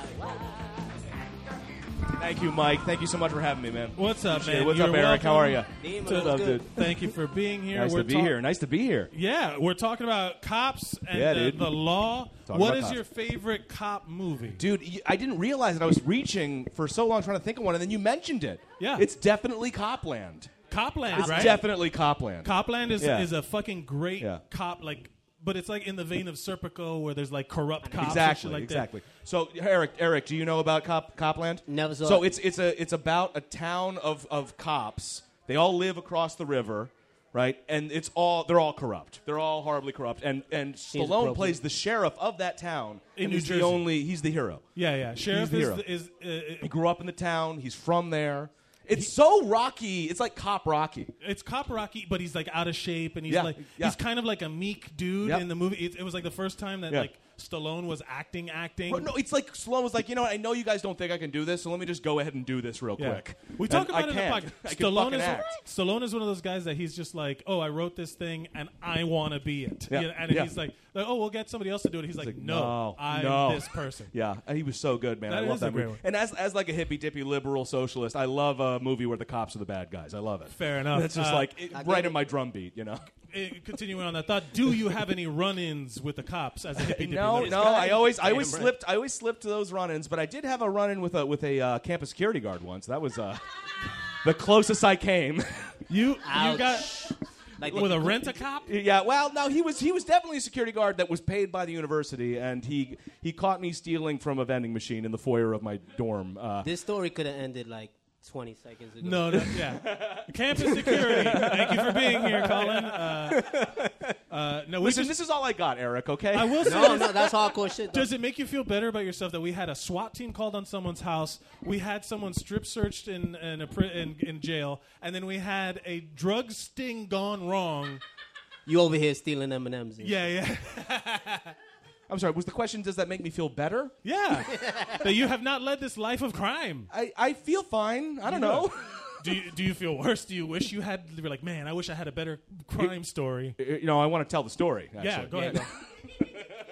Speaker 16: Thank you, Mike. Thank you so much for having me, man.
Speaker 1: What's up,
Speaker 16: Appreciate it.
Speaker 1: man?
Speaker 16: What's
Speaker 1: You're
Speaker 16: up, Eric? How are you?
Speaker 1: welcome. What's up, dude? Thank you for being here.
Speaker 16: Nice
Speaker 1: We're
Speaker 16: to be
Speaker 1: talk-
Speaker 16: here. Nice to be here.
Speaker 1: Yeah, we're talking about cops and
Speaker 16: Yeah,
Speaker 1: the,
Speaker 16: dude.
Speaker 1: the law.
Speaker 16: Talking
Speaker 1: what
Speaker 16: about
Speaker 1: is
Speaker 16: cops.
Speaker 1: your favorite cop movie?
Speaker 16: Dude, y- I didn't realize that I was reaching for so long trying to think of one, and then you mentioned it.
Speaker 1: Yeah.
Speaker 16: It's definitely Copland.
Speaker 1: Copland,
Speaker 16: It's
Speaker 1: right?
Speaker 16: definitely Copland.
Speaker 1: Copland is
Speaker 16: Yeah.
Speaker 1: is a fucking great
Speaker 16: Yeah.
Speaker 1: cop like but it's like in the vein of Serpico where there's like corrupt cops and
Speaker 16: exactly,
Speaker 1: shit like
Speaker 16: exactly. So Eric, Eric, do you know about Cop Copland? Never
Speaker 15: saw
Speaker 16: So
Speaker 15: it.
Speaker 16: it's it's a it's about a town of of cops. They all live across the river, right? And it's all they're all corrupt. They're all horribly corrupt. And and Stallone
Speaker 1: appropriate.
Speaker 16: plays the sheriff of that town.
Speaker 1: In
Speaker 16: and
Speaker 1: New
Speaker 16: he's
Speaker 1: Jersey.
Speaker 16: the only he's the hero.
Speaker 1: Yeah, yeah.
Speaker 16: he's
Speaker 1: Sheriff
Speaker 16: the
Speaker 1: is
Speaker 16: hero.
Speaker 1: the- is, uh,
Speaker 16: he grew up in the town. He's from there. It's so Rocky. It's like Cop Rocky.
Speaker 1: that. It's cop Rocky, but he's like out of shape and he's
Speaker 16: Yeah,
Speaker 1: like
Speaker 16: yeah.
Speaker 1: he's kind of like a meek dude
Speaker 16: Yep.
Speaker 1: in the movie. It, it was like the first time that
Speaker 16: Yeah.
Speaker 1: like Stallone was acting acting.
Speaker 16: But no, it's like Stallone was like, you know what? I know you guys don't think I can do this, so let me just go ahead and do this real
Speaker 1: Yeah.
Speaker 16: quick.
Speaker 1: We talk
Speaker 16: And I
Speaker 1: about it
Speaker 16: can.
Speaker 1: in the
Speaker 16: I
Speaker 1: podcast.
Speaker 16: can
Speaker 1: Stallone
Speaker 16: fucking
Speaker 1: is,
Speaker 16: act.
Speaker 1: Stallone is one of those guys that he's just like, oh, I wrote this thing and I want to be it.
Speaker 16: Yeah.
Speaker 1: You know, and
Speaker 16: Yeah.
Speaker 1: he's like, like, oh, we'll get somebody else to do it. He's like, no, I'm
Speaker 16: no."
Speaker 1: this person.
Speaker 16: Yeah, and he was so good, man.
Speaker 1: That
Speaker 16: I
Speaker 1: is
Speaker 16: love
Speaker 1: a
Speaker 16: that
Speaker 1: great
Speaker 16: movie.
Speaker 1: one.
Speaker 16: And as as like a hippy dippy liberal socialist, I love a movie where the cops are the bad guys. I love it.
Speaker 1: Fair enough.
Speaker 16: That's just
Speaker 1: Uh,
Speaker 16: like it,
Speaker 1: I get
Speaker 16: right
Speaker 1: it.
Speaker 16: in my drum beat, you know.
Speaker 1: Eh, continuing on that thought, do you have any run-ins with the cops as a hippie? dippy
Speaker 16: No,
Speaker 1: liberal?
Speaker 16: no. I always I
Speaker 1: Damn
Speaker 16: always
Speaker 1: right.
Speaker 16: slipped I always slipped to those run-ins, but I did have a run-in with a with a uh, campus security guard once. That was uh, the closest I came.
Speaker 1: you
Speaker 16: Ouch.
Speaker 1: got with a rent a cop.
Speaker 16: Yeah, well, no, he was he was definitely a security guard that was paid by the university, and he he caught me stealing from a vending machine in the foyer of my dorm. Uh,
Speaker 15: This story could have ended like 20 seconds ago.
Speaker 1: No, no, yeah. Campus security. Thank you for being here, Colin. Uh, uh, no, we
Speaker 16: Listen,
Speaker 1: just-
Speaker 16: this is all I got, Eric. Okay.
Speaker 1: I will say
Speaker 15: No,
Speaker 1: this-
Speaker 15: no, that's hardcore shit, though.
Speaker 1: Does it make you feel better about yourself that we had a SWAT team called on someone's house, we had someone strip searched in in, a pri- in, in jail, and then we had a drug sting gone wrong?
Speaker 15: You over here stealing M&M's. and
Speaker 1: Yeah, yeah.
Speaker 16: I'm sorry. Was the question? Does that make me feel better?
Speaker 1: Yeah, that you have not led this life of crime.
Speaker 16: I, I feel fine. I don't know.
Speaker 1: Do you, do you feel worse? Do you wish you had? You're like, man, I wish I had a better crime story.
Speaker 16: You know, I want to tell the story. Actually.
Speaker 1: Yeah, go ahead.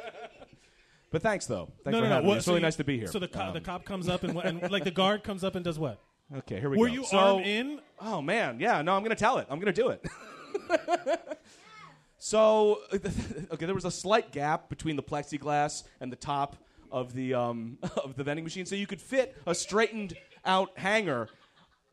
Speaker 16: But thanks though. Thanks
Speaker 1: no,
Speaker 16: for having
Speaker 1: no, no.
Speaker 16: me.
Speaker 1: What-
Speaker 16: It's really
Speaker 1: you-
Speaker 16: nice to be here.
Speaker 1: So the, co-
Speaker 16: Um,
Speaker 1: the cop comes up and, wha- and like the guard comes up and does what?
Speaker 16: Okay, here we
Speaker 1: Were
Speaker 16: go.
Speaker 1: you
Speaker 16: so,
Speaker 1: armed in?
Speaker 16: Oh man, yeah. No, I'm gonna tell it. I'm gonna do it. so, okay, there was a slight gap between the plexiglass and the top of the um, of the vending machine, so you could fit a straightened out hanger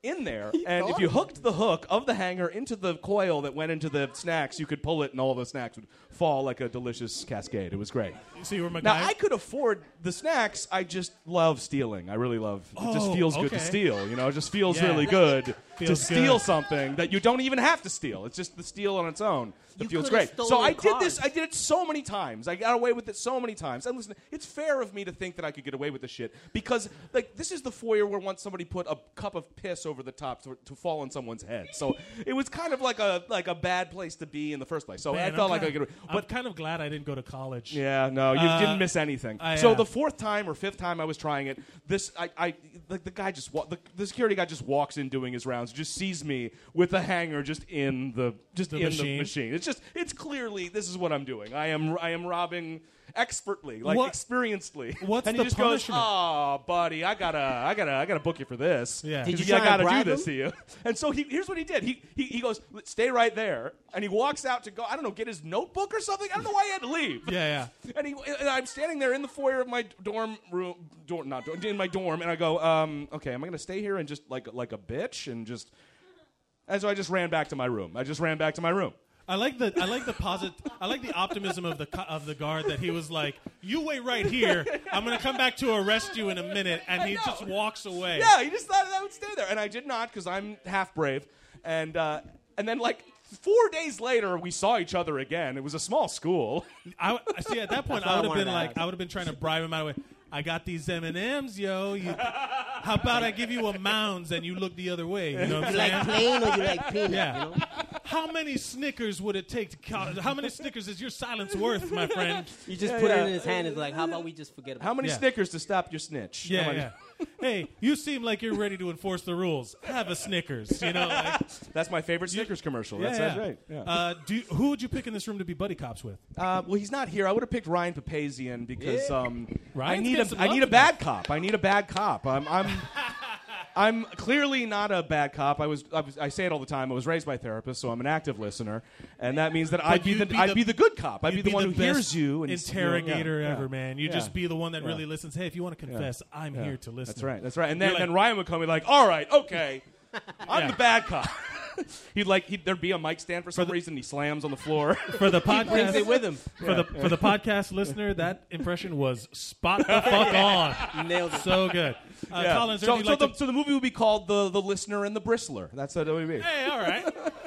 Speaker 16: in there. and if you hooked the hook of the hanger into the coil that went into the snacks, you could pull it, and all the snacks would fall like a delicious cascade. It was great.
Speaker 1: So you were
Speaker 16: Now
Speaker 1: MacGyver.
Speaker 16: I could afford the snacks. I just love stealing. I really love. it just
Speaker 1: Oh,
Speaker 16: feels good to
Speaker 1: okay.
Speaker 16: steal. You know, it just feels
Speaker 1: Yeah.
Speaker 16: really good to
Speaker 1: Feels
Speaker 16: steal
Speaker 1: good.
Speaker 16: something that you don't even have to steal. It's just the steal on its own. It
Speaker 1: You
Speaker 16: feels
Speaker 1: could've
Speaker 16: great. So I
Speaker 1: stolen
Speaker 16: did this. I did it so many times. I got away with it so many times. And listen, it's fair of me to think that I could get away with this shit because like this is the foyer where once somebody put a cup of piss over the top to, to fall on someone's head. So it was kind of like a like a bad place to be in the first place. So
Speaker 1: Man,
Speaker 16: I felt
Speaker 1: I'm
Speaker 16: like I
Speaker 1: kinda-
Speaker 16: could.
Speaker 1: I'm kind of glad I didn't go to college.
Speaker 16: Yeah, no, you
Speaker 1: Uh,
Speaker 16: didn't miss anything.
Speaker 1: I,
Speaker 16: so
Speaker 1: uh,
Speaker 16: the fourth time or fifth time I was trying it, this I, I the, the guy just wa- the, the security guy just walks in doing his rounds, just sees me with a hanger just in the just
Speaker 1: The
Speaker 16: in
Speaker 1: machine.
Speaker 16: the machine. It's just it's clearly this is what I'm doing. I am I am robbing expertly, like
Speaker 1: What-
Speaker 16: experiencedly.
Speaker 1: what's
Speaker 16: and he
Speaker 1: the
Speaker 16: just
Speaker 1: punishment?
Speaker 16: goes, "Oh, buddy, I gotta I gotta I gotta book you for this.
Speaker 1: Yeah.
Speaker 16: 'Cause
Speaker 1: Did
Speaker 16: you
Speaker 1: you
Speaker 16: I
Speaker 1: try to
Speaker 16: gotta do
Speaker 1: bribe
Speaker 16: this
Speaker 1: him?
Speaker 16: to you." And so he, here's what he did. He, he he goes, "Stay right there," and he walks out to go. I don't know, get his notebook or something. I don't know why he had to leave.
Speaker 1: Yeah,
Speaker 16: And, he, and I'm standing there in the foyer of my dorm room, dorm, not dorm, in my dorm, and I go, um, okay, am I gonna stay here and just like like a bitch and just? And so I just ran back to my room. I just ran back to my room.
Speaker 1: I like the I like the posit I like the optimism of the co- of the guard that he was like, "You wait right here. I'm gonna come back to arrest you in a minute," and he just walks away.
Speaker 16: Yeah, he just thought that I would stay there, and I did not because I'm half brave. And uh, and then like four days later, we saw each other again. It was a small school.
Speaker 1: I I- see. At that point,
Speaker 16: That's what
Speaker 1: I
Speaker 16: I
Speaker 1: would have
Speaker 16: wanted
Speaker 1: been
Speaker 16: to
Speaker 1: like,
Speaker 16: ask.
Speaker 1: I would have been trying to bribe him out of the way. I got these M and M's, yo. You, how about I give you a mounds and you look the other way? You know what I'm
Speaker 15: You
Speaker 1: saying?
Speaker 15: like plain or you like peanut,
Speaker 1: Yeah. How many Snickers would it take to? count? How many Snickers is your silence worth, my friend?
Speaker 15: You just put it in his hand and it's like, how about we just forget about
Speaker 16: How many
Speaker 15: it?
Speaker 16: Snickers to stop your snitch?
Speaker 1: Yeah,
Speaker 16: How many-
Speaker 1: yeah. hey, you seem like you're ready to enforce the rules. Have a Snickers, you know. Like,
Speaker 16: That's my favorite Snickers commercial. That's,
Speaker 1: yeah,
Speaker 16: that's
Speaker 1: yeah.
Speaker 16: right. Yeah.
Speaker 1: Uh, do you- who would you pick in this room to be buddy cops with?
Speaker 16: Uh, well, he's not here. I would have picked Ryan Papazian because
Speaker 1: Yeah.
Speaker 16: um, I
Speaker 1: Ryan's
Speaker 16: need
Speaker 1: got some
Speaker 16: a I
Speaker 1: love
Speaker 16: need a
Speaker 1: tonight.
Speaker 16: bad cop. I need a bad cop. I'm I'm I'm clearly not a bad cop. I was, I was. I say it all the time. I was raised by therapists, so I'm an active listener, and that means that
Speaker 1: But
Speaker 16: I'd be
Speaker 1: you'd
Speaker 16: the, I'd be the good cop. I'd
Speaker 1: you'd
Speaker 16: be the one who
Speaker 1: best
Speaker 16: hears you. And
Speaker 1: interrogator
Speaker 16: yeah,
Speaker 1: ever,
Speaker 16: yeah,
Speaker 1: man. You'd
Speaker 16: yeah,
Speaker 1: just be the one that
Speaker 16: yeah.
Speaker 1: really listens. Hey, if you want to
Speaker 16: Yeah,
Speaker 1: confess, I'm
Speaker 16: yeah.
Speaker 1: here to listen.
Speaker 16: That's right. That's right. And
Speaker 1: You're
Speaker 16: then,
Speaker 1: like,
Speaker 16: then Ryan would come and be like, "All right, okay, I'm
Speaker 1: Yeah.
Speaker 16: the bad cop." he'd like he'd, there'd be a mic stand for some reason. He slams on the floor
Speaker 1: for the podcast For the
Speaker 16: Yeah.
Speaker 1: for the podcast listener, that impression was spot the fuck on.
Speaker 16: Nailed it.
Speaker 1: So good. Uh,
Speaker 16: Yeah.
Speaker 1: Colin, is there
Speaker 16: so,
Speaker 1: anything
Speaker 16: so
Speaker 1: you'd
Speaker 16: the,
Speaker 1: like to-
Speaker 16: so the movie would be called the the listener and the bristler. That's what it would be.
Speaker 1: Hey, all right.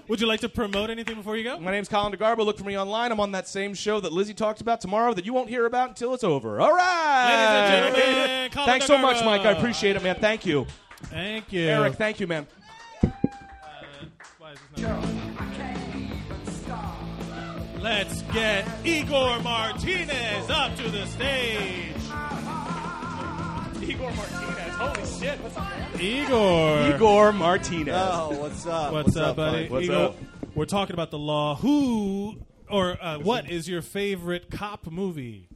Speaker 1: Would you like to promote anything before you go?
Speaker 16: My name's Colin DeGarbo. Look for me online. I'm on that same show that Lizzie talked about tomorrow that you won't hear about until it's over. All right.
Speaker 1: Ladies and gentlemen, Colin
Speaker 16: Thanks so much,
Speaker 1: DeGarbo.
Speaker 16: Mike. I appreciate it, man. Thank you.
Speaker 1: Thank you.
Speaker 16: Eric, thank you, man.
Speaker 1: Let's get Igor Martinez up to the stage.
Speaker 16: Igor Martinez. Holy shit. What's up, man?
Speaker 1: Igor.
Speaker 16: Igor Martinez.
Speaker 1: Oh,
Speaker 7: what's up?
Speaker 1: What's, up, buddy?
Speaker 16: Mike? What's
Speaker 1: Igor,
Speaker 16: up?
Speaker 1: We're talking about the law. Who or uh, what is your favorite cop movie?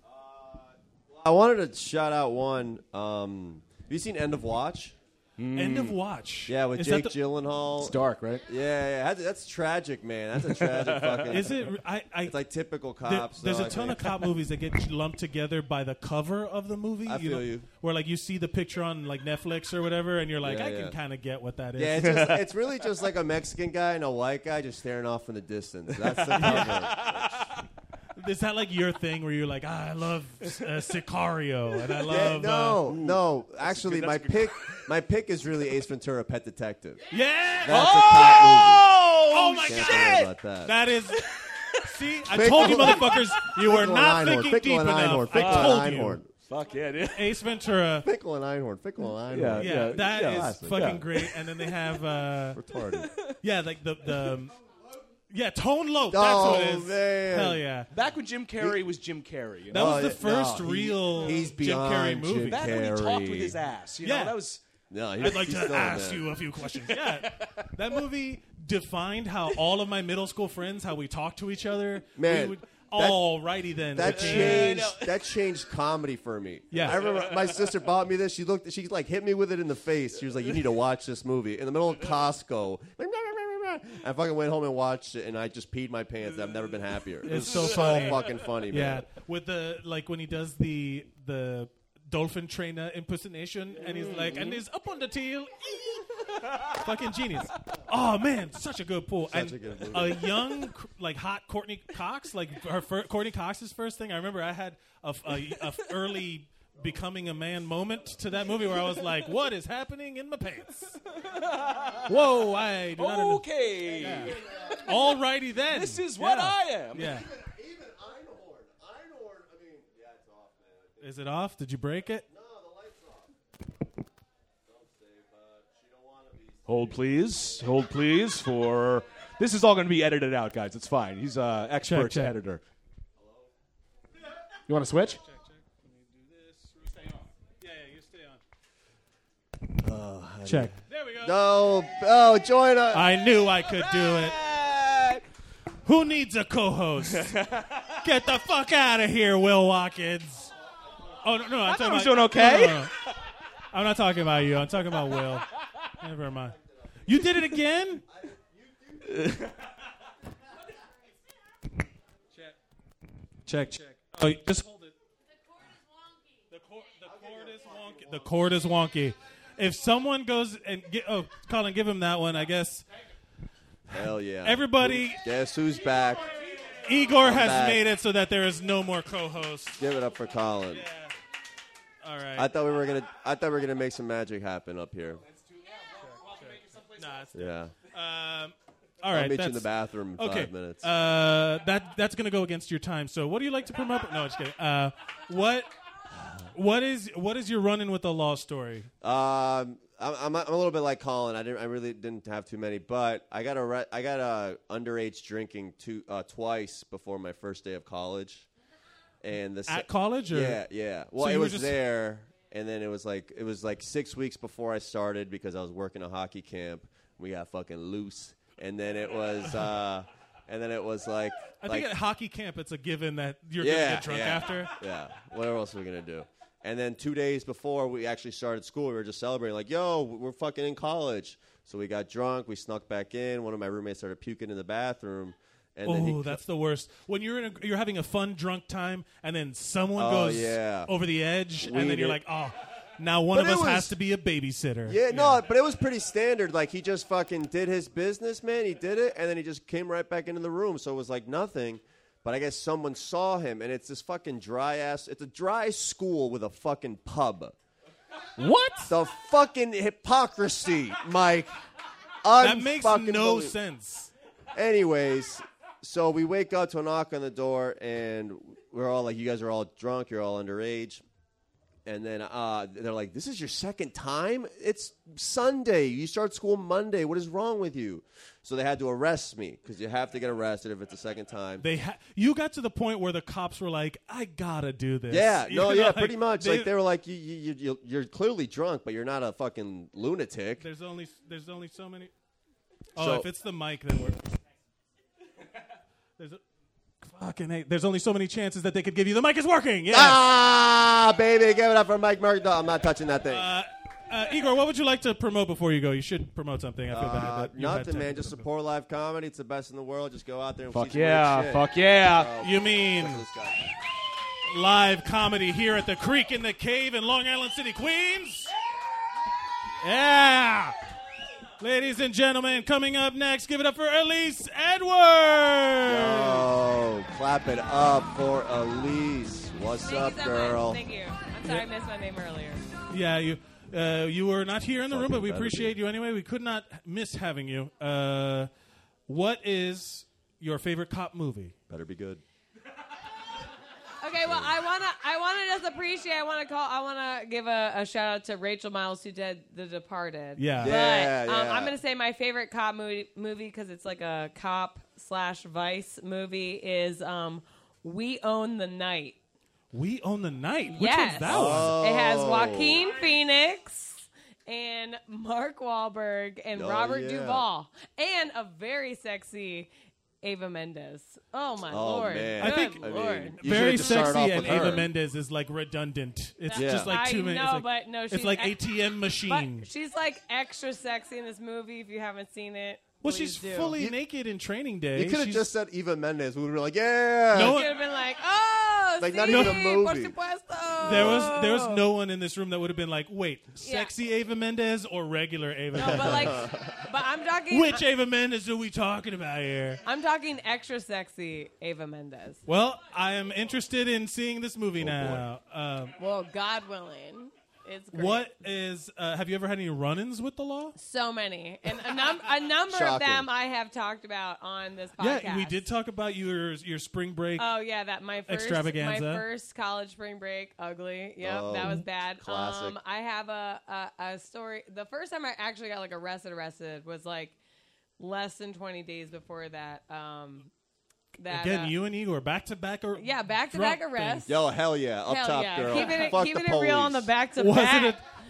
Speaker 17: I wanted to shout out one. Um, have you seen End of Watch?
Speaker 1: Mm. End of Watch?
Speaker 17: Yeah, with
Speaker 1: Is that
Speaker 17: Jake
Speaker 1: the-
Speaker 17: Gyllenhaal.
Speaker 1: It's dark,
Speaker 17: right? Yeah, yeah. That's, that's tragic, man. That's a tragic fucking.
Speaker 1: Is it? I, I,
Speaker 17: it's like typical
Speaker 1: There-
Speaker 17: cops.
Speaker 1: there's
Speaker 17: though,
Speaker 1: a
Speaker 17: I
Speaker 1: ton
Speaker 17: think.
Speaker 1: of cop movies that get lumped together by the cover of the movie.
Speaker 17: I feel you.
Speaker 1: Where like you see the picture on like Netflix or whatever, and you're like,
Speaker 17: Yeah,
Speaker 1: I
Speaker 17: yeah.
Speaker 1: can kind of get what that is.
Speaker 17: Yeah, it's, just, it's really just like a Mexican guy and a white guy just staring off in the distance. That's the cover.
Speaker 1: Is that like your thing where you're like, ah, I love uh, Sicario and I
Speaker 17: Yeah,
Speaker 1: love
Speaker 17: no,
Speaker 1: uh,
Speaker 17: no. Actually,
Speaker 1: good-
Speaker 17: my
Speaker 1: that's a
Speaker 17: pick, my pick is really Ace Ventura: Pet Detective.
Speaker 1: Yeah.
Speaker 17: That's a cop movie.
Speaker 1: Oh my
Speaker 17: Can't
Speaker 1: god!
Speaker 17: forget about that.
Speaker 1: that is. See, I
Speaker 17: Fickle-
Speaker 1: told you, motherfuckers, you were
Speaker 17: Fickle
Speaker 1: not
Speaker 17: and Einhorn,
Speaker 1: thinking
Speaker 17: Fickle
Speaker 1: deep
Speaker 17: and
Speaker 1: enough.
Speaker 17: Einhorn, Fickle
Speaker 1: I
Speaker 17: and
Speaker 1: told
Speaker 17: Einhorn.
Speaker 1: you.
Speaker 16: Fuck yeah, dude.
Speaker 1: Ace Ventura.
Speaker 17: Fickle and Einhorn. Fickle and
Speaker 1: Yeah,
Speaker 17: Einhorn.
Speaker 1: yeah, that is
Speaker 17: Classic.
Speaker 1: fucking
Speaker 17: Yeah.
Speaker 1: great. And then they have uh,
Speaker 17: retarded.
Speaker 1: Yeah, like the the um, yeah Tone Loc.
Speaker 17: Oh,
Speaker 1: that's what it is.
Speaker 17: man.
Speaker 1: Hell yeah.
Speaker 16: Back when Jim Carrey was Jim Carrey. You
Speaker 1: That
Speaker 16: know?
Speaker 1: was the first real Jim Carrey movie.
Speaker 16: That when he talked with his ass. You know,
Speaker 1: yeah,
Speaker 16: that was.
Speaker 17: No,
Speaker 1: I'd like to ask you a few questions. Yeah, that movie defined how all of my middle school friends how we talked to each other.
Speaker 17: Man,
Speaker 1: we would,
Speaker 17: that-
Speaker 1: alrighty then.
Speaker 17: That
Speaker 1: Whitney.
Speaker 17: changed. That changed comedy for me.
Speaker 1: Yeah.
Speaker 17: I remember my sister bought me this. She looked. She like hit me with it in the face. She was like, "You need to watch this movie." In the middle of Costco. I fucking went home and watched it, and I just peed my pants. I've never been happier. It
Speaker 1: It's
Speaker 17: was
Speaker 1: so funny.
Speaker 17: fucking funny,
Speaker 1: Yeah,
Speaker 17: man.
Speaker 1: with the like when he does the the dolphin trainer impersonation, and he's like,
Speaker 17: Mm-hmm.
Speaker 1: and he's up on the tail. Fucking genius! Oh man, such a good pool.
Speaker 17: Such
Speaker 1: and
Speaker 17: a good movie.
Speaker 1: young, cr- like hot Courtney Cox, like her fir- Courtney Cox's first thing. I remember I had a, f- a- a f- early becoming a man moment to that movie where I was like, "What is happening in my pants?" Whoa! I do not under-
Speaker 16: Okay.
Speaker 1: Alrighty then.
Speaker 16: This is what
Speaker 1: Yeah.
Speaker 16: I am.
Speaker 1: Yeah. Is it off? Did you break it?
Speaker 16: Hold please. Hold please for this is all going to be edited out, guys. It's fine. He's uh expert
Speaker 1: check.
Speaker 16: editor. You want to switch?
Speaker 17: Oh, honey.
Speaker 1: Check.
Speaker 17: There we go. No. Oh, join us.
Speaker 1: I knew I could do it. Who needs a co-host? Get the fuck out of here, Will Watkins. Oh no, no, I'm
Speaker 16: I
Speaker 1: talking
Speaker 16: thought he was
Speaker 1: about-
Speaker 16: doing okay.
Speaker 1: no, no, no. I'm not talking about you. I'm talking about Will. Never mind. You did it again. Check, check. Oh, you- just hold it. The cord is wonky. If someone goes and get, oh, Colin, give him that one. I guess
Speaker 17: Hell yeah.
Speaker 1: Everybody-
Speaker 17: Guess who's back?
Speaker 1: Igor
Speaker 17: I'm
Speaker 1: has
Speaker 17: back.
Speaker 1: made it so that there is no more co-host.
Speaker 17: Give it up for Colin.
Speaker 1: All right.
Speaker 17: I thought we were gonna. I thought we were gonna make some magic happen up here.
Speaker 1: Nah, it's-
Speaker 17: Yeah.
Speaker 1: Um, all
Speaker 17: I'll
Speaker 1: right.
Speaker 17: meet you in
Speaker 1: that's-
Speaker 17: the bathroom in
Speaker 1: okay.
Speaker 17: five minutes.
Speaker 1: Uh, that that's gonna go against your time. So, what do you like to promote? No, just kidding. Uh, what what is what is your run-in with the law story?
Speaker 17: Um, I'm, I'm, a- I'm a little bit like Colin. I didn't. I really didn't have too many, but I got a re- I got a underage drinking two uh, twice before my first day of college, and the se-
Speaker 1: At college or-
Speaker 17: yeah yeah. Well,
Speaker 1: So
Speaker 17: it
Speaker 1: you were
Speaker 17: was
Speaker 1: just-
Speaker 17: there, and then it was like it was like six weeks before I started because I was working a hockey camp. We got fucking loose, and then it was uh, and then it was like
Speaker 1: I
Speaker 17: like,
Speaker 1: think at hockey camp, it's a given that you're
Speaker 17: yeah,
Speaker 1: gonna get drunk
Speaker 17: yeah,
Speaker 1: after.
Speaker 17: Yeah. What else are we gonna do? And then two days before we actually started school, we were just celebrating, like, yo, we're fucking in college. So we got drunk, we snuck back in. One of my roommates started puking in the bathroom. And then he
Speaker 1: oh, that's the worst. When you're in a, you're having a fun drunk time, and then someone
Speaker 17: Oh,
Speaker 1: goes
Speaker 17: yeah.
Speaker 1: over the edge,
Speaker 17: We
Speaker 1: and then you're
Speaker 17: did-
Speaker 1: like, oh, now one
Speaker 17: But
Speaker 1: of
Speaker 17: it
Speaker 1: us has
Speaker 17: was-
Speaker 1: to be a babysitter.
Speaker 17: Yeah, no, but it was pretty standard. Like he just fucking did his business, man. He did it, and then he just came right back into the room. So it was like nothing. But I guess someone saw him, and it's this fucking dry ass. It's a dry school with a fucking pub.
Speaker 13: What
Speaker 17: the fucking hypocrisy, Mike?
Speaker 1: That makes no
Speaker 17: Unfucking-believable.
Speaker 1: sense.
Speaker 17: Anyways, so we wake up to a knock on the door, and we're all like, "You guys are all drunk. You're all underage." And then uh, they're like, "This is your second time. It's Sunday. You start school Monday. What is wrong with you?" So they had to arrest me because you have to get arrested if it's the second time.
Speaker 1: They ha- you got to the point where the cops were like, I gotta do this.
Speaker 17: yeah,
Speaker 1: You
Speaker 17: no,
Speaker 1: know,
Speaker 17: yeah,
Speaker 1: like,
Speaker 17: pretty much.
Speaker 1: they-
Speaker 17: like they were like, you, you, you, you- "You're clearly drunk, but you're not a fucking lunatic."
Speaker 1: There's only there's only so many. Oh,
Speaker 17: So-
Speaker 1: if it's the mic, then we're. There's a, fucking hate. There's only so many chances that they could give you. The mic is working. Yeah.
Speaker 17: Ah, baby, give it up for Mike Murray. No, I'm not touching that thing.
Speaker 1: Uh, Igor, what would you like to promote before you go? You should promote something. I feel bad.
Speaker 17: Uh,
Speaker 1: That you had
Speaker 17: nothing,
Speaker 1: time.
Speaker 17: man. Just support live comedy. It's the best in the world. Just go out there and
Speaker 1: Fuck
Speaker 17: see some weird
Speaker 1: yeah,
Speaker 17: shit.
Speaker 1: fuck yeah.
Speaker 17: So,
Speaker 1: You mean-
Speaker 17: listen to this guy.
Speaker 1: Live comedy here at the Creek in the Cave in Long Island City, Queens. Yeah. Ladies and gentlemen, coming up next, give it up for Elise Edwards.
Speaker 17: Yo, Oh, clap it up for Elise. What's up, girl?
Speaker 8: Thank you. I'm sorry I missed my name earlier.
Speaker 1: Yeah, you uh, you were not here in the room, but we
Speaker 17: better be.
Speaker 1: appreciate you anyway. We could not miss having you. Uh, what is your favorite cop movie?
Speaker 17: Better be good.
Speaker 8: Okay, well, I wanna, I wanna just appreciate. I wanna call. I wanna give a, a shout out to Rachel Miles who did The Departed.
Speaker 1: Yeah.
Speaker 8: but
Speaker 1: Yeah,
Speaker 8: um,
Speaker 1: yeah.
Speaker 8: I'm gonna say my favorite cop movie movie because it's like a cop slash vice movie is um, We Own the Night.
Speaker 1: We Own the Night. Which
Speaker 8: yes,
Speaker 1: one's that one?
Speaker 8: it has
Speaker 17: Oh.
Speaker 8: Joaquin Phoenix. And Mark Wahlberg and
Speaker 1: Oh,
Speaker 8: Robert
Speaker 1: yeah.
Speaker 8: Duvall and a very sexy Ava Mendes. Oh my
Speaker 17: Oh,
Speaker 8: lord!
Speaker 17: man.
Speaker 1: I
Speaker 8: Good
Speaker 1: think
Speaker 8: lord.
Speaker 17: you
Speaker 1: very
Speaker 17: should've just started
Speaker 1: sexy
Speaker 17: off
Speaker 1: and
Speaker 17: with
Speaker 1: Ava
Speaker 17: her.
Speaker 1: Mendes is like redundant. It's
Speaker 17: Yeah.
Speaker 1: just like
Speaker 8: I
Speaker 1: two minutes.
Speaker 8: know,
Speaker 1: it's like,
Speaker 8: but no,
Speaker 1: it's
Speaker 8: she's
Speaker 1: like
Speaker 8: ex-
Speaker 1: ATM machine.
Speaker 8: But she's like extra sexy in this movie. If you haven't seen it,
Speaker 1: well,
Speaker 8: please
Speaker 1: she's
Speaker 8: do.
Speaker 1: fully naked in Training Day.
Speaker 17: You could have
Speaker 1: She's-
Speaker 17: just said Eva Mendes. We would have been like, yeah.
Speaker 1: No
Speaker 8: You could have been like, oh,
Speaker 17: Like, not
Speaker 8: sí,
Speaker 17: even a
Speaker 8: por
Speaker 17: movie.
Speaker 8: supuesto.
Speaker 1: There was there was no one in this room that would have been like, wait, sexy Ava Mendes or regular Ava Mendes?
Speaker 8: but But I'm talking.
Speaker 1: Which Ava Mendes are we talking about here?
Speaker 8: I'm talking extra sexy Ava Mendes.
Speaker 1: Well, I am interested in seeing this
Speaker 17: Oh,
Speaker 1: movie now. Um,
Speaker 8: Well, God willing, it's great.
Speaker 1: what is? Uh, have you ever had any run-ins with the law?
Speaker 8: So many, and a, num- a number of
Speaker 1: Shocking.
Speaker 8: them I have talked about on this podcast.
Speaker 1: Yeah, we did talk about your your spring break.
Speaker 8: Oh yeah, that my first
Speaker 1: extravaganza.
Speaker 8: my first college spring break, ugly. Yep,
Speaker 1: Oh,
Speaker 8: that was bad.
Speaker 1: classic.
Speaker 8: Um, I have a, a a story. The first time I actually got like arrested, arrested was like less than twenty days before that. Um, that
Speaker 1: Again,
Speaker 8: uh,
Speaker 1: you and Igor back to back. or
Speaker 8: yeah, back to
Speaker 1: drunk
Speaker 8: back
Speaker 1: things.
Speaker 8: arrest.
Speaker 17: Yo, hell yeah. Up
Speaker 8: Hell
Speaker 17: top,
Speaker 8: yeah.
Speaker 17: girl.
Speaker 8: Keeping it,
Speaker 17: Fuck
Speaker 8: keeping
Speaker 17: the
Speaker 8: it real on the
Speaker 17: police.
Speaker 8: back to
Speaker 1: Was it
Speaker 8: back.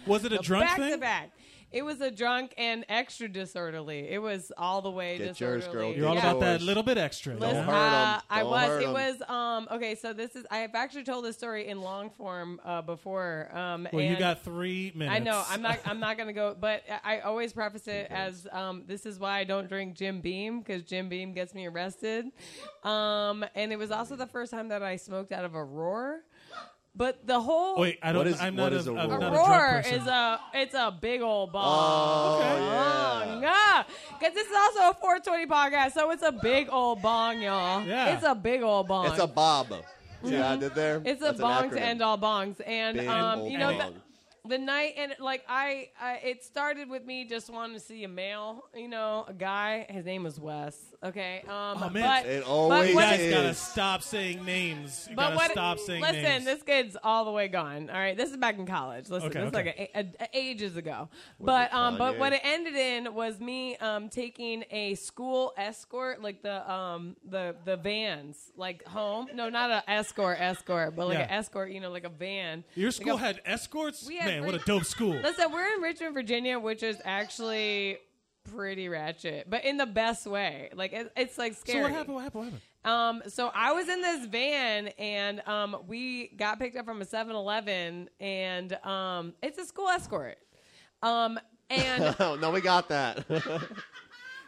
Speaker 1: a- was it a
Speaker 8: The
Speaker 1: drunk
Speaker 8: back to
Speaker 1: thing?
Speaker 8: back. It was a drunk and extra disorderly. It was all the way
Speaker 1: Get
Speaker 8: disorderly.
Speaker 1: yours, girl. You're all
Speaker 8: Yeah.
Speaker 1: about that little bit extra. Don't
Speaker 8: Listen,
Speaker 1: hurt 'em.
Speaker 8: uh, I
Speaker 1: Don't
Speaker 8: was.
Speaker 1: hurt
Speaker 8: It
Speaker 1: 'em.
Speaker 8: was. Um, okay, so this is. I have actually told this story in long form uh, before. Um,
Speaker 1: Well, you
Speaker 8: and-
Speaker 1: got three minutes.
Speaker 8: I know. I'm not. I'm not going to go. But I I always preface it as um, this is why I don't drink Jim Beam because Jim Beam gets me arrested. Um, and it was also the first time that I smoked out of a roar. But the whole
Speaker 1: Wait, I don't. I'm not. a, I'm
Speaker 8: a
Speaker 1: not a drunk
Speaker 8: roar
Speaker 1: person.
Speaker 8: is a it's a big old bong.
Speaker 1: Oh,
Speaker 8: Bong, yeah. Because this is also a 420 podcast, so it's a big old bong, y'all.
Speaker 17: Yeah.
Speaker 8: It's a big old bong. Mm-hmm.
Speaker 17: It's a bob. See what I did there?
Speaker 8: It's a
Speaker 17: That's an
Speaker 8: bong to
Speaker 17: acronym.
Speaker 8: end all bongs, and
Speaker 17: Big
Speaker 8: um,
Speaker 17: old
Speaker 8: you know
Speaker 17: bong.
Speaker 8: the, the night and like I, I, it started with me just wanting to see a male, you know, a guy. His name was Wes. Okay, um,
Speaker 1: Oh, man.
Speaker 8: but
Speaker 1: It
Speaker 8: always
Speaker 1: you guys
Speaker 8: is.
Speaker 1: gotta stop saying names. You
Speaker 8: but
Speaker 1: gotta
Speaker 8: what?
Speaker 1: stop saying
Speaker 8: listen,
Speaker 1: names.
Speaker 8: this kid's all the way gone. All right, this is back in college. Listen,
Speaker 1: Okay,
Speaker 8: this is
Speaker 1: okay.
Speaker 8: like a, a, a- ages ago.
Speaker 1: Was
Speaker 8: but
Speaker 1: it
Speaker 8: um, but
Speaker 1: Kanye?
Speaker 8: what it ended in was me um taking a school escort, like the um the the vans, like home. No, not an escort, escort, but like
Speaker 1: Yeah.
Speaker 8: an escort. You know, like a van.
Speaker 1: Your
Speaker 8: Like
Speaker 1: school
Speaker 8: a-
Speaker 1: had escorts.
Speaker 8: We had
Speaker 1: Man, what a
Speaker 8: freaking-
Speaker 1: dope school.
Speaker 8: Listen, we're in Richmond, Virginia, which is actually pretty ratchet, but in the best way. Like it, it's like
Speaker 1: So
Speaker 8: scary.
Speaker 1: what happened? What happened? What happened?
Speaker 8: Um, so I was in this van and um, we got picked up from a 7 Eleven and um, it's a school escort. Um, and
Speaker 17: no, we got that.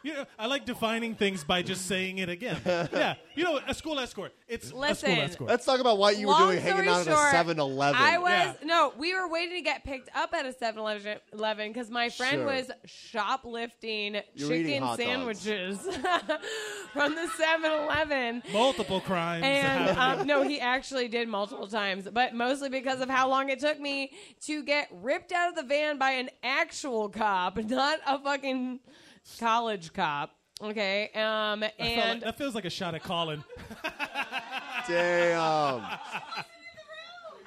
Speaker 1: You know, I like defining things by just saying it again. yeah, you know, a school oh, escort. It's a
Speaker 8: Listen,
Speaker 1: school escort.
Speaker 17: Let's talk about what you were
Speaker 8: Long
Speaker 17: doing hanging
Speaker 8: story
Speaker 17: out
Speaker 8: short,
Speaker 17: at a 7-Eleven.
Speaker 8: I was no, we were waiting to get picked up at a 7-Eleven because my friend
Speaker 17: Sure.
Speaker 8: was shoplifting
Speaker 1: You were eating
Speaker 8: chicken
Speaker 1: hot dogs.
Speaker 8: sandwiches from the 7-Eleven.
Speaker 1: Multiple crimes.
Speaker 8: And
Speaker 1: happening.
Speaker 8: um, no, he actually did multiple times, but mostly because of how long it took me to get ripped out of the van by an actual cop, not a fucking college cop. Okay, um,
Speaker 1: I felt like-
Speaker 8: and
Speaker 1: that feels like a shot at Colin. uh,
Speaker 17: Damn.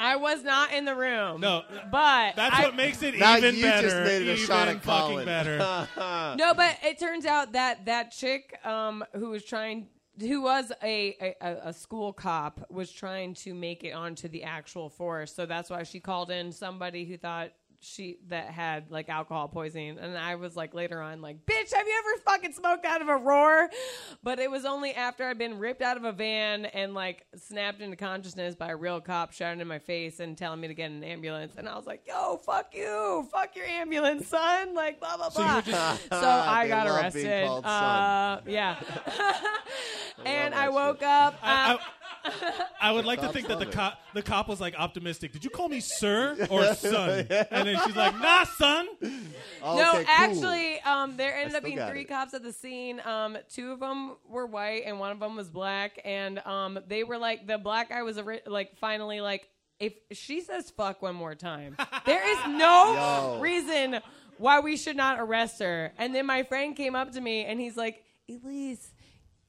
Speaker 8: I was not in the room.
Speaker 1: No,
Speaker 8: but
Speaker 1: that's
Speaker 8: I-
Speaker 1: what makes it
Speaker 17: Now
Speaker 1: even
Speaker 17: you just
Speaker 1: better.
Speaker 17: made it a
Speaker 1: even
Speaker 17: shot at
Speaker 1: fucking
Speaker 17: Colin.
Speaker 1: better.
Speaker 8: no, but it turns out that that chick um, who was trying, who was a, a a school cop, was trying to make it onto the actual force. So that's why she called in somebody who thought she that had like alcohol poisoning. And I was like later on like, bitch, have you ever fucking smoked out of a roar? But it was only after I'd been ripped out of a van and like snapped into consciousness by a real cop shouting in my face and telling me to get an ambulance. And I was like, yo, fuck you, fuck your ambulance, son. Like blah blah
Speaker 17: So you
Speaker 8: blah.
Speaker 17: were just-
Speaker 8: so I
Speaker 17: They
Speaker 8: got
Speaker 17: love being
Speaker 8: arrested.
Speaker 17: called
Speaker 8: uh,
Speaker 17: son.
Speaker 8: yeah. and I woke up. uh,
Speaker 1: I would like to
Speaker 8: cops
Speaker 1: think that the
Speaker 8: love it.
Speaker 1: cop, the cop was like optimistic. Did you call me sir or son? And then she's like, nah, son.
Speaker 17: Oh,
Speaker 8: no, actually, um, there ended
Speaker 1: still
Speaker 8: up being
Speaker 1: got
Speaker 8: three
Speaker 1: it.
Speaker 8: cops at the scene. Um, two of them were white, and one of them was black. And um, they were like, the black guy was ori- like, finally, like, if she says fuck one more time, there is no
Speaker 18: Yo.
Speaker 8: reason why we should not arrest her. And then my friend came up to me, and he's like, Elise,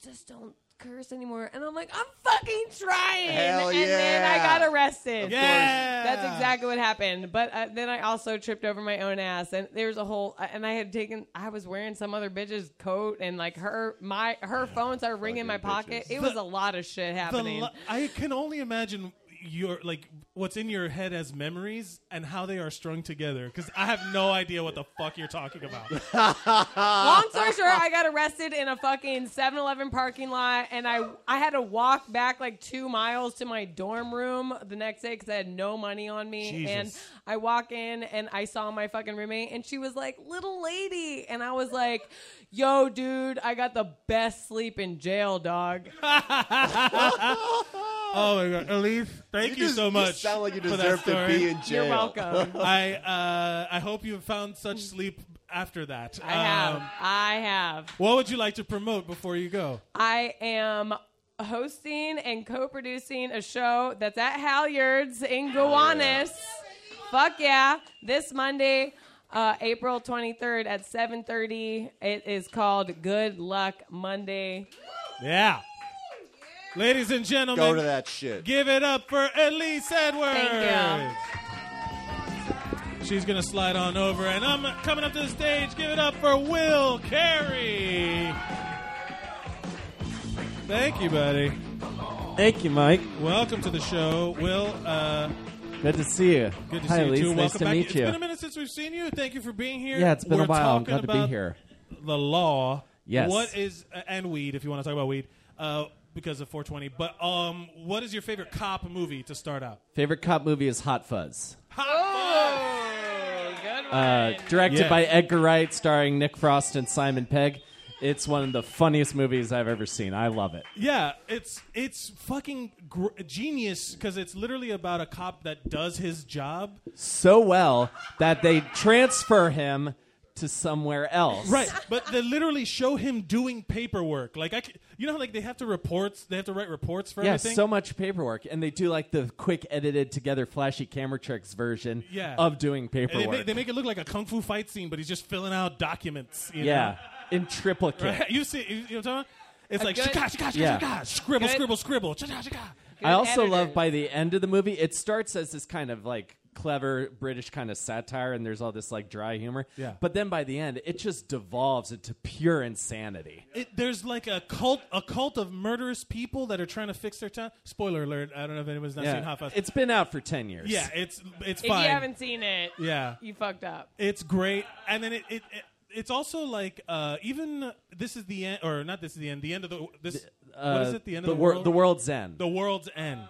Speaker 8: just don't curse anymore. And I'm like, I'm fucking trying.
Speaker 18: Hell
Speaker 8: and then I
Speaker 18: yeah.
Speaker 8: got arrested.
Speaker 18: Of course. Yeah.
Speaker 8: That's exactly what happened. But uh, then I also tripped over my own ass, and there was a whole. uh, And I had taken. I was wearing some other bitch's coat, and like her, my her phone started ringing in my pocket. It was a lot of shit
Speaker 1: The
Speaker 8: happening.
Speaker 1: lo- I can only imagine your like what's in your head as memories and how they are strung together because I have no idea what the fuck you're talking about. Uh,
Speaker 8: Long story short, I got arrested in a fucking 7-Eleven parking lot, and I I had to walk back like two miles to my dorm room the next day because I had no money on me.
Speaker 18: Jesus.
Speaker 8: And I walk in and I saw my fucking roommate, and she was like, "Little lady," and I was like, "Yo, dude, I got the best sleep in jail, dog."
Speaker 1: Oh my god, Elise, thank you,
Speaker 8: You des-
Speaker 1: so
Speaker 8: you
Speaker 1: much.
Speaker 8: sound like you
Speaker 1: for that
Speaker 8: deserve to
Speaker 1: story.
Speaker 8: be in You're jail. welcome.
Speaker 1: I uh, I hope you found such sleep after that.
Speaker 8: I have,
Speaker 1: Um,
Speaker 8: I have.
Speaker 1: What would you like to promote before you go?
Speaker 8: I am hosting and co-producing a show that's at Halyards in Gowanus. Fuck yeah! This Monday, uh, April 23rd at 7:30. It is called Good Luck Monday.
Speaker 1: Yeah. Ladies and gentlemen,
Speaker 17: Go to that shit.
Speaker 1: Give it up for Elise Edwards.
Speaker 8: Thank
Speaker 1: She's gonna slide on over, and I'm coming up to the stage. Give it up for Will Carey. Thank you, buddy.
Speaker 19: Thank you, Mike.
Speaker 1: Welcome to the show, Will. Uh,
Speaker 19: Good to see you.
Speaker 1: good to
Speaker 19: Hi,
Speaker 1: see
Speaker 19: Elise.
Speaker 1: you too.
Speaker 19: Nice
Speaker 1: Welcome
Speaker 19: to
Speaker 1: back.
Speaker 19: meet
Speaker 1: It's
Speaker 19: you.
Speaker 1: been a minute since we've seen you. Thank you for being here.
Speaker 19: Yeah, it's been a
Speaker 1: We're
Speaker 19: while. I'm
Speaker 1: talking
Speaker 19: glad to be
Speaker 1: about
Speaker 19: here.
Speaker 1: The law.
Speaker 19: Yes.
Speaker 1: What is uh, and weed? If you want to talk about weed, uh, because of 420. But um, what is your favorite cop movie to start out?
Speaker 19: Favorite cop movie is Hot Fuzz.
Speaker 20: Oh!
Speaker 19: Uh, directed
Speaker 1: Yes.
Speaker 19: by Edgar Wright, starring Nick Frost and Simon Pegg. It's one of the funniest movies I've ever seen. I love it.
Speaker 1: Yeah, it's it's fucking gr- genius because it's literally about a cop that does his job.
Speaker 19: So well that they transfer him to somewhere else.
Speaker 1: Right, but they literally show him doing paperwork. Like I, c- you know, how, like they have to reports. They have to write reports for
Speaker 19: yeah,
Speaker 1: everything.
Speaker 19: so much paperwork, and they do like the quick edited together, flashy camera tricks version
Speaker 1: yeah.
Speaker 19: of doing
Speaker 1: And they
Speaker 19: paperwork.
Speaker 1: ma- They, make it look like a kung fu fight scene, but he's just filling out documents. you
Speaker 19: yeah, in
Speaker 1: know?
Speaker 19: triplicate.
Speaker 1: Right? you see, you, you know what I'm talking about? It's
Speaker 19: A
Speaker 1: like
Speaker 19: good-
Speaker 1: shaka, shaka, shaka,
Speaker 19: Yeah.
Speaker 1: shaka, scribble,
Speaker 19: Good-
Speaker 1: scribble, scribble, shaka, shaka.
Speaker 19: I also love by the end of the movie, it starts as this kind of like clever British kind of satire, and there's all this like dry humor.
Speaker 1: Yeah.
Speaker 19: But then by the end, it just devolves into pure insanity.
Speaker 1: It, there's like a cult, a cult of murderous people that are trying to fix their town. Spoiler alert! I don't know if anyone's not seen Hot Fuzz.
Speaker 19: It's been out for 10 years.
Speaker 1: Yeah, it's it's
Speaker 8: if
Speaker 1: fine.
Speaker 8: you haven't seen it,
Speaker 1: Yeah.
Speaker 8: you fucked up.
Speaker 1: It's great, and then it, it, it it's also like uh, even this is the end, or not this is the end. The end of the this.
Speaker 19: uh,
Speaker 1: what is it? The end
Speaker 19: the
Speaker 1: of the
Speaker 19: wor-
Speaker 1: world.
Speaker 19: the world's end.
Speaker 1: The world's end.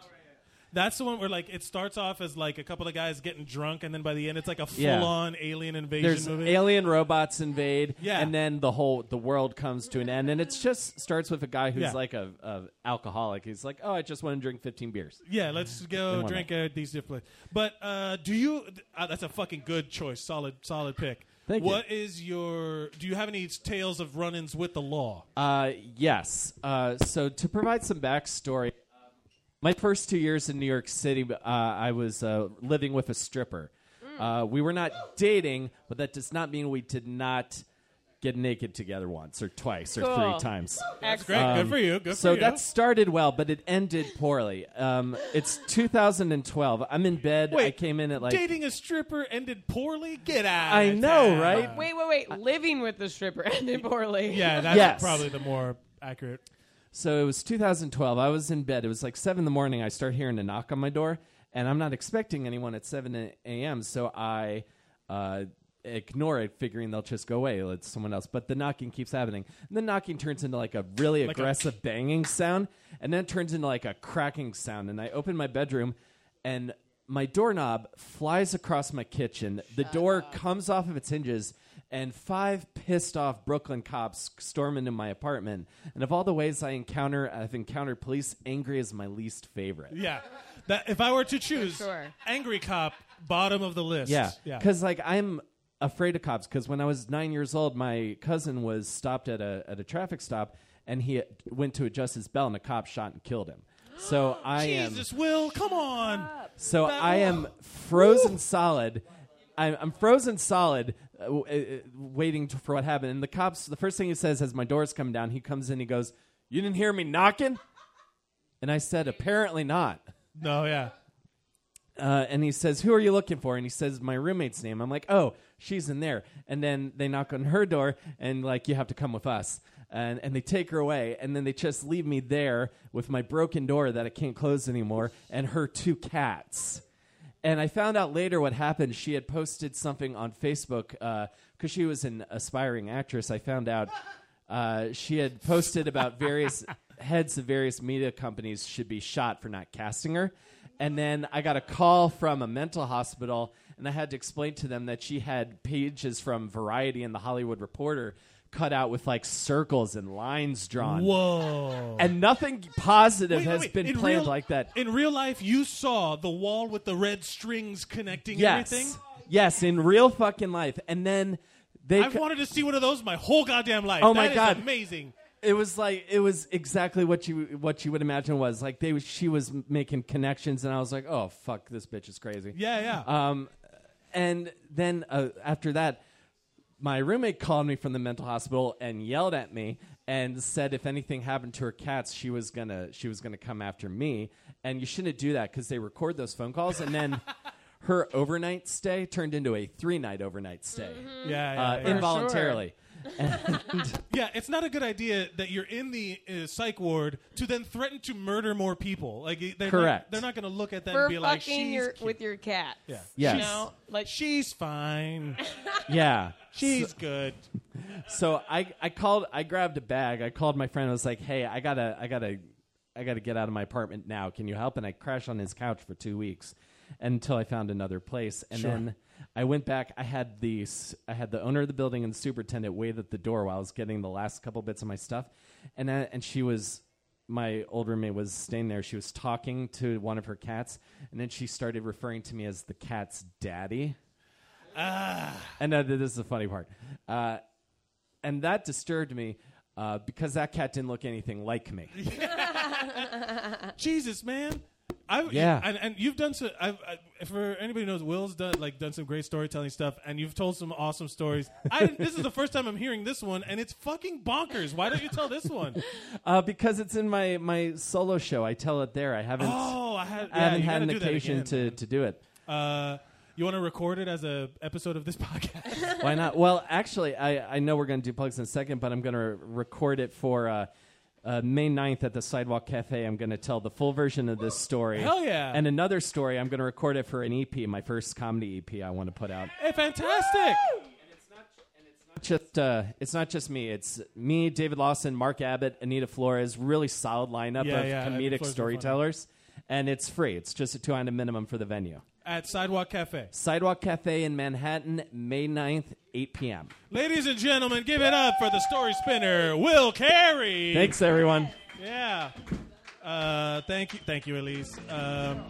Speaker 1: That's the one where like it starts off as like a couple of guys getting drunk, and then by the end it's like a full
Speaker 19: Yeah.
Speaker 1: on alien invasion
Speaker 19: There's
Speaker 1: movie.
Speaker 19: alien robots invade,
Speaker 1: Yeah.
Speaker 19: and then the whole the world comes to an end, and it just starts with a guy who's
Speaker 1: Yeah.
Speaker 19: like a, a alcoholic. He's like, "Oh, I just want to drink 15 beers."
Speaker 1: yeah, let's
Speaker 19: In
Speaker 1: go
Speaker 19: one
Speaker 1: drink at these different. But uh, do you? Uh, that's a fucking good choice. Solid, solid pick.
Speaker 19: Thank you.
Speaker 1: What is your? Do you have any tales of run-ins with the law?
Speaker 19: Uh, yes. Uh, so to provide some backstory, um, my first two years in New York City, uh, I was uh, living with a stripper.
Speaker 1: Mm.
Speaker 19: Uh, we were not dating, but that does not mean we did not get naked together once or twice or
Speaker 1: Cool.
Speaker 19: three times. Um,
Speaker 1: That's great. Good for you. Good
Speaker 19: so
Speaker 1: for you.
Speaker 19: that started well, but it ended poorly. Um, it's 2012. I'm in bed. I
Speaker 1: Wait,
Speaker 19: came in at like
Speaker 1: Dating a stripper ended poorly. Get out.
Speaker 19: I
Speaker 1: of
Speaker 19: know,
Speaker 1: town.
Speaker 19: right?
Speaker 8: Wait, wait, wait. Living with the stripper ended poorly.
Speaker 19: Yeah, that's Yes. probably
Speaker 1: the more accurate.
Speaker 19: So it was 2012. I was in bed. It was like 7 in the morning. I start hearing a knock on my door, and I'm not expecting anyone at 7 a- a.m., so I uh, ignore it, figuring they'll just go away. It's someone else. But the knocking keeps happening. And the knocking turns into like a really
Speaker 1: Like a-
Speaker 19: aggressive banging sound, and then it turns into like a cracking sound. And I open my bedroom, and my doorknob flies across my kitchen. the door comes off of its hinges, and five pissed off Brooklyn cops storm into my apartment. And of all the ways I encounter, I've encountered police. Angry is my least favorite.
Speaker 1: Yeah. That if I were to choose,
Speaker 8: sure.
Speaker 1: angry cop, bottom of the list.
Speaker 19: Yeah,
Speaker 1: Yeah.
Speaker 19: because like I'm afraid of cops. Because when I was nine years old, my cousin was stopped at a at a traffic stop, and he went to adjust his bell, and a cop shot and killed him. So I am.
Speaker 1: Jesus, Will, come on.
Speaker 19: So
Speaker 1: That
Speaker 19: I
Speaker 1: will-
Speaker 19: am frozen solid. I'm, I'm frozen solid, uh, w- uh, uh, waiting t- for what happened. And the cops, the first thing he says as my doors come down, he comes in, he goes, "You didn't hear me knocking?" And I said, "Apparently not."
Speaker 1: No, yeah.
Speaker 19: Uh, and he says, "Who are you looking for?" And he says, "My roommate's name." I'm like, "Oh, she's in there." And then they knock on her door, and like, "You have to come with us." And and they take her away, and then they just leave me there with my broken door that I can't close anymore, and her two cats. And I found out later what happened. She had posted something on Facebook because she was an aspiring actress. I found out uh, she had posted about various heads of various media companies should be shot for not casting her. And then I got a call from a mental hospital, and I had to explain to them that she had pages from Variety and The Hollywood Reporter cut out with like circles and lines drawn.
Speaker 1: Whoa.
Speaker 19: And nothing positive
Speaker 1: Wait, wait,
Speaker 19: has
Speaker 1: wait.
Speaker 19: been
Speaker 1: In
Speaker 19: planned
Speaker 1: real-
Speaker 19: like that.
Speaker 1: In real life, you saw the wall with the red strings connecting
Speaker 19: yes.
Speaker 1: everything.
Speaker 19: Yes, in real fucking life. And then they
Speaker 1: I've
Speaker 19: co-
Speaker 1: wanted to see one of those my whole goddamn life.
Speaker 19: Oh my
Speaker 1: That is
Speaker 19: God.
Speaker 1: amazing.
Speaker 19: it was like it was exactly what you what you would imagine was like they was she was m- making connections and I was like oh fuck this bitch is crazy
Speaker 1: Yeah,
Speaker 19: yeah um and then uh, after that my roommate called me from the mental hospital and yelled at me and said if anything happened to her cats she was gonna she was gonna come after me and you shouldn't do that because they record those phone calls and then. Her overnight stay turned into a three-night overnight stay,
Speaker 1: Mm-hmm. Yeah, yeah,
Speaker 19: uh,
Speaker 1: yeah. For
Speaker 19: involuntarily.
Speaker 1: Yeah, it's not a good idea that you're in the uh, psych ward to then threaten to murder more people. Like they're Not,
Speaker 19: Correct.
Speaker 1: they're not going to look at that
Speaker 8: For
Speaker 1: and be
Speaker 8: fucking
Speaker 1: like, "She's
Speaker 8: your,
Speaker 1: cute."
Speaker 8: with your cat.
Speaker 1: Yeah.
Speaker 19: Yes.
Speaker 8: You know, like
Speaker 1: she's fine.
Speaker 19: Yeah.
Speaker 1: She's
Speaker 19: So-
Speaker 1: good.
Speaker 19: So I, I called I grabbed a bag. I called my friend. I was like, "Hey, I got to I got to I got to get out of my apartment now. Can you help?" And I crashed on his couch for 2 weeks until I found another place. And
Speaker 13: Sure.
Speaker 19: then I went back. I had the s- I had the owner of the building and the superintendent wait at the door while I was getting the last couple bits of my stuff. And I, and she was my old roommate was staying there. She was talking to one of her cats, and then she started referring to me as the cat's daddy.
Speaker 1: Ah.
Speaker 19: And uh, th- this is the funny part. Uh, and that disturbed me uh, because that cat didn't look anything like me.
Speaker 1: Jesus, man. I,
Speaker 19: Yeah.
Speaker 1: and, and you've done some. I've, I, for anybody who knows, Will's done like done some great storytelling stuff, and you've told some awesome stories. I, this is the first time I'm hearing this one, and it's fucking bonkers. Why don't you tell this one?
Speaker 19: Uh, because it's in my, my solo show. I tell it there. I haven't,
Speaker 1: Oh, I had- yeah,
Speaker 19: haven't
Speaker 1: you
Speaker 19: had
Speaker 1: gotta
Speaker 19: an
Speaker 1: do that
Speaker 19: occasion
Speaker 1: again,
Speaker 19: to, to do it.
Speaker 1: Uh, you want to record it as a episode of this podcast?
Speaker 19: Why not? Well, actually, I, I know we're going to do plugs in a second, but I'm going to record it for uh, uh, May 9th at the Sidewalk Cafe. I'm going to tell the full version of this story.
Speaker 1: Hell yeah.
Speaker 19: And another story, I'm going to record E it for an EP, my first comedy EP I want to put out.
Speaker 1: Hey, fantastic!
Speaker 19: not just uh, it's not just me. It's me, David Lawson, Mark Abbott, Anita Flores. Really solid lineup
Speaker 1: Yeah,
Speaker 19: of
Speaker 1: yeah, Anita Flores
Speaker 19: comedic
Speaker 1: is funny.
Speaker 19: storytellers, and it's free. It's just a two item minimum for the venue.
Speaker 1: At Sidewalk Cafe.
Speaker 19: Sidewalk Cafe in Manhattan, May 9th, 8 p.m.
Speaker 1: Ladies and gentlemen, give it up for the story spinner, Will Carey.
Speaker 19: Thanks, everyone.
Speaker 1: Yeah. Uh, thank you, thank you, Elise. Um,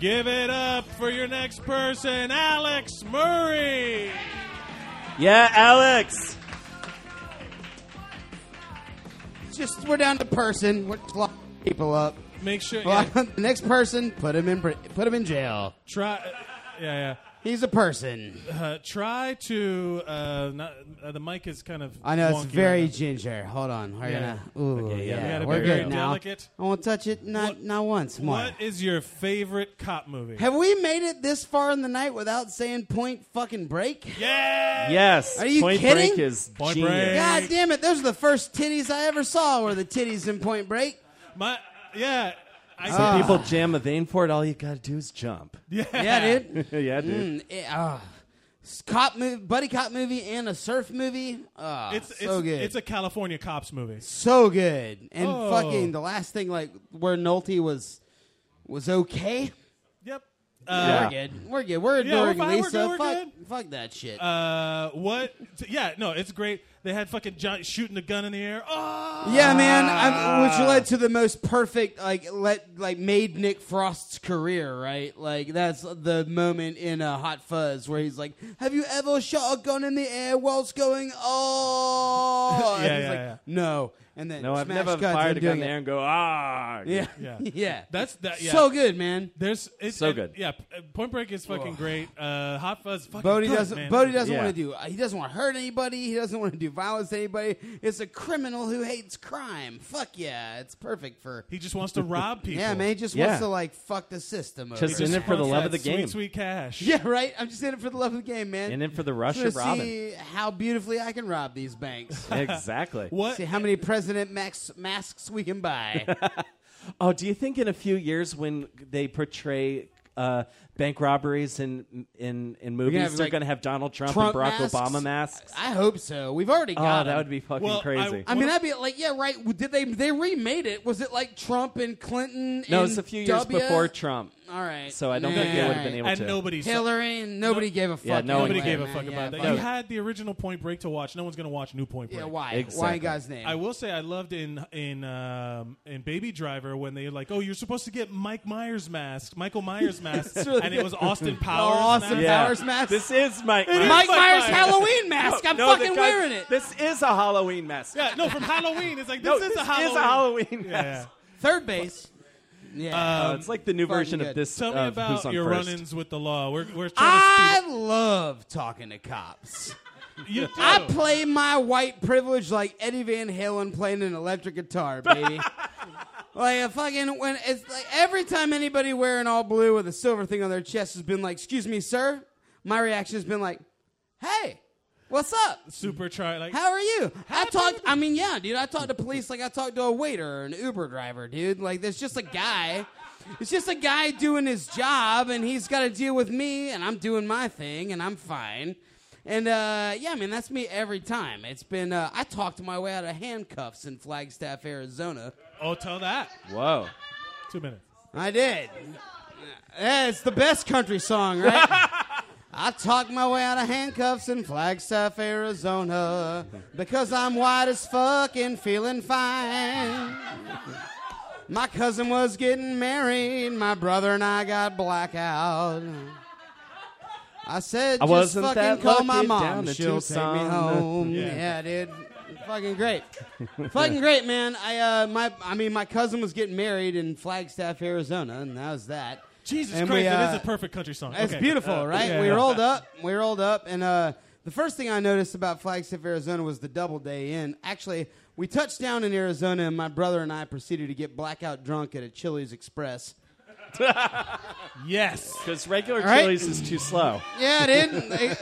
Speaker 1: give it up for your next person, Alex Murray.
Speaker 18: Yeah, Alex.
Speaker 20: Just we're down to person. We're just locking people up.
Speaker 1: Make sure.
Speaker 20: Well,
Speaker 1: yeah.
Speaker 20: the next person, put him in. pri- Put him in jail.
Speaker 1: Try. uh, Yeah, yeah.
Speaker 20: He's a person.
Speaker 1: Uh, try to. Uh, not, uh, the mic is kind of.
Speaker 20: I know it's
Speaker 1: wonky
Speaker 20: very
Speaker 1: right
Speaker 20: ginger. Hold on, we're
Speaker 1: Yeah.
Speaker 20: gonna. Ooh,
Speaker 1: Okay, yeah,
Speaker 20: yeah,
Speaker 1: we gotta
Speaker 20: we're
Speaker 1: be
Speaker 20: good
Speaker 1: very
Speaker 20: now.
Speaker 1: delicate.
Speaker 20: I won't touch it. Not not once
Speaker 1: now.
Speaker 20: more.
Speaker 1: What is your favorite cop movie?
Speaker 20: Have we made it this far in the night without saying Point Fucking Break?
Speaker 1: Yeah.
Speaker 19: Yes.
Speaker 20: Are you
Speaker 19: Point
Speaker 20: kidding?
Speaker 19: Break is
Speaker 1: Point
Speaker 19: genius.
Speaker 1: Break.
Speaker 20: God damn it! Those are the first titties I ever saw. Were the titties in Point Break?
Speaker 1: My yeah. I
Speaker 19: Some people jam a vein for it. All you gotta do is jump.
Speaker 1: Yeah,
Speaker 20: Yeah, dude.
Speaker 19: yeah, dude.
Speaker 20: Mm, eh, ah. S- cop movie, buddy cop movie, and a surf movie. Ah,
Speaker 1: it's
Speaker 20: so
Speaker 1: it's,
Speaker 20: good.
Speaker 1: it's a California cops movie.
Speaker 20: so good. And
Speaker 1: Oh.
Speaker 20: fucking the last thing, like where Nolte was, was okay.
Speaker 1: Yep.
Speaker 20: Yeah,
Speaker 1: Uh,
Speaker 20: we're good. We're good. We're
Speaker 1: Yeah, we're
Speaker 20: adoring
Speaker 1: fine, we're
Speaker 20: Lisa.
Speaker 1: good, we're
Speaker 20: fuck,
Speaker 1: good.
Speaker 20: fuck that shit.
Speaker 1: Uh, what? Yeah, no, it's great. They had fucking John shooting the gun in the air. Ah! Oh,
Speaker 20: yeah, man. I'm,
Speaker 19: Ah.
Speaker 20: which led to the most perfect, like, let like made Nick Frost's career, right? Like that's the moment in uh, Hot Fuzz where he's like, "Have you ever shot a gun in the air whilst going oh?"
Speaker 19: Yeah,
Speaker 20: and he's
Speaker 19: yeah,
Speaker 20: like,
Speaker 19: yeah.
Speaker 20: No, and then
Speaker 19: No, I've
Speaker 20: smash
Speaker 19: never
Speaker 20: cuts,
Speaker 19: fired
Speaker 20: him
Speaker 19: a gun
Speaker 20: doing
Speaker 19: in the
Speaker 20: it.
Speaker 19: air and go ah.
Speaker 20: Yeah.
Speaker 1: Yeah.
Speaker 20: Yeah.
Speaker 1: That's that. Yeah.
Speaker 20: So good, man.
Speaker 1: There's it's,
Speaker 19: So
Speaker 1: it-
Speaker 19: good.
Speaker 1: Yeah, P- uh, Point Break is fucking
Speaker 20: Ugh.
Speaker 1: great. Uh, Hot Fuzz fucking.
Speaker 20: Bodie
Speaker 1: good,
Speaker 20: doesn't.
Speaker 1: man.
Speaker 20: Bodie doesn't want to do. uh, He doesn't want to hurt anybody. He doesn't want to do violence to anybody. It's a criminal who hates crime. Fuck yeah, it's perfect for.
Speaker 1: He just wants to rob people.
Speaker 20: Yeah, man. He just
Speaker 1: Yeah.
Speaker 20: wants to like fuck the system. Over.
Speaker 19: Just He in just it for the wants love of that the sweet, game.
Speaker 1: sweet cash.
Speaker 20: Yeah, right. I'm just in it for the love of the game, man.
Speaker 19: In it for the rush
Speaker 20: Just
Speaker 19: of
Speaker 20: wanna
Speaker 19: robbing.
Speaker 20: See how beautifully I can rob these banks.
Speaker 19: Exactly. What-
Speaker 20: See how many president max masks we can buy. Mm.
Speaker 19: oh, do you think in a few years when they portray uh, bank robberies in in in movies,
Speaker 20: have,
Speaker 19: they're
Speaker 20: like,
Speaker 19: going to have Donald Trump,
Speaker 20: Trump
Speaker 19: and Barack
Speaker 20: masks?
Speaker 19: Obama masks?
Speaker 20: I hope so. We've already
Speaker 19: Oh,
Speaker 20: got.
Speaker 19: that
Speaker 20: 'em.
Speaker 19: would be fucking Well, I- crazy.
Speaker 20: I, mean, I'd be like, yeah, right. Did they they remade it? Was it like Trump and Clinton?
Speaker 19: No,
Speaker 20: and
Speaker 19: it's a few years
Speaker 20: W?
Speaker 19: before Trump.
Speaker 20: All right.
Speaker 19: So I don't think they
Speaker 20: Nah.
Speaker 19: would have been able to.
Speaker 20: Hillary and nobody gave a fuck.
Speaker 19: Yeah, no one
Speaker 1: nobody gave
Speaker 19: cared.
Speaker 1: a fuck
Speaker 19: Yeah,
Speaker 1: about that.
Speaker 19: fuck
Speaker 1: You
Speaker 19: it.
Speaker 1: had the original Point Break to watch. No one's gonna watch New Point Break.
Speaker 20: Yeah, why? Why in Exactly. God's name?
Speaker 1: I will say I loved in in um, in Baby Driver when they were like, oh, you're supposed to get Mike Myers mask, Michael Myers mask,
Speaker 19: It's really
Speaker 1: and it
Speaker 19: good.
Speaker 1: was Austin
Speaker 19: Oh,
Speaker 1: Powers.
Speaker 19: Austin
Speaker 1: mask.
Speaker 19: Powers mask? This is Mike
Speaker 1: It is
Speaker 19: Myers. Mike Myers
Speaker 20: Halloween mask. I'm
Speaker 19: No, the
Speaker 20: fucking
Speaker 19: guy-
Speaker 20: wearing it.
Speaker 19: This is a Halloween mask.
Speaker 1: Yeah, no, from Halloween. It's like this
Speaker 19: No,
Speaker 1: is
Speaker 19: this
Speaker 1: a
Speaker 19: is a
Speaker 1: Halloween.
Speaker 19: Halloween
Speaker 1: Yeah.
Speaker 19: mask.
Speaker 20: Third base. Yeah.
Speaker 19: Uh, it's like the new
Speaker 20: Fucking
Speaker 19: version of
Speaker 20: good.
Speaker 19: this.
Speaker 1: Um, Tell me
Speaker 19: of
Speaker 1: about
Speaker 19: who's on
Speaker 1: your
Speaker 19: first.
Speaker 1: run-ins with the law. We're we're trying
Speaker 20: I love talking to cops.
Speaker 1: You do.
Speaker 20: I play my white privilege like Eddie Van Halen playing an electric guitar, baby. like a fucking when it's like every time anybody wearing all blue with a silver thing on their chest has been like, "Excuse me, sir," my reaction has been like, "Hey, what's up?"
Speaker 1: to super try like
Speaker 20: How are you? I talked. I mean, yeah, dude. I talked to police like I talked to a waiter or an Uber driver, dude. Like, there's just a guy. It's just a guy doing his job, and he's got to deal with me, and I'm doing my thing, and I'm fine. And uh, yeah, I mean, that's me every time. It's been. Uh, I talked my way out of handcuffs in Flagstaff, Arizona.
Speaker 1: Oh, tell that.
Speaker 19: Whoa.
Speaker 1: Two minutes.
Speaker 20: I did. Yeah, it's the best country song, right? I talked my way out of handcuffs in Flagstaff, Arizona, because I'm white as fuck and feeling fine. My cousin was getting married, my brother and I got blackout. I said,
Speaker 19: I
Speaker 20: just
Speaker 19: wasn't
Speaker 20: fucking
Speaker 19: that
Speaker 20: call my
Speaker 19: lucky
Speaker 20: mom,
Speaker 19: down in
Speaker 20: she'll take me
Speaker 19: Tucson.
Speaker 20: home.
Speaker 19: Yeah.
Speaker 20: yeah dude, fucking great. Fucking great, man. I uh, my I mean, my cousin was getting married in Flagstaff, Arizona, and that was that.
Speaker 1: Jesus
Speaker 20: And
Speaker 1: Christ,
Speaker 20: we,
Speaker 1: that
Speaker 20: uh,
Speaker 1: is a perfect country song.
Speaker 20: It's
Speaker 1: Okay.
Speaker 20: beautiful,
Speaker 1: Uh,
Speaker 20: right?
Speaker 1: yeah,
Speaker 20: we
Speaker 1: yeah.
Speaker 20: rolled up. We rolled up, and uh, the first thing I noticed about Flagstaff, Arizona, was the Doubleday Inn. Actually, we touched down in Arizona, and my brother and I proceeded to get blackout drunk at a Chili's Express.
Speaker 1: yes,
Speaker 19: because regular
Speaker 20: All right.
Speaker 19: Chili's is too slow.
Speaker 20: Yeah, dude. They-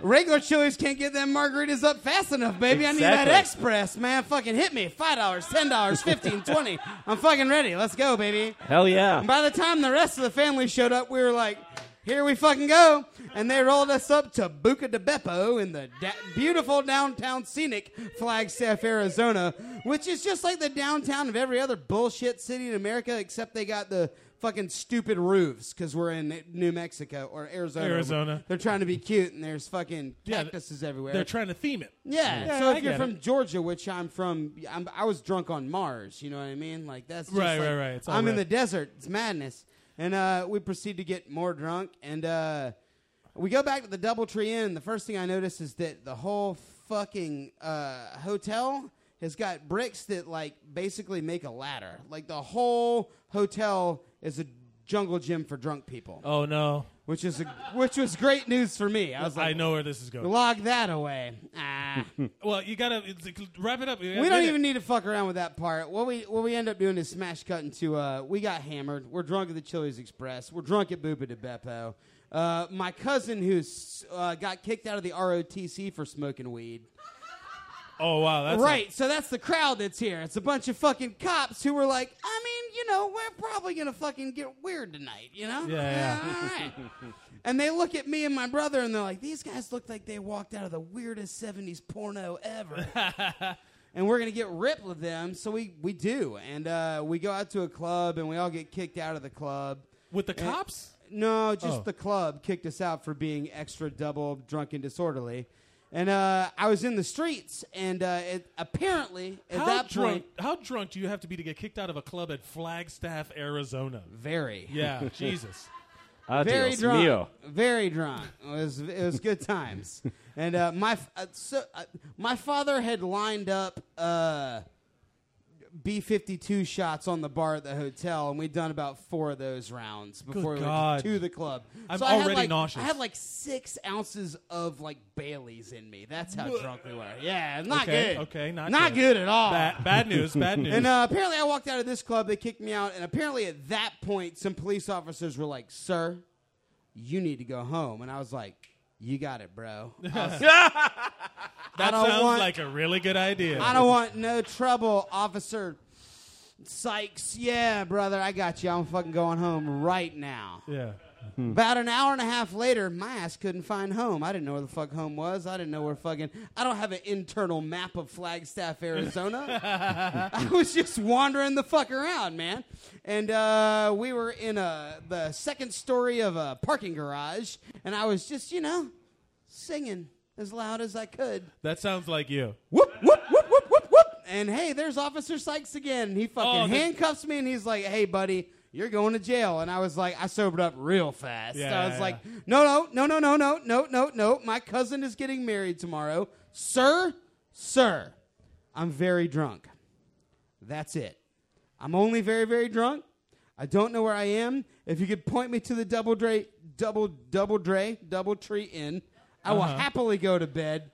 Speaker 20: regular Chili's can't get them margaritas up fast enough, baby. I need that
Speaker 19: Exactly.
Speaker 20: express, man. Fucking hit me. Five dollars, ten dollars, fifteen, twenty. I'm fucking ready. Let's go, baby.
Speaker 19: Hell yeah.
Speaker 20: And by the time the rest of the family showed up, we were like, here we fucking go. And they rolled us up to Buca de Beppo in the da- beautiful downtown scenic Flagstaff, Arizona, which is just like the downtown of every other bullshit city in America, except they got the fucking stupid roofs because we're in New Mexico or Arizona.
Speaker 1: Arizona.
Speaker 20: They're trying to be cute and there's fucking
Speaker 1: Yeah,
Speaker 20: cactuses everywhere.
Speaker 1: They're trying to theme it.
Speaker 20: Yeah. so
Speaker 1: I
Speaker 20: if you're
Speaker 1: get
Speaker 20: from
Speaker 1: it.
Speaker 20: Georgia, which I'm from, I'm, I was drunk on Mars. You know what I mean? Like that's just
Speaker 1: Right,
Speaker 20: like,
Speaker 1: right, right. It's all
Speaker 20: I'm in
Speaker 1: red.
Speaker 20: the desert. It's madness. And uh, we proceed to get more drunk, and uh, we go back to the DoubleTree Inn. The first thing I notice is that the whole fucking uh, hotel has got bricks that like basically make a ladder. Like the whole hotel is a jungle gym for drunk people.
Speaker 1: Oh no.
Speaker 20: Which is a, which was great news for me. I was like,
Speaker 1: I know where this is going.
Speaker 20: Log that away. Ah.
Speaker 1: Well, you gotta it's, wrap it up. You gotta
Speaker 20: we
Speaker 1: get
Speaker 20: don't
Speaker 1: it.
Speaker 20: even need to fuck around with that part. What we what we end up doing is smash cut into uh we got hammered. We're drunk at the Chili's Express. We're drunk at Booba de Beppo. Uh, my cousin who's uh, got kicked out of the ROTC for smoking weed.
Speaker 1: Oh wow, that's a-
Speaker 20: right, so that's the crowd that's here. It's a bunch of fucking cops who were like, I mean, you know, we're probably gonna fucking get weird tonight, you know?
Speaker 1: yeah.
Speaker 20: all right. And they look at me and my brother and they're like, these guys look like they walked out of the weirdest 70s porno ever. and we're going to get ripped with them. So we, we do. And uh, we go out to a club and we all get kicked out of the club.
Speaker 1: With the
Speaker 20: And-
Speaker 1: cops?
Speaker 20: No, just
Speaker 1: Oh.
Speaker 20: the club kicked us out for being extra double drunk and disorderly. And uh, I was in the streets, and uh, it, apparently at
Speaker 1: how
Speaker 20: that
Speaker 1: drunk?
Speaker 20: point,
Speaker 1: how drunk do you have to be to get kicked out of a club at Flagstaff, Arizona?
Speaker 20: Very. Uh,
Speaker 1: Yeah. Jesus.
Speaker 20: very drunk, very drunk. It was it was good times. and uh, my f- uh, so, uh, my father had lined up uh, B fifty two shots on the bar at the hotel, and we'd done about four of those rounds before we
Speaker 1: God.
Speaker 20: went to the club.
Speaker 1: I'm
Speaker 20: so I had,
Speaker 1: already
Speaker 20: like-
Speaker 1: nauseous.
Speaker 20: I had like six ounces of like Bailey's in me. That's how
Speaker 1: Wha-
Speaker 20: drunk we were. Yeah, not
Speaker 1: Okay,
Speaker 20: good.
Speaker 1: okay, not good.
Speaker 20: good. at all.
Speaker 1: Ba- bad news, bad news.
Speaker 20: And uh, apparently, I walked out of this club. They kicked me out, and apparently, at that point, some police officers were like, "Sir, you need to go home." And I was like, "You got it, bro." I was- I
Speaker 1: that
Speaker 20: don't
Speaker 1: sounds
Speaker 20: want-
Speaker 1: like a really good idea.
Speaker 20: I don't want no trouble, Officer Sykes. Yeah, brother, I got you. I'm fucking going home right now.
Speaker 1: Yeah.
Speaker 20: About an hour and a half later, my ass couldn't find home. I didn't know where the fuck home was. I didn't know where fucking. I don't have an internal map of Flagstaff, Arizona. I was just wandering the fuck around, man. And uh, we were in a, the second story of a parking garage, and I was just, you know, singing as loud as I could.
Speaker 1: That sounds like you.
Speaker 20: And hey, there's Officer Sykes again. He fucking
Speaker 1: Oh, the-
Speaker 20: handcuffs me and he's like, hey, buddy, you're going to jail. And I was like, I sobered up real fast.
Speaker 1: Yeah,
Speaker 20: I was
Speaker 1: yeah,
Speaker 20: like, no, no, no, no, no, no, no, no, no. My cousin is getting married tomorrow. Sir, sir, I'm very drunk. That's it. I'm only very, very drunk. I don't know where I am. If you could point me to the double dre, double, double dre, double tree inn, I will
Speaker 1: Uh-huh.
Speaker 20: happily go to bed.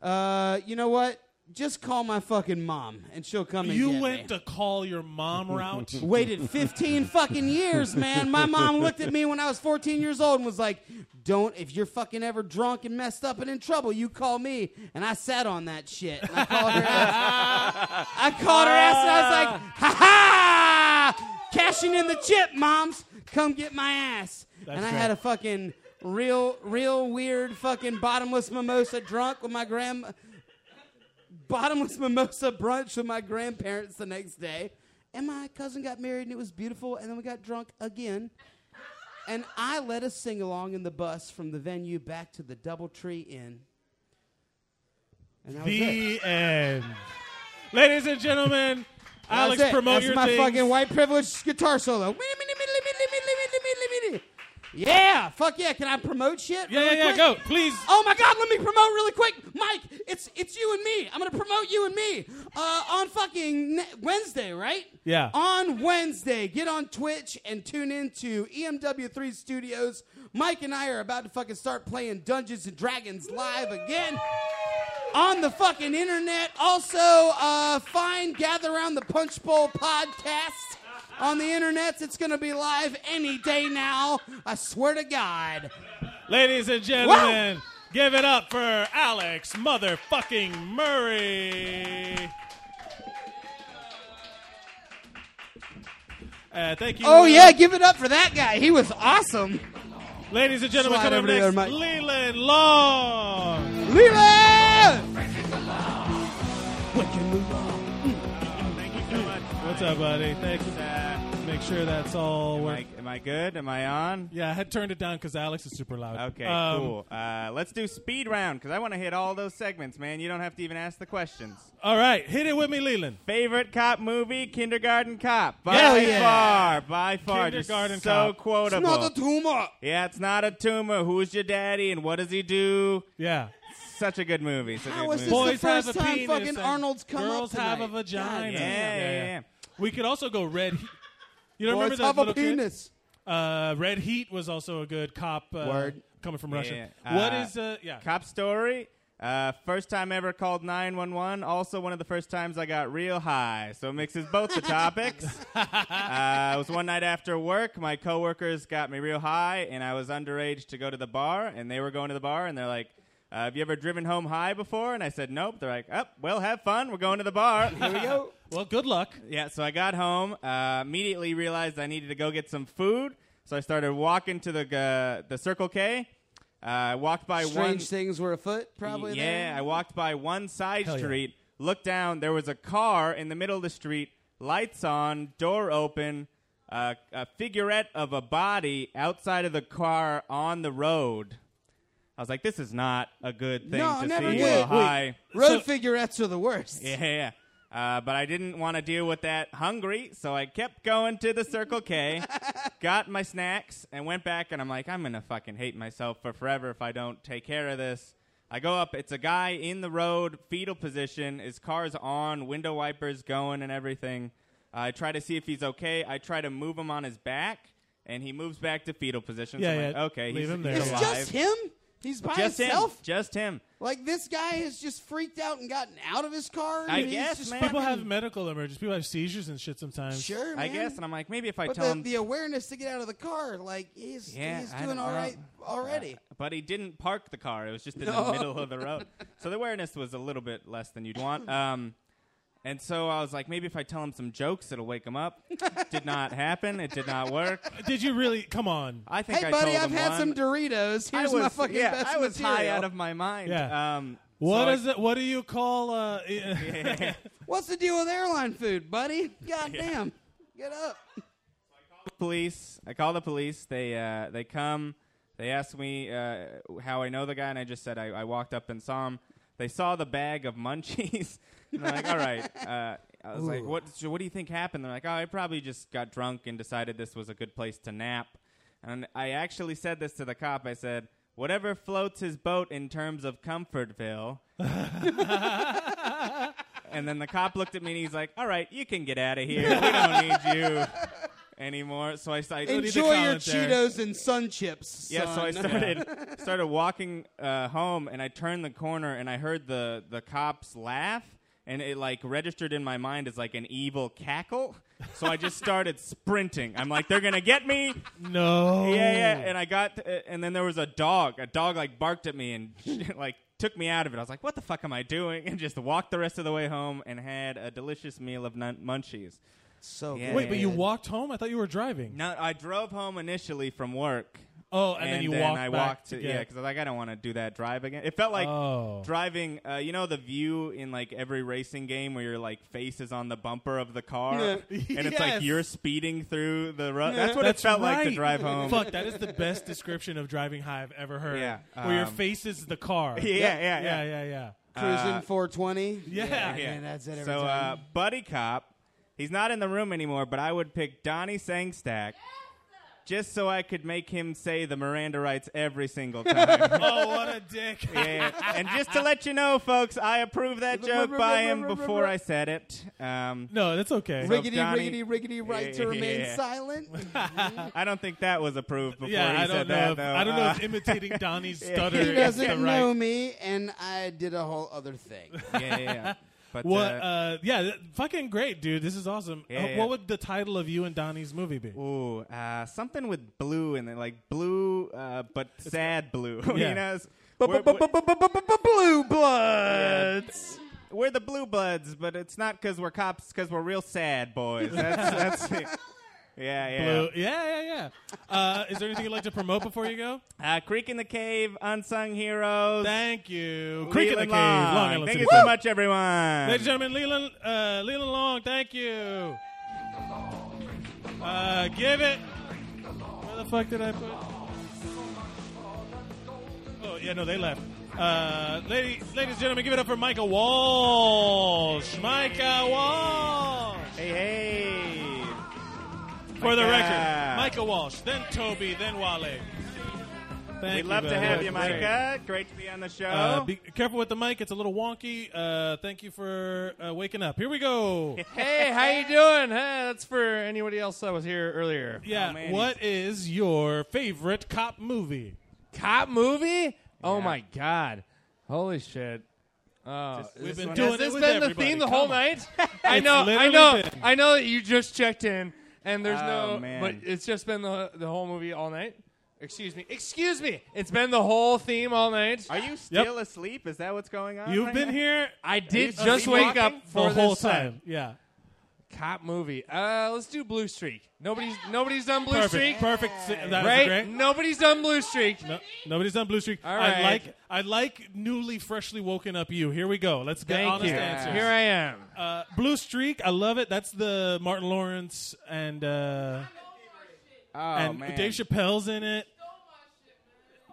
Speaker 20: Uh, you know what? Just call my fucking mom, and she'll come and
Speaker 1: you
Speaker 20: get
Speaker 1: went
Speaker 20: me.
Speaker 1: to call your mom route.
Speaker 20: Waited 15 fucking years, man. My mom looked at me when I was 14 years old and was like, "Don't if you're fucking ever drunk and messed up and in trouble, you call me." And I sat on that shit. And I called her ass. I called her ass and I was like, "Ha ha! Cashing in the chip, moms. Come get my ass."
Speaker 1: That's
Speaker 20: and I
Speaker 1: right.
Speaker 20: had a fucking real real weird fucking bottomless mimosa drunk with my grandma bottomless mimosa brunch with my grandparents the next day. And my cousin got married and it was beautiful. And then we got drunk again. And I led a sing along in the bus from the venue back to the Doubletree Inn. And that was it.
Speaker 1: The end. Ladies and gentlemen,
Speaker 20: That was
Speaker 1: Alex,
Speaker 20: it.
Speaker 1: promote
Speaker 20: That's
Speaker 1: your
Speaker 20: my
Speaker 1: things.
Speaker 20: fucking white privilege guitar solo. Yeah, fuck yeah! Can I promote shit?
Speaker 1: Yeah,
Speaker 20: really
Speaker 1: yeah, yeah,
Speaker 20: quick?
Speaker 1: go, please.
Speaker 20: Oh my god, let me promote really quick, Mike. It's it's you and me. I'm gonna promote you and me uh, on fucking ne- Wednesday, right?
Speaker 1: Yeah.
Speaker 20: On Wednesday, get on Twitch and tune in to E EMW3 Studios. Mike and I are about to fucking start playing Dungeons and Dragons live again on the fucking internet. Also, uh, find Gather Around the Punch Bowl podcast on the internet. It's going to be live any day now. I swear to God.
Speaker 1: Ladies and gentlemen, give it up for Alex motherfucking Murray. Uh, thank you. Uh,
Speaker 20: Oh, yeah, give it up for that guy. He was awesome.
Speaker 1: Ladies and gentlemen,
Speaker 20: Slide
Speaker 1: coming up
Speaker 20: over to the
Speaker 1: next,
Speaker 20: other
Speaker 1: Leland Long.
Speaker 20: Leland!
Speaker 1: What's up, buddy? Thanks. Make sure that's all.
Speaker 18: Am I, am I good? Am I on?
Speaker 1: Yeah, I had turned it down because Alex is super loud.
Speaker 18: Okay,
Speaker 1: Um,
Speaker 18: cool. Uh, let's do speed round because I want to hit all those segments, man. You don't have to even ask the questions.
Speaker 1: All right, hit it with me, Leland.
Speaker 18: Favorite cop movie? Kindergarten Cop. By
Speaker 1: Hell yeah.
Speaker 18: far, by far, just
Speaker 1: Kindergarten
Speaker 18: so
Speaker 1: Cop.
Speaker 18: quotable.
Speaker 1: It's not a
Speaker 20: tumor.
Speaker 18: Yeah, it's not a tumor. Who's your daddy and what does he do?
Speaker 1: Yeah.
Speaker 18: Such a good movie. Such a
Speaker 20: How
Speaker 18: good
Speaker 20: is this
Speaker 18: movie.
Speaker 20: the first time fucking Arnold's come
Speaker 1: Girls
Speaker 20: up tonight?
Speaker 1: have a vagina.
Speaker 18: Yeah, yeah, yeah.
Speaker 1: We could also go red. Heat. You don't
Speaker 20: Boys
Speaker 1: remember that
Speaker 20: have a
Speaker 1: little kid?
Speaker 20: penis.
Speaker 1: Uh, red Heat was also a good cop. Uh,
Speaker 18: Word.
Speaker 1: coming from
Speaker 18: Yeah,
Speaker 1: Russia.
Speaker 18: yeah.
Speaker 1: What is uh, yeah?
Speaker 18: Cop story. Uh, first time ever called 911. Also, one of the first times I got real high. So it mixes both the topics. Uh, it was one night after work. My coworkers got me real high, and I was underage to go to the bar. And they were going to the bar, and they're like, uh, "Have you ever driven home high before?" And I said, "Nope." They're like, "Up, well, have fun. We're going to the bar. Here we go."
Speaker 1: well, good luck.
Speaker 18: Yeah. So I got home. Uh, immediately realized I needed to go get some food. So I started walking to the uh, the Circle K. Uh, I walked by one
Speaker 20: Strange things were afoot, probably.
Speaker 18: yeah,
Speaker 20: there.
Speaker 18: I walked by one side
Speaker 20: Hell yeah.
Speaker 18: street, looked down, there was a car in the middle of the street, lights on, door open, uh, a figurette of a body outside of the car on the road. I was like, this is not a good thing
Speaker 20: No,
Speaker 18: to
Speaker 20: never
Speaker 18: see
Speaker 20: good.
Speaker 18: while high.
Speaker 20: Road figurettes are the worst.
Speaker 18: Yeah, yeah. Uh, but I didn't want to deal with that hungry, so I kept going to the Circle K, got my snacks, and went back. And I'm like, I'm gonna fucking hate myself for forever if I don't take care of this. I go up. It's a guy in the road, fetal position. His car's on, window wipers going, and everything. I try to see if he's okay. I try to move him on his back, and he moves back to fetal position. so
Speaker 1: Yeah,
Speaker 18: I'm
Speaker 1: yeah.
Speaker 18: like, okay,
Speaker 1: Leave
Speaker 18: he's,
Speaker 1: him there.
Speaker 18: he's
Speaker 1: It's
Speaker 18: alive.
Speaker 20: Just him? He's by
Speaker 18: Just
Speaker 20: himself?
Speaker 18: him. Just him.
Speaker 20: Like this guy has just freaked out and gotten out of his car.
Speaker 18: I
Speaker 20: and he's
Speaker 18: guess,
Speaker 20: just
Speaker 18: man.
Speaker 1: People
Speaker 20: fucking-
Speaker 1: have medical emergencies. People have seizures and shit sometimes.
Speaker 20: Sure,
Speaker 18: I
Speaker 20: man.
Speaker 18: guess, and I'm like, maybe if I
Speaker 20: but
Speaker 18: tell
Speaker 20: the,
Speaker 18: him
Speaker 20: the awareness to get out of the car, like he's
Speaker 18: Yeah,
Speaker 20: he's
Speaker 18: I
Speaker 20: doing
Speaker 18: don't
Speaker 20: all
Speaker 18: know.
Speaker 20: right already.
Speaker 18: Uh, But he didn't park the car. It was just in
Speaker 20: No.
Speaker 18: the middle of the road. So the awareness was a little bit less than you'd want. Um, and so I was like, maybe if I tell him some jokes, it'll wake him up. did not happen. It did not work.
Speaker 1: Did you really? Come on.
Speaker 18: I think
Speaker 20: hey,
Speaker 18: I
Speaker 20: buddy,
Speaker 18: told
Speaker 20: I've
Speaker 18: him
Speaker 20: had
Speaker 18: one.
Speaker 20: some Doritos.
Speaker 18: I
Speaker 20: Here's my
Speaker 18: was-
Speaker 20: fucking
Speaker 18: yeah,
Speaker 20: best
Speaker 18: I was high
Speaker 20: material.
Speaker 18: out of my mind.
Speaker 1: Yeah.
Speaker 18: Um,
Speaker 1: What
Speaker 18: so
Speaker 1: is it? What do you call? Uh,
Speaker 20: What's the deal with airline food, buddy? God
Speaker 18: Yeah.
Speaker 20: damn. Get up.
Speaker 18: police. I call the police. They uh, they come. They ask me uh, how I know the guy, and I just said I, I walked up and saw him. They saw the bag of munchies. and they're like, all right. Uh, I was like,
Speaker 13: Ooh.
Speaker 18: what? So what do you think happened? They're like, oh, I probably just got drunk and decided this was a good place to nap. And I actually said this to the cop. I said, whatever floats his boat in terms of Comfortville. and then the cop looked at me and he's like, all right, you can get out of here. We don't need you anymore. So I, I
Speaker 20: Enjoy your Cheetos and Sun Chips.
Speaker 18: Yeah, so I
Speaker 20: son.
Speaker 18: started started walking uh, home, and I turned the corner, and I heard the the cops laugh, and it like registered in my mind as like an evil cackle. So I just started sprinting. I'm like, they're gonna get me.
Speaker 1: No.
Speaker 18: Yeah, yeah.
Speaker 1: Oh.
Speaker 18: And I got, uh, and then there was a dog. A dog like barked at me and like took me out of it. I was like, what the fuck am I doing? And just walked the rest of the way home and had a delicious meal of nun- munchies.
Speaker 20: So
Speaker 1: Wait, but you walked home? I thought you were driving.
Speaker 18: no, I drove home initially from work.
Speaker 1: Oh, and then you walked
Speaker 18: I
Speaker 1: back
Speaker 18: walked
Speaker 1: to
Speaker 18: to-
Speaker 1: get-
Speaker 18: yeah, because like I don't want to do that drive again. It felt like
Speaker 1: Oh.
Speaker 18: driving. Uh, you know the view in like every racing game where your like face is on the bumper of the car,
Speaker 1: Yeah.
Speaker 18: and it's like
Speaker 1: Yes.
Speaker 18: you're speeding through the road. That's what it felt like to
Speaker 1: right.
Speaker 18: drive home.
Speaker 1: Fuck, that is the best description of driving high I've ever heard.
Speaker 18: Yeah,
Speaker 1: where your
Speaker 18: um,
Speaker 1: face is the car.
Speaker 18: Yeah, yeah,
Speaker 1: yeah,
Speaker 18: yeah.
Speaker 1: yeah, yeah.
Speaker 20: Cruising
Speaker 18: Uh,
Speaker 20: 420.
Speaker 1: Yeah. Yeah,
Speaker 20: man, that's it. Every
Speaker 18: so,
Speaker 20: time.
Speaker 18: uh, Buddy Cop, he's not in the room anymore, but I would pick Donnie Sangstack just so I could make him say the Miranda rights every single time.
Speaker 1: oh, what a dick!
Speaker 18: Yeah. And just to let you know, folks, I approved that joke by him before I said it. Um,
Speaker 1: no, that's okay.
Speaker 18: so if
Speaker 20: riggedy,
Speaker 18: Donnie-
Speaker 20: riggedy, riggedy, right to remain
Speaker 18: Yeah.
Speaker 20: silent.
Speaker 18: I don't think that was approved before
Speaker 1: Yeah,
Speaker 18: he
Speaker 1: I
Speaker 18: said
Speaker 1: don't know.
Speaker 18: that,
Speaker 1: if,
Speaker 18: though.
Speaker 1: I don't know
Speaker 18: Uh,
Speaker 1: if imitating Donnie's stutter
Speaker 20: he
Speaker 1: is the right.
Speaker 20: doesn't know me, and I did a whole other thing.
Speaker 18: yeah, yeah, yeah. But,
Speaker 1: what?
Speaker 18: uh,
Speaker 1: Uh, yeah, th- fucking great, dude. This is awesome.
Speaker 18: Yeah,
Speaker 1: Uh,
Speaker 18: yeah.
Speaker 1: What would the title of you and Donnie's movie be?
Speaker 18: Ooh, uh, something with blue and like blue, uh, but sad blue.
Speaker 1: Yeah.
Speaker 18: you know, it's-
Speaker 1: Bu-
Speaker 18: we're-
Speaker 1: bu-
Speaker 18: we're-
Speaker 20: Blue
Speaker 18: Bloods. We're the Blue Bloods, but it's not because we're cops, because we're real sad boys. That's, that's it. Yeah, yeah.
Speaker 1: Blue. Yeah, yeah, yeah. Uh, is there anything you'd like to promote before you go?
Speaker 18: Uh, Creek in the Cave, Unsung Heroes.
Speaker 1: Thank you. Creek in the
Speaker 18: Leland
Speaker 1: Cave, Long
Speaker 18: Long.
Speaker 1: Island
Speaker 18: Thank
Speaker 1: City.
Speaker 18: you so
Speaker 1: Woo!
Speaker 18: much, everyone.
Speaker 1: Ladies and gentlemen, Leland, uh, Leland Long, thank you. Uh, give it. Where the fuck did I put? Oh yeah, no, they left. Uh, ladies, ladies and gentlemen, give it up for Micah Walsh. Micah Walsh. Hey, hey. For the
Speaker 18: Micah.
Speaker 1: record, Micah Walsh, then Toby, then Wale. Thank
Speaker 18: We'd
Speaker 1: you
Speaker 18: love to
Speaker 1: very
Speaker 18: have
Speaker 1: much.
Speaker 18: you, Micah. Great to be on the show.
Speaker 1: Uh, be careful with the mic; it's a little wonky. Uh, thank you for uh, waking up. Here we go.
Speaker 21: Hey, how you doing? Huh? That's for anybody else that was here earlier.
Speaker 18: Oh,
Speaker 1: Yeah. what is your favorite cop movie?
Speaker 21: Cop movie? Oh my god! Holy shit! Oh,
Speaker 1: Just-
Speaker 21: is
Speaker 1: We've
Speaker 21: this
Speaker 1: been
Speaker 21: one-
Speaker 1: doing
Speaker 21: has
Speaker 1: it
Speaker 21: this
Speaker 1: with
Speaker 21: been the
Speaker 1: everybody.
Speaker 21: theme the
Speaker 1: Come
Speaker 21: whole
Speaker 1: on.
Speaker 21: night? I
Speaker 1: It's
Speaker 21: know, I
Speaker 1: literally
Speaker 21: know,
Speaker 1: been.
Speaker 21: I know that you just checked in, and there's
Speaker 18: Oh,
Speaker 21: no,
Speaker 18: man.
Speaker 21: but it's just been the the whole movie all night. Excuse me, excuse me. It's been the whole theme all night.
Speaker 18: Are you still asleep? Is that what's going on?
Speaker 21: You've
Speaker 18: right
Speaker 21: been
Speaker 18: now?
Speaker 21: here- I
Speaker 18: Are
Speaker 21: did
Speaker 18: you
Speaker 21: just wake up
Speaker 18: sleepwalking?
Speaker 21: for The whole this time. time.
Speaker 1: Yeah.
Speaker 21: Cop movie. Uh, let's do Blue Streak. Nobody's nobody's done Blue
Speaker 1: Perfect.
Speaker 21: Streak.
Speaker 1: Perfect. Si- that was
Speaker 21: right?
Speaker 1: great.
Speaker 21: Nobody's done Blue Streak.
Speaker 1: Nobody's done Blue Streak.
Speaker 21: All
Speaker 1: I
Speaker 21: right.
Speaker 1: like I like newly freshly woken up you. Here we go. Let's get
Speaker 21: Thank
Speaker 1: honest
Speaker 21: you.
Speaker 1: answers.
Speaker 21: Here I am.
Speaker 1: Uh, Blue Streak, I love it. That's the Martin Lawrence and uh, and
Speaker 21: Oh, man.
Speaker 1: Dave Chappelle's in it.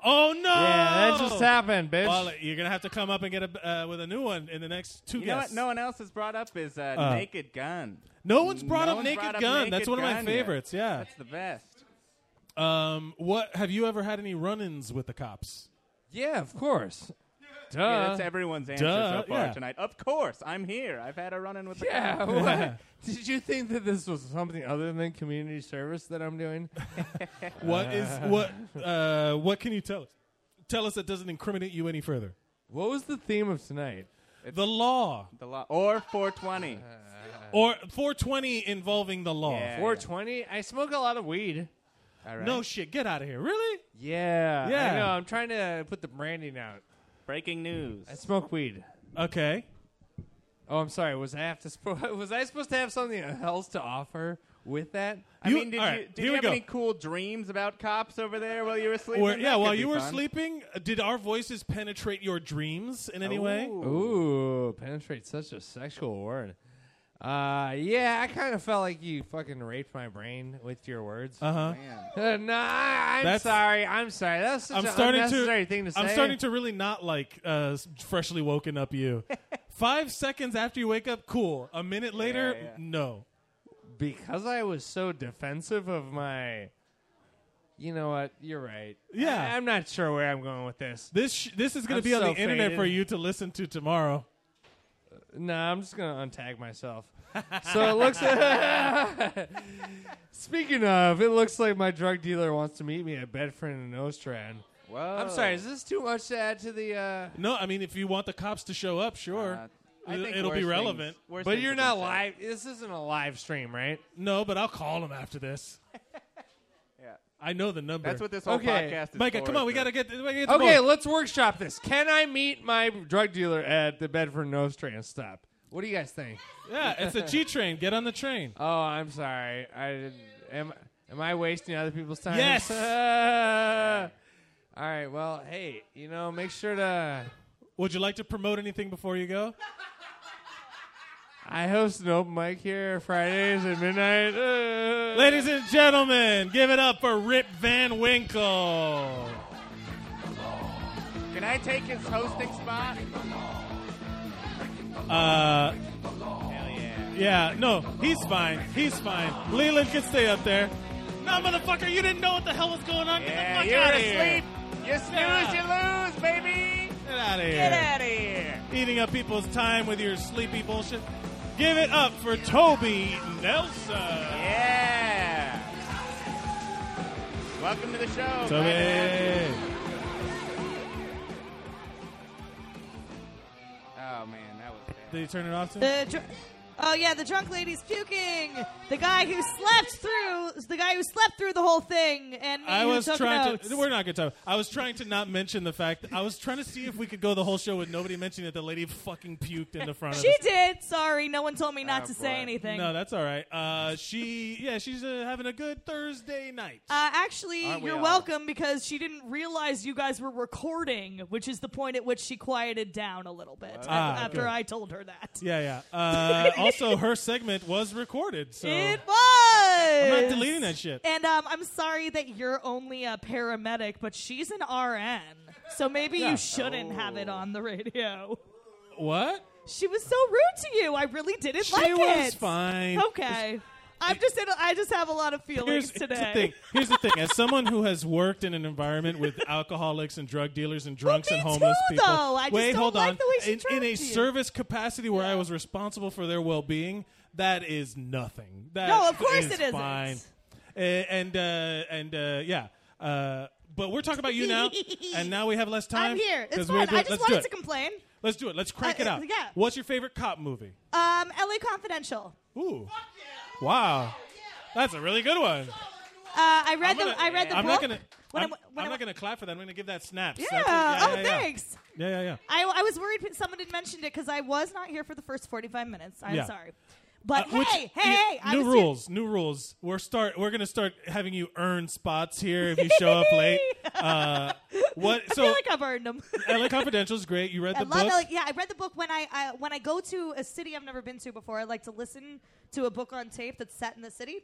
Speaker 1: Oh no!
Speaker 21: Yeah, that just happened, bitch.
Speaker 1: Well, you're gonna have to come up and get a uh, with a new one in the next two
Speaker 18: You know
Speaker 1: guests.
Speaker 18: what? No one else has brought up is uh,
Speaker 1: Uh,
Speaker 18: Naked Gun.
Speaker 1: No one's brought up Naked
Speaker 18: brought
Speaker 1: Gun. That's one of my
Speaker 18: Gun yet.
Speaker 1: favorites, yeah.
Speaker 18: that's the best.
Speaker 1: Um, what have you ever had any run-ins with the cops?
Speaker 21: Yeah, of course.
Speaker 1: Duh.
Speaker 18: Yeah, that's everyone's answer
Speaker 1: Duh,
Speaker 18: so far
Speaker 1: yeah.
Speaker 18: tonight. Of course, I'm here. I've had a run-in with the
Speaker 21: Yeah.
Speaker 18: cop.
Speaker 21: What? Did you think that this was something other than community service that I'm doing?
Speaker 1: What is what? Uh, what can you tell us? Tell us that doesn't incriminate you any further.
Speaker 21: What was the theme of tonight?
Speaker 1: the law.
Speaker 18: The law, or 420,
Speaker 1: or 420 involving the law.
Speaker 21: 420. I smoke a lot of weed. All
Speaker 1: No shit. Get out of here. Really?
Speaker 21: Yeah.
Speaker 1: Yeah.
Speaker 21: I know. I'm trying to put the branding out.
Speaker 18: Breaking news.
Speaker 21: I smoke weed.
Speaker 1: Okay.
Speaker 21: Oh, I'm sorry. Was I have to sp- was I supposed to have something else to offer with that?
Speaker 18: I mean, did you, did you have
Speaker 21: go.
Speaker 18: any cool dreams about cops over there while you were sleeping?
Speaker 1: Or, yeah,
Speaker 18: That
Speaker 1: while
Speaker 18: could
Speaker 1: you
Speaker 18: be
Speaker 1: were
Speaker 18: fun.
Speaker 1: sleeping, uh, did our voices penetrate your dreams in any way?
Speaker 21: Ooh, penetrate such a sexual word. Uh, yeah, I kind of felt like you fucking raped my brain with your words.
Speaker 1: Uh-huh.
Speaker 21: Uh, no, I, I'm
Speaker 1: That's-
Speaker 21: sorry. I'm sorry. That's such
Speaker 1: I'm
Speaker 21: an
Speaker 1: starting
Speaker 21: unnecessary
Speaker 1: to,
Speaker 21: thing to say.
Speaker 1: I'm starting to really not like uh, s- freshly woken up you. Five seconds after you wake up, cool. A minute later,
Speaker 21: yeah.
Speaker 1: no.
Speaker 21: because I was so defensive of my. You know what? You're right.
Speaker 1: Yeah.
Speaker 21: I, am not sure where I'm going with this.
Speaker 1: This sh- this is going
Speaker 21: I'm
Speaker 1: to be on
Speaker 21: so
Speaker 1: the internet
Speaker 21: faded.
Speaker 1: for you to listen to tomorrow.
Speaker 21: No, I'm just gonna untag myself. so it looks. like Speaking of, it looks like my drug dealer wants to meet me at Bedford and Nostrand. I'm sorry. Is this too much to add to the? Uh,
Speaker 1: No, I mean if you want the cops to show up, sure.
Speaker 21: I
Speaker 1: It'll-
Speaker 21: think
Speaker 1: it'll be
Speaker 21: worse
Speaker 1: relevant.
Speaker 21: things- worse But things you're have been not live- This isn't a live stream, right?
Speaker 1: No, but I'll call them after this.
Speaker 18: Yeah.
Speaker 1: I know the number.
Speaker 18: That's what this whole Okay. podcast is
Speaker 1: Micah,
Speaker 18: for,
Speaker 1: come on, we
Speaker 18: isn't
Speaker 1: gotta
Speaker 18: it?
Speaker 1: get. We gotta get to
Speaker 21: okay,
Speaker 1: more.
Speaker 21: let's workshop this. Can I meet my drug dealer at the Bedford Nostrand stop? What do you guys think?
Speaker 1: Yeah, it's a G train. Get on the train.
Speaker 21: Oh, I'm sorry. I didn't, am. Am I wasting other people's time?
Speaker 1: Yes.
Speaker 21: all right. Well, hey, you know, make sure to.
Speaker 1: Would you like to promote anything before you go?
Speaker 21: I host an open mic here Fridays at midnight. Uh.
Speaker 1: Ladies and gentlemen, give it up for Rip Van Winkle.
Speaker 18: Can I take his hosting spot?
Speaker 1: Uh, yeah, no, he's fine. He's fine. Leland can stay up there. No, motherfucker, you didn't know what the hell was going on.
Speaker 18: Yeah,
Speaker 1: get the fuck
Speaker 18: you're
Speaker 1: out of
Speaker 18: asleep.
Speaker 1: here. You
Speaker 18: snooze, you lose, baby.
Speaker 1: Get out of here.
Speaker 18: Get outta here.
Speaker 1: Eating up people's time with your sleepy bullshit. Give it up for Toby Nelson.
Speaker 18: Yeah. Welcome to the show.
Speaker 1: Toby.
Speaker 18: Oh man, that was
Speaker 1: Did you turn it off? Too?
Speaker 18: Oh,
Speaker 22: Uh, The dr- oh yeah, the drunk lady's puking. The guy who slept through the guy who slept through the whole thing and
Speaker 1: I
Speaker 22: who
Speaker 1: was
Speaker 22: took
Speaker 1: trying
Speaker 22: notes.
Speaker 1: to. We're not gonna talk. I was trying to not mention the fact. That I was trying to see if we could go the whole show with nobody mentioning that the lady fucking puked in the front.
Speaker 22: She
Speaker 1: of us.
Speaker 22: did. Sorry, no one told me not
Speaker 1: Oh,
Speaker 22: to
Speaker 1: boy.
Speaker 22: say anything.
Speaker 1: No, that's all right. Uh, she, yeah, she's uh, having a good Thursday night.
Speaker 22: Uh, actually,
Speaker 1: Aren't we
Speaker 22: you're
Speaker 1: all?
Speaker 22: welcome because she didn't realize you guys were recording, which is the point at which she quieted down a little bit af-
Speaker 1: Ah,
Speaker 22: after
Speaker 1: good.
Speaker 22: I told her that.
Speaker 1: Yeah, yeah. Uh, also, her segment was recorded, so
Speaker 22: It was.
Speaker 1: I'm not deleting that shit.
Speaker 22: And um, I'm sorry that you're only a paramedic, but she's an RN, so maybe
Speaker 1: Yeah. Oh.
Speaker 22: you shouldn't have it on the radio.
Speaker 1: What?
Speaker 22: She was so rude to you. I really didn't
Speaker 1: She
Speaker 22: like it.
Speaker 1: was fine.
Speaker 22: Okay. I'm just in a, I just have a lot of feelings
Speaker 1: Here's
Speaker 22: today.
Speaker 1: the thing. Here's the thing. As someone who has worked in an environment with alcoholics and drug dealers and drunks and homeless
Speaker 22: too,
Speaker 1: people,
Speaker 22: though. I just
Speaker 1: wait,
Speaker 22: don't
Speaker 1: hold
Speaker 22: like
Speaker 1: on.
Speaker 22: the way she
Speaker 1: in, in a
Speaker 22: treated you.
Speaker 1: service capacity where I was responsible for their well-being, that is nothing. That
Speaker 22: No, of course
Speaker 1: is
Speaker 22: it isn't.
Speaker 1: Fine. Uh, and uh, and uh, yeah. Uh, but we're talking about you now, and now we have less time.
Speaker 22: I'm here. It's
Speaker 1: 'cause we're
Speaker 22: fine.
Speaker 1: doing-
Speaker 22: I just
Speaker 1: let's do
Speaker 22: wanted
Speaker 1: it.
Speaker 22: to complain.
Speaker 1: Let's do it. Let's crank
Speaker 22: Uh,
Speaker 1: it up.
Speaker 22: yeah.
Speaker 1: What's your favorite cop movie?
Speaker 22: Um, LA Confidential.
Speaker 1: Ooh. Wow.
Speaker 22: Oh,
Speaker 1: That's a really good one.
Speaker 22: Uh, I read
Speaker 1: I'm gonna-
Speaker 22: the I read the
Speaker 1: I'm
Speaker 22: book.
Speaker 1: Not gonna,
Speaker 22: when
Speaker 1: I'm,
Speaker 22: I-
Speaker 1: I'm not going to clap for that. I'm going to give that snaps.
Speaker 22: yeah.
Speaker 1: That's what-
Speaker 22: Oh,
Speaker 1: yeah, yeah.
Speaker 22: thanks.
Speaker 1: Yeah, yeah, yeah.
Speaker 22: I, I was worried pe- someone had mentioned it because I was not here for the first 45 minutes. I'm
Speaker 1: Yeah.
Speaker 22: sorry. But
Speaker 1: Uh, which-
Speaker 22: hey, hey,
Speaker 1: yeah,
Speaker 22: hey, I
Speaker 1: new
Speaker 22: was here-
Speaker 1: rules, new rules. We're start. We're gonna start having you earn spots here if you show up late. Uh, what?
Speaker 22: I
Speaker 1: so
Speaker 22: feel like I've earned them.
Speaker 1: LA Confidential is great. You read
Speaker 22: I
Speaker 1: the
Speaker 22: love
Speaker 1: book.
Speaker 22: LA yeah, I read the book when I, I when I go to a city I've never been to before. I like to listen to a book on tape that's set in the city.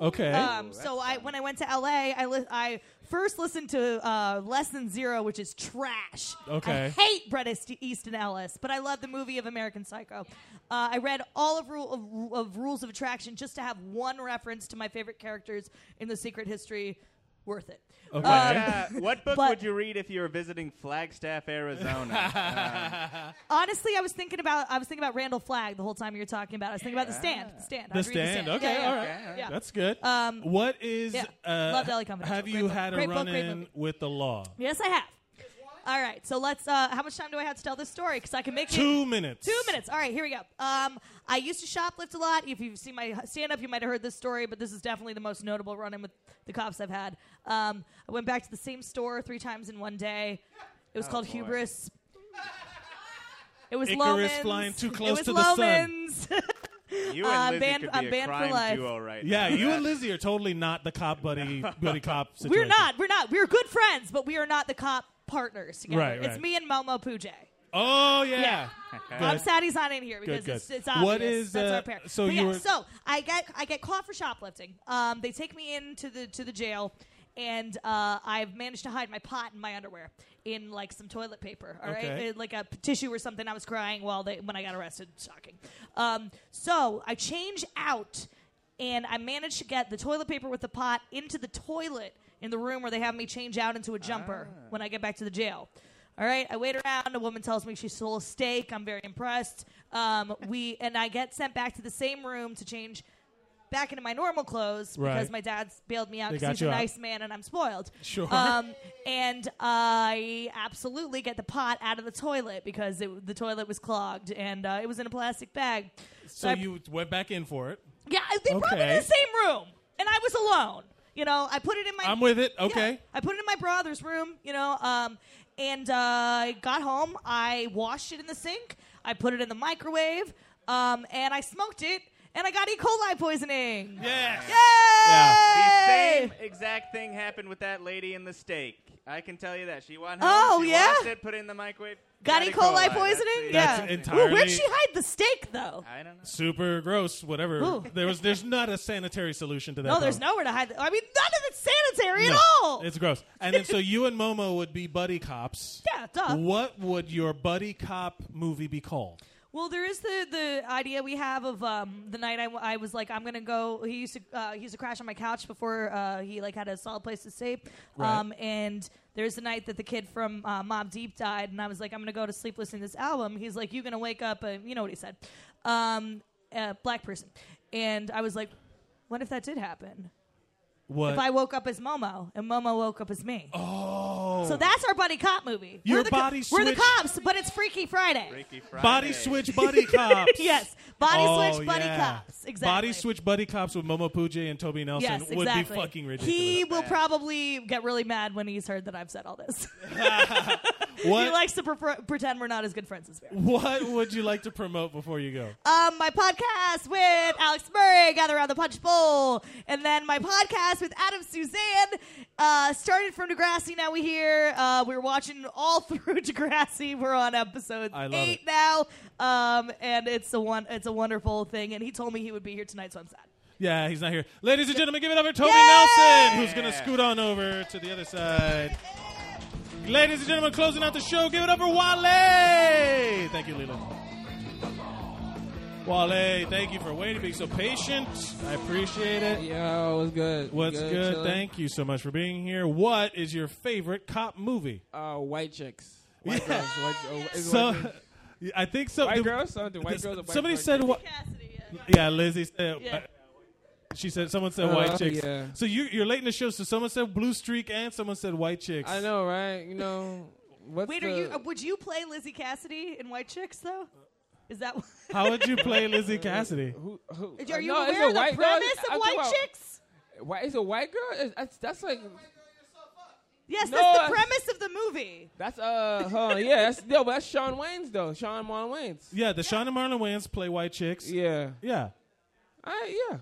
Speaker 1: Okay.
Speaker 22: Um, so I when I went to LA, I li- I first listened to uh, Lesson Zero, which is trash.
Speaker 1: Okay.
Speaker 22: I hate Bret East- Easton Ellis, but I love the movie of American Psycho. Uh, I read all of, rule of, of Rules of Attraction just to have one reference to my favorite characters in the Secret History. Worth it.
Speaker 1: Okay.
Speaker 22: Um,
Speaker 18: Uh, what book
Speaker 22: but-
Speaker 18: would you read if you were visiting Flagstaff, Arizona? Um,
Speaker 22: Honestly, I was thinking about I was thinking about Randall Flagg the whole time you were talking about. it. I was thinking about the stand. The stand. I
Speaker 1: the
Speaker 22: was reading
Speaker 1: stand. Okay.
Speaker 22: Yeah, yeah.
Speaker 1: All right.
Speaker 22: Yeah.
Speaker 1: That's good.
Speaker 22: Um,
Speaker 1: what is?
Speaker 22: yeah.
Speaker 1: Uh,
Speaker 22: Love LA Confidential.
Speaker 1: Have
Speaker 22: Great
Speaker 1: you
Speaker 22: book.
Speaker 1: had a
Speaker 22: Great book,
Speaker 1: run
Speaker 22: great
Speaker 1: in
Speaker 22: movie.
Speaker 1: with the law?
Speaker 22: Yes, I have. All right, so let's. Uh, how much time do I have to tell this story? Because I can make
Speaker 1: Two
Speaker 22: it
Speaker 1: minutes.
Speaker 22: Two minutes. All right, here we go. Um, I used to shoplift a lot. If you've seen my stand up, you might have heard this story, but this is definitely the most notable run in with the cops I've had. Um, I went back to the same store three times in one day. It was
Speaker 1: Oh,
Speaker 22: called
Speaker 1: boy.
Speaker 22: Hubris. It was
Speaker 1: Icarus
Speaker 22: Loman's.
Speaker 1: flying too
Speaker 22: It
Speaker 1: close
Speaker 22: was
Speaker 1: to the sun.
Speaker 22: Loman's.
Speaker 18: You
Speaker 22: Uh,
Speaker 18: and Lizzie
Speaker 22: banned-
Speaker 18: could be
Speaker 22: I'm
Speaker 18: a
Speaker 22: banned for
Speaker 18: crime
Speaker 22: life.
Speaker 18: duo right
Speaker 1: yeah,
Speaker 18: now.
Speaker 1: you and Lizzie are totally not the cop buddy buddy cop situation.
Speaker 22: We're not. We're not. We're good friends, but we are not the cop partners together.
Speaker 1: Right,
Speaker 22: It's
Speaker 1: right.
Speaker 22: me and Momo Pooja.
Speaker 1: Oh yeah.
Speaker 22: I'm
Speaker 1: Good.
Speaker 22: sad he's not in here
Speaker 1: Good,
Speaker 22: because
Speaker 1: good.
Speaker 22: It's, it's obvious.
Speaker 1: What is,
Speaker 22: That's
Speaker 1: uh,
Speaker 22: our pair.
Speaker 1: so
Speaker 22: But
Speaker 1: you
Speaker 22: yeah,
Speaker 1: were-
Speaker 22: so I get I get caught for shoplifting. Um, they take me into the to the jail, and uh, I've managed to hide my pot in my underwear in like some toilet paper. All right,
Speaker 23: Okay.
Speaker 22: Uh, like a p- tissue or something. I was crying while they when I got arrested. Shocking. Um, so I change out, and I managed to get the toilet paper with the pot into the toilet in the room where they have me change out into a jumper
Speaker 23: Ah.
Speaker 22: when I get back to the jail. All right, I wait around. A woman tells me she stole a steak. I'm very impressed. Um, we and I get sent back to the same room to change back into my normal clothes because
Speaker 23: Right.
Speaker 22: my dad's bailed me out
Speaker 23: They
Speaker 22: because
Speaker 23: got
Speaker 22: he's
Speaker 23: you
Speaker 22: a
Speaker 23: out.
Speaker 22: nice man and I'm spoiled.
Speaker 23: Sure.
Speaker 22: Um, and I absolutely get the pot out of the toilet because it, the toilet was clogged and uh, it was in a plastic bag.
Speaker 1: So
Speaker 22: I-
Speaker 1: you went back in for it.
Speaker 22: yeah, they brought me
Speaker 1: Okay.
Speaker 22: to the same room, and I was alone. You know, I put it in my.
Speaker 1: I'm with it. Okay.
Speaker 22: I put it in my brother's room. You know, um, and uh, I got home. I washed it in the sink. I put it in the microwave, um, and I smoked it. And I got E. coli poisoning.
Speaker 18: Yes.
Speaker 22: Yay!
Speaker 18: The same exact thing happened with that lady in the steak. I can tell you that. She went home.
Speaker 22: Oh,
Speaker 18: she
Speaker 22: yeah?
Speaker 18: washed it, put it in the microwave.
Speaker 22: Got E. coli,
Speaker 18: That's
Speaker 22: poisoning.
Speaker 18: the-
Speaker 22: yeah.
Speaker 1: That's
Speaker 22: Ooh, where'd
Speaker 1: entirely-
Speaker 22: she hide the steak though?
Speaker 18: I don't know.
Speaker 1: Super gross. Whatever.
Speaker 22: Ooh.
Speaker 1: There was. There's not a sanitary solution to that.
Speaker 22: No, there's nowhere
Speaker 1: problem.
Speaker 22: to hide. The, I mean, none of it's sanitary at
Speaker 1: No,
Speaker 22: all.
Speaker 1: It's gross. And then so you and Momo would be buddy cops.
Speaker 22: Yeah, duh.
Speaker 1: What would your buddy cop movie be called?
Speaker 22: Well, there is the the idea we have of um, the night I, w- I was like I'm gonna go. He used to uh, he used to crash on my couch before uh, he like had a solid place to sleep.
Speaker 23: Right.
Speaker 22: Um, and there's the night that the kid from uh, Mob Deep died, and I was like I'm gonna go to sleep listening to this album. He's like you're gonna wake up and you know what he said, um, a black person, and I was like, what if that did happen?
Speaker 1: What?
Speaker 22: If I woke up as Momo and Momo woke up as me.
Speaker 1: Oh.
Speaker 22: So that's our buddy cop movie.
Speaker 1: Your
Speaker 22: we're the,
Speaker 1: body
Speaker 22: We're the
Speaker 1: switch-
Speaker 22: cops, but it's Freaky Friday. Freaky
Speaker 1: Body switch buddy cops.
Speaker 22: yes. Body
Speaker 1: Oh,
Speaker 22: switch buddy
Speaker 1: yeah.
Speaker 22: cops. Exactly.
Speaker 1: Body switch buddy cops with Momo Puja and Toby Nelson
Speaker 22: yes,
Speaker 1: would be
Speaker 22: exactly.
Speaker 1: fucking ridiculous.
Speaker 22: He will probably get really mad when he's heard that I've said all this.
Speaker 1: What-
Speaker 22: he likes to prefer- pretend we're not as good friends as we are.
Speaker 1: What would you like to promote before you go?
Speaker 22: Um, my podcast with Alex Murray, Gather Around the Punch Bowl. And then my podcast with Adam Suzanne uh, started from Degrassi. Now we hear uh, we're watching all through Degrassi. We're on episode
Speaker 1: I love
Speaker 22: eight now, um, and it's a one. It's a wonderful thing. And he told me he would be here tonight, so I'm sad.
Speaker 1: Yeah, he's not here. Ladies and gentlemen, give it up for Toby Nelson, who's going to scoot on over to the other side. Ladies and gentlemen, closing out the show, give it up for Wale. Thank you, Leland. Wale, thank you for waiting, being so patient. I appreciate it.
Speaker 2: Yo, what's good?
Speaker 1: What's
Speaker 2: Good,
Speaker 1: good?
Speaker 2: chillin'.
Speaker 1: Thank you so much for being here. What is your favorite cop movie?
Speaker 2: Uh, white chicks. White girls. White, oh, is it
Speaker 1: So,
Speaker 2: white girls?
Speaker 1: I think so.
Speaker 2: White
Speaker 1: the-
Speaker 2: girls? So the white girls or white
Speaker 1: somebody
Speaker 2: girls?
Speaker 1: said
Speaker 2: Lizzie
Speaker 1: what? yeah. Lizzie said. uh,
Speaker 2: Yeah.
Speaker 1: She said someone said
Speaker 2: Uh,
Speaker 1: white chicks.
Speaker 2: yeah.
Speaker 1: So you you're late in the show. So someone said blue streak and someone said white chicks.
Speaker 2: I know, right? You know. What's
Speaker 22: Wait,
Speaker 2: the,
Speaker 22: are you? uh, Would you play Lizzie Cassidy in White Chicks though? Is that?
Speaker 1: How would you play Lizzie Cassidy?
Speaker 2: who,
Speaker 22: Are you
Speaker 2: Uh, no, it's
Speaker 22: aware
Speaker 2: a
Speaker 22: of the
Speaker 2: white girl.
Speaker 22: premise of
Speaker 2: I'm
Speaker 22: White
Speaker 2: talking about-
Speaker 22: Chicks?
Speaker 2: Why is a white girl? Is- That's, that's like.
Speaker 22: Yes,
Speaker 2: No,
Speaker 22: that's
Speaker 2: I-
Speaker 22: the premise of the movie.
Speaker 2: That's uh, hold on, yeah, that's no, but that's Sean Wayne's though. Sean Marlon Wayne's.
Speaker 1: Yeah, the Sean and Marlon Wayans play white chicks.
Speaker 2: Yeah.
Speaker 1: Yeah.
Speaker 2: I, uh, yeah.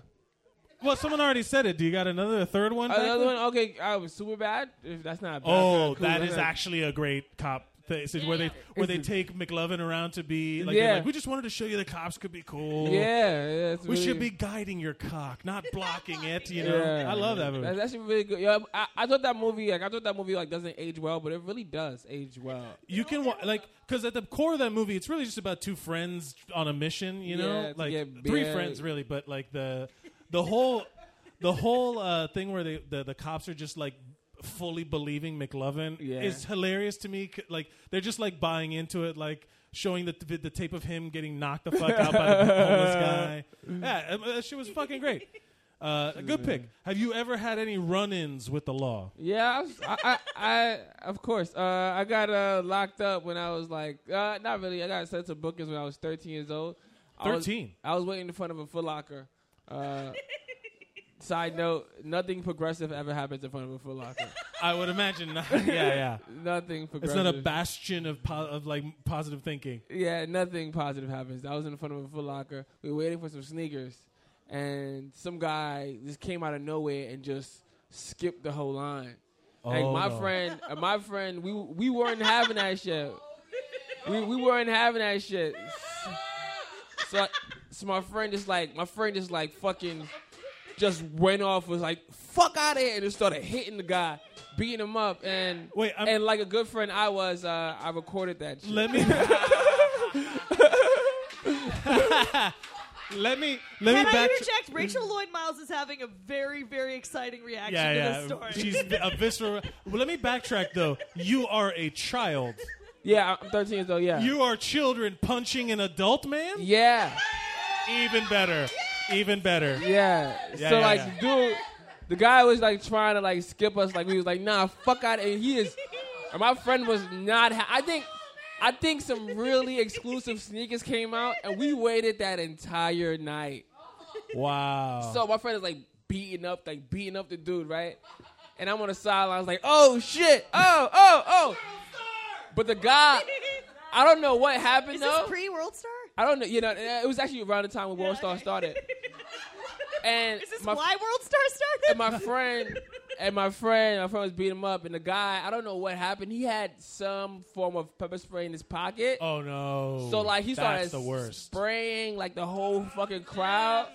Speaker 1: Well, someone already said it. Do you got another a third one? back
Speaker 2: Another
Speaker 1: there?
Speaker 2: one. Okay, I was super bad. If that's not. Bad,
Speaker 1: Oh,
Speaker 2: that's
Speaker 1: that
Speaker 2: cool,
Speaker 1: is
Speaker 2: that's-
Speaker 1: actually a great cop thing. So where they where they take McLovin around to be like,
Speaker 2: Yeah.
Speaker 1: they're like we just wanted to show you the cops could be cool.
Speaker 2: Yeah, yeah, it's
Speaker 1: we should
Speaker 2: really-
Speaker 1: be guiding your cock, not blocking it. You know,
Speaker 2: Yeah.
Speaker 1: I love that movie.
Speaker 2: That's actually really good. Yeah, I, I thought that movie, like I thought that movie, like doesn't age well, but it really does age well.
Speaker 1: you can wa- like because at the core of that movie, it's really just about two friends on a mission. You know,
Speaker 2: Yeah, to
Speaker 1: like
Speaker 2: get
Speaker 1: three
Speaker 2: beer.
Speaker 1: friends really, but like the the whole the whole uh, thing where they the, the cops are just like fully believing McLovin
Speaker 2: Yeah.
Speaker 1: is hilarious to me. C- Like they're just like buying into it, like. Showing the, the the tape of him getting knocked the fuck out by the homeless guy. Yeah, um, that shit was fucking great. Uh, a good pick. Have you ever had any run-ins with the law?
Speaker 2: Yeah, I, was- I, I, I of course, uh, I got uh, locked up when I was like, uh, not really. I got sent to bookings when I was 13 years old. I was-
Speaker 1: 13?
Speaker 2: I was, waiting in front of a Foot Locker. Uh, side note: Nothing progressive ever happens in front of a Foot Locker.
Speaker 1: I would imagine not. Yeah, yeah.
Speaker 2: Nothing
Speaker 1: It's not a
Speaker 2: progressive.
Speaker 1: bastion of po- of like positive thinking.
Speaker 2: Yeah, nothing positive happens. I was in front of a Foot Locker. We were waiting for some sneakers, and some guy just came out of nowhere and just skipped the whole line. like
Speaker 1: Oh,
Speaker 2: my
Speaker 1: no.
Speaker 2: friend, uh, my friend, we we weren't having that shit. We we weren't having that shit. So, I- so my friend just like my friend just like fucking just went off was like fuck out of here and just started hitting the guy, beating him up and
Speaker 1: wait
Speaker 2: and like a good friend I was uh, I recorded that. Shit.
Speaker 1: Let me Let me let
Speaker 22: Can
Speaker 1: me
Speaker 22: I
Speaker 1: back.
Speaker 22: interject? Rachel Lloyd Miles is having a very, very exciting reaction
Speaker 1: yeah,
Speaker 22: to
Speaker 1: yeah.
Speaker 22: this story.
Speaker 1: She's a visceral. Well, let me backtrack though. You are a child.
Speaker 2: Yeah, I'm 13 years old. Yeah.
Speaker 1: You are children punching an adult man.
Speaker 2: Yeah.
Speaker 1: Even better. Even better.
Speaker 2: Yeah.
Speaker 1: Yeah,
Speaker 2: so
Speaker 1: yeah,
Speaker 2: like,
Speaker 1: yeah.
Speaker 2: dude, the guy was like trying to like skip us. Like we was like, nah, fuck out. And he is. And my friend was not. Ha- I think. I think some really exclusive sneakers came out, and we waited that entire night.
Speaker 1: Wow.
Speaker 2: So my friend is like beating up, like beating up the dude, right? And I'm on the sideline. I was like, oh shit, oh, oh, oh. But the guy, I don't know Uh, what happened
Speaker 22: is
Speaker 2: though.
Speaker 22: this pre World Star?
Speaker 2: I don't know. You know, it was actually around the time when World Star started. And
Speaker 22: Is this
Speaker 2: my-
Speaker 22: why World Star started?
Speaker 2: and my friend and my friend, my friend was beating him up, and the guy, I don't know what happened. He had some form of pepper spray in his pocket.
Speaker 1: Oh no.
Speaker 2: So like he started
Speaker 1: That's the worst.
Speaker 2: spraying like the whole fucking crowd,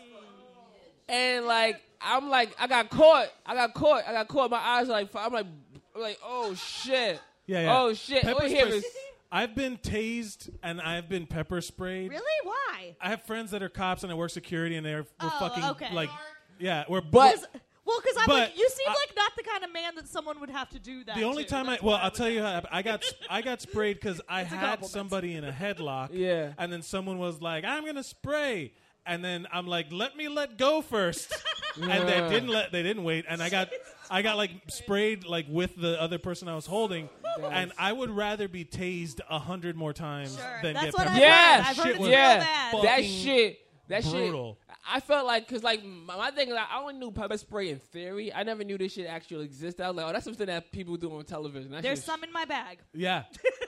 Speaker 2: and like I'm like I got caught, I got caught, I got caught. My eyes are like I'm like I'm like oh shit,
Speaker 1: Yeah, yeah.
Speaker 2: oh shit.
Speaker 1: Pepper
Speaker 2: oh, here
Speaker 1: spray-
Speaker 2: is-
Speaker 1: I've been tased and I've been pepper sprayed.
Speaker 22: Really? Why?
Speaker 1: I have friends that are cops and I work security and they're we're
Speaker 22: Oh,
Speaker 1: fucking
Speaker 22: okay.
Speaker 1: like yeah we're
Speaker 22: Because- well, because I'm
Speaker 1: But
Speaker 22: like, you seem
Speaker 2: uh,
Speaker 1: I-
Speaker 22: like not the kind of man that someone would have to do that.
Speaker 1: The only
Speaker 22: to.
Speaker 1: time I well, I'll tell you how I got sp- I got sprayed because I
Speaker 22: It's a
Speaker 1: had
Speaker 22: compliment.
Speaker 1: somebody in a headlock.
Speaker 2: Yeah.
Speaker 1: and then someone was like, "I'm gonna spray," and then I'm like, "Let me let go first. and they didn't let they didn't wait and i got i got like sprayed like with the other person i was holding and i would rather be tased a hundred more times than
Speaker 2: That's
Speaker 1: get
Speaker 2: what
Speaker 1: pepper
Speaker 2: I've
Speaker 1: spray.
Speaker 2: Yeah,
Speaker 1: That shit was
Speaker 2: yeah. That
Speaker 1: fucking
Speaker 2: shit. That
Speaker 1: brutal.
Speaker 2: shit. I felt like, cause like my, my thing, is, like, I only knew pepper spray in theory. I never knew this shit actually existed. I was like, oh, that's something that people do on television. That
Speaker 22: There's
Speaker 2: shit-
Speaker 22: some in my bag.
Speaker 1: Yeah.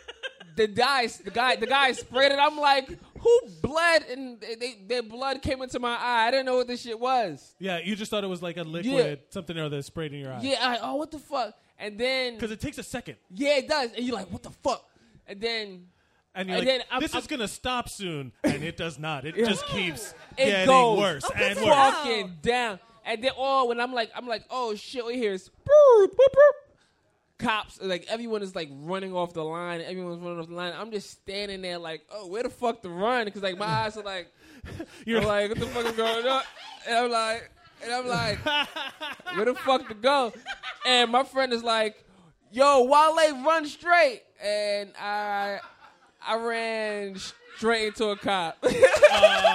Speaker 2: the guys, the guy, the guy sprayed it. I'm like, who bled? And they, they, their blood came into my eye. I didn't know what this shit was.
Speaker 1: yeah you just thought it was like a liquid something or other sprayed in your eye
Speaker 2: Yeah. I, oh, what the fuck? And then because
Speaker 1: it takes a second.
Speaker 2: Yeah, it does. And you're like, what the fuck? And then.
Speaker 1: and you're like,
Speaker 2: then I'm-
Speaker 1: this
Speaker 2: I'm-
Speaker 1: is gonna stop soon, and it does not. It just keeps
Speaker 2: it
Speaker 1: getting
Speaker 2: goes
Speaker 1: worse and worse.
Speaker 2: fucking down. And then oh, when I'm like, I'm like, oh shit, we hear is boop, boop, boop. cops. Like everyone is like running off the line. Everyone's running off the line. I'm just standing there like, oh, where the fuck to run? Because like my eyes are like, you're
Speaker 1: You're-
Speaker 2: like, what the fuck is going on? And I'm like, and I'm like, where the fuck to go? And my friend is like, yo, Wale, run straight. And I, I ran straight into a cop.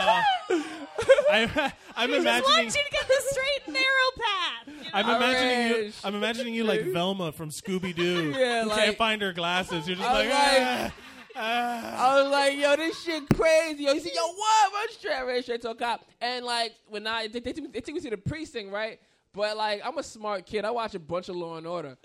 Speaker 1: I, I'm
Speaker 22: Just
Speaker 1: imagining.
Speaker 22: want you to get the straight and narrow path. you
Speaker 1: I'm
Speaker 22: know?
Speaker 1: imagining you. I'm imagining you like Velma from Scooby Doo.
Speaker 2: Yeah,
Speaker 1: who can't
Speaker 2: like-
Speaker 1: find her glasses. You're just
Speaker 2: I
Speaker 1: like,
Speaker 2: was
Speaker 1: "Ah."
Speaker 2: I was like, yo, this shit crazy. Yo, he said, yo, what? Run straight, I ran straight to a cop. And like, when I they, they, took me- they took me to the precinct, right? But like, I'm a smart kid. I watch a bunch of Law and Order.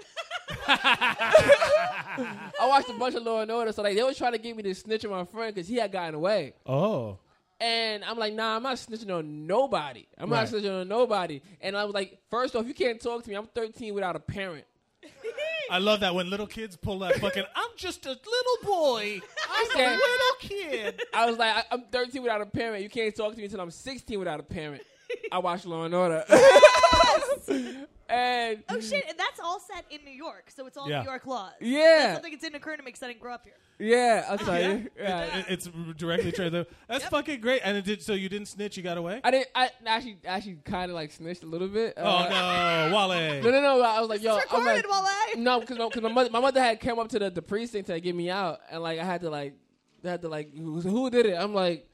Speaker 2: I watched a bunch of Law and Order, so like, they was trying to get me to snitch on my friend because he had gotten away.
Speaker 1: oh.
Speaker 2: And I'm like, nah, I'm not snitching on nobody. I'm not
Speaker 1: Right.
Speaker 2: snitching on nobody. And I was like, first off, you can't talk to me. I'm 13 without a parent.
Speaker 1: "Ah." I love that when little kids pull that fucking. I'm just a little boy.
Speaker 2: I'm
Speaker 1: a little kid.
Speaker 2: I was like, I, I'm 13 without a parent. You can't talk to me until I'm 16 without a parent. I watch Law and Order. and
Speaker 22: Oh shit! And that's all set in New York, so it's all
Speaker 1: Yeah.
Speaker 22: New York laws.
Speaker 2: Yeah.
Speaker 22: that's something that didn't occur to me because I didn't grow up here.
Speaker 2: Yeah, I'll tell
Speaker 1: Yeah?
Speaker 2: you. Yeah.
Speaker 1: It- it's directly true. though. That's fucking great. And it did. So you didn't snitch. You got away.
Speaker 2: I didn't. I actually, actually, kind of like snitched a little bit. uh,
Speaker 1: oh no, Wale.
Speaker 2: No, no, no! I was like,
Speaker 1: Is
Speaker 2: yo,
Speaker 1: this
Speaker 2: I'm like,
Speaker 1: recorded,
Speaker 2: no, because my mother, my mother had come up to the, the precinct to get me out, and like I had to like, they had to like, who, who did it? I'm like,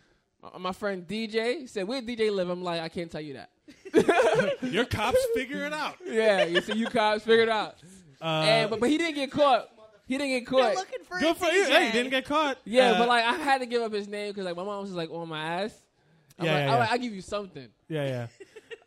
Speaker 2: uh, my friend DJ He said, where DJ live? I'm like, I can't tell you that.
Speaker 1: Your cops figure it out. Uh,
Speaker 2: Yeah, you see, you cops figured out. and, but, but he didn't get caught. He didn't get caught.
Speaker 22: looking for
Speaker 1: Good a for you. DJ. Hey, you didn't get caught.
Speaker 2: Yeah,
Speaker 1: Uh,
Speaker 2: but like I had to give up his name because like my mom was just like on my ass. I'm
Speaker 1: Yeah,
Speaker 2: like,
Speaker 1: yeah,
Speaker 2: all
Speaker 1: yeah.
Speaker 2: right, I'll give you something.
Speaker 1: Yeah, yeah,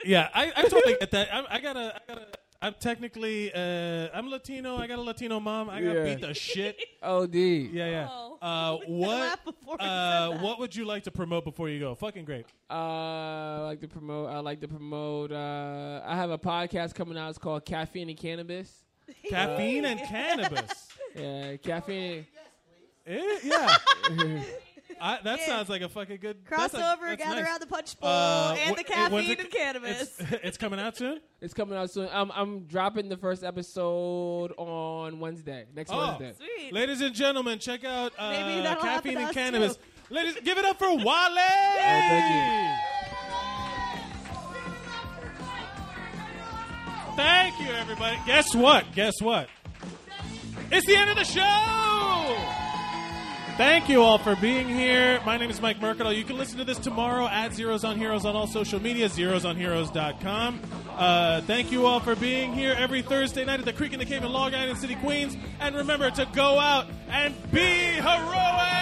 Speaker 1: yeah. I, I totally get that. I, I gotta, I gotta. I'm technically, uh, I'm Latino. I got a Latino mom. I got to
Speaker 2: Yeah.
Speaker 1: beat the shit.
Speaker 2: Oh, D.
Speaker 1: Yeah, yeah.
Speaker 2: Oh,
Speaker 1: Uh, what, uh, what would you like to promote before you go? Fucking great.
Speaker 2: Uh, I like to promote. I like to promote. Uh, I have a podcast coming out. It's called Caffeine and Cannabis.
Speaker 1: Caffeine and Cannabis?
Speaker 2: Yeah, caffeine.
Speaker 1: Eh, yeah. I, that sounds like a fucking good that's a- eh,
Speaker 22: Crossover,
Speaker 1: that's
Speaker 22: gather
Speaker 1: nice.
Speaker 22: around the punch bowl,
Speaker 2: Uh,
Speaker 22: and
Speaker 2: wh-
Speaker 22: the
Speaker 2: it- when's
Speaker 22: caffeine
Speaker 2: it-
Speaker 22: and cannabis.
Speaker 1: It's coming out soon.
Speaker 2: It's coming out soon. I'm I'm dropping the first episode on Wednesday. Next
Speaker 1: Oh,
Speaker 2: Wednesday.
Speaker 1: ladies and gentlemen, check out
Speaker 2: Maybe
Speaker 1: uh,
Speaker 2: that'll happen
Speaker 1: caffeine
Speaker 2: to
Speaker 1: and
Speaker 2: us,
Speaker 1: cannabis. Ladies, give it up for Wale. Thank you, everybody. Guess what? Guess what? It's the end of the show. Thank you all for being here. My name is Mike Mercadal. You can listen to this tomorrow at Zeros on Heroes on all social media, zerosonheroes.com. Uh, thank you all for being here every Thursday night at the Creek in the Cave in Long Island City, Queens. And remember to go out and be heroic.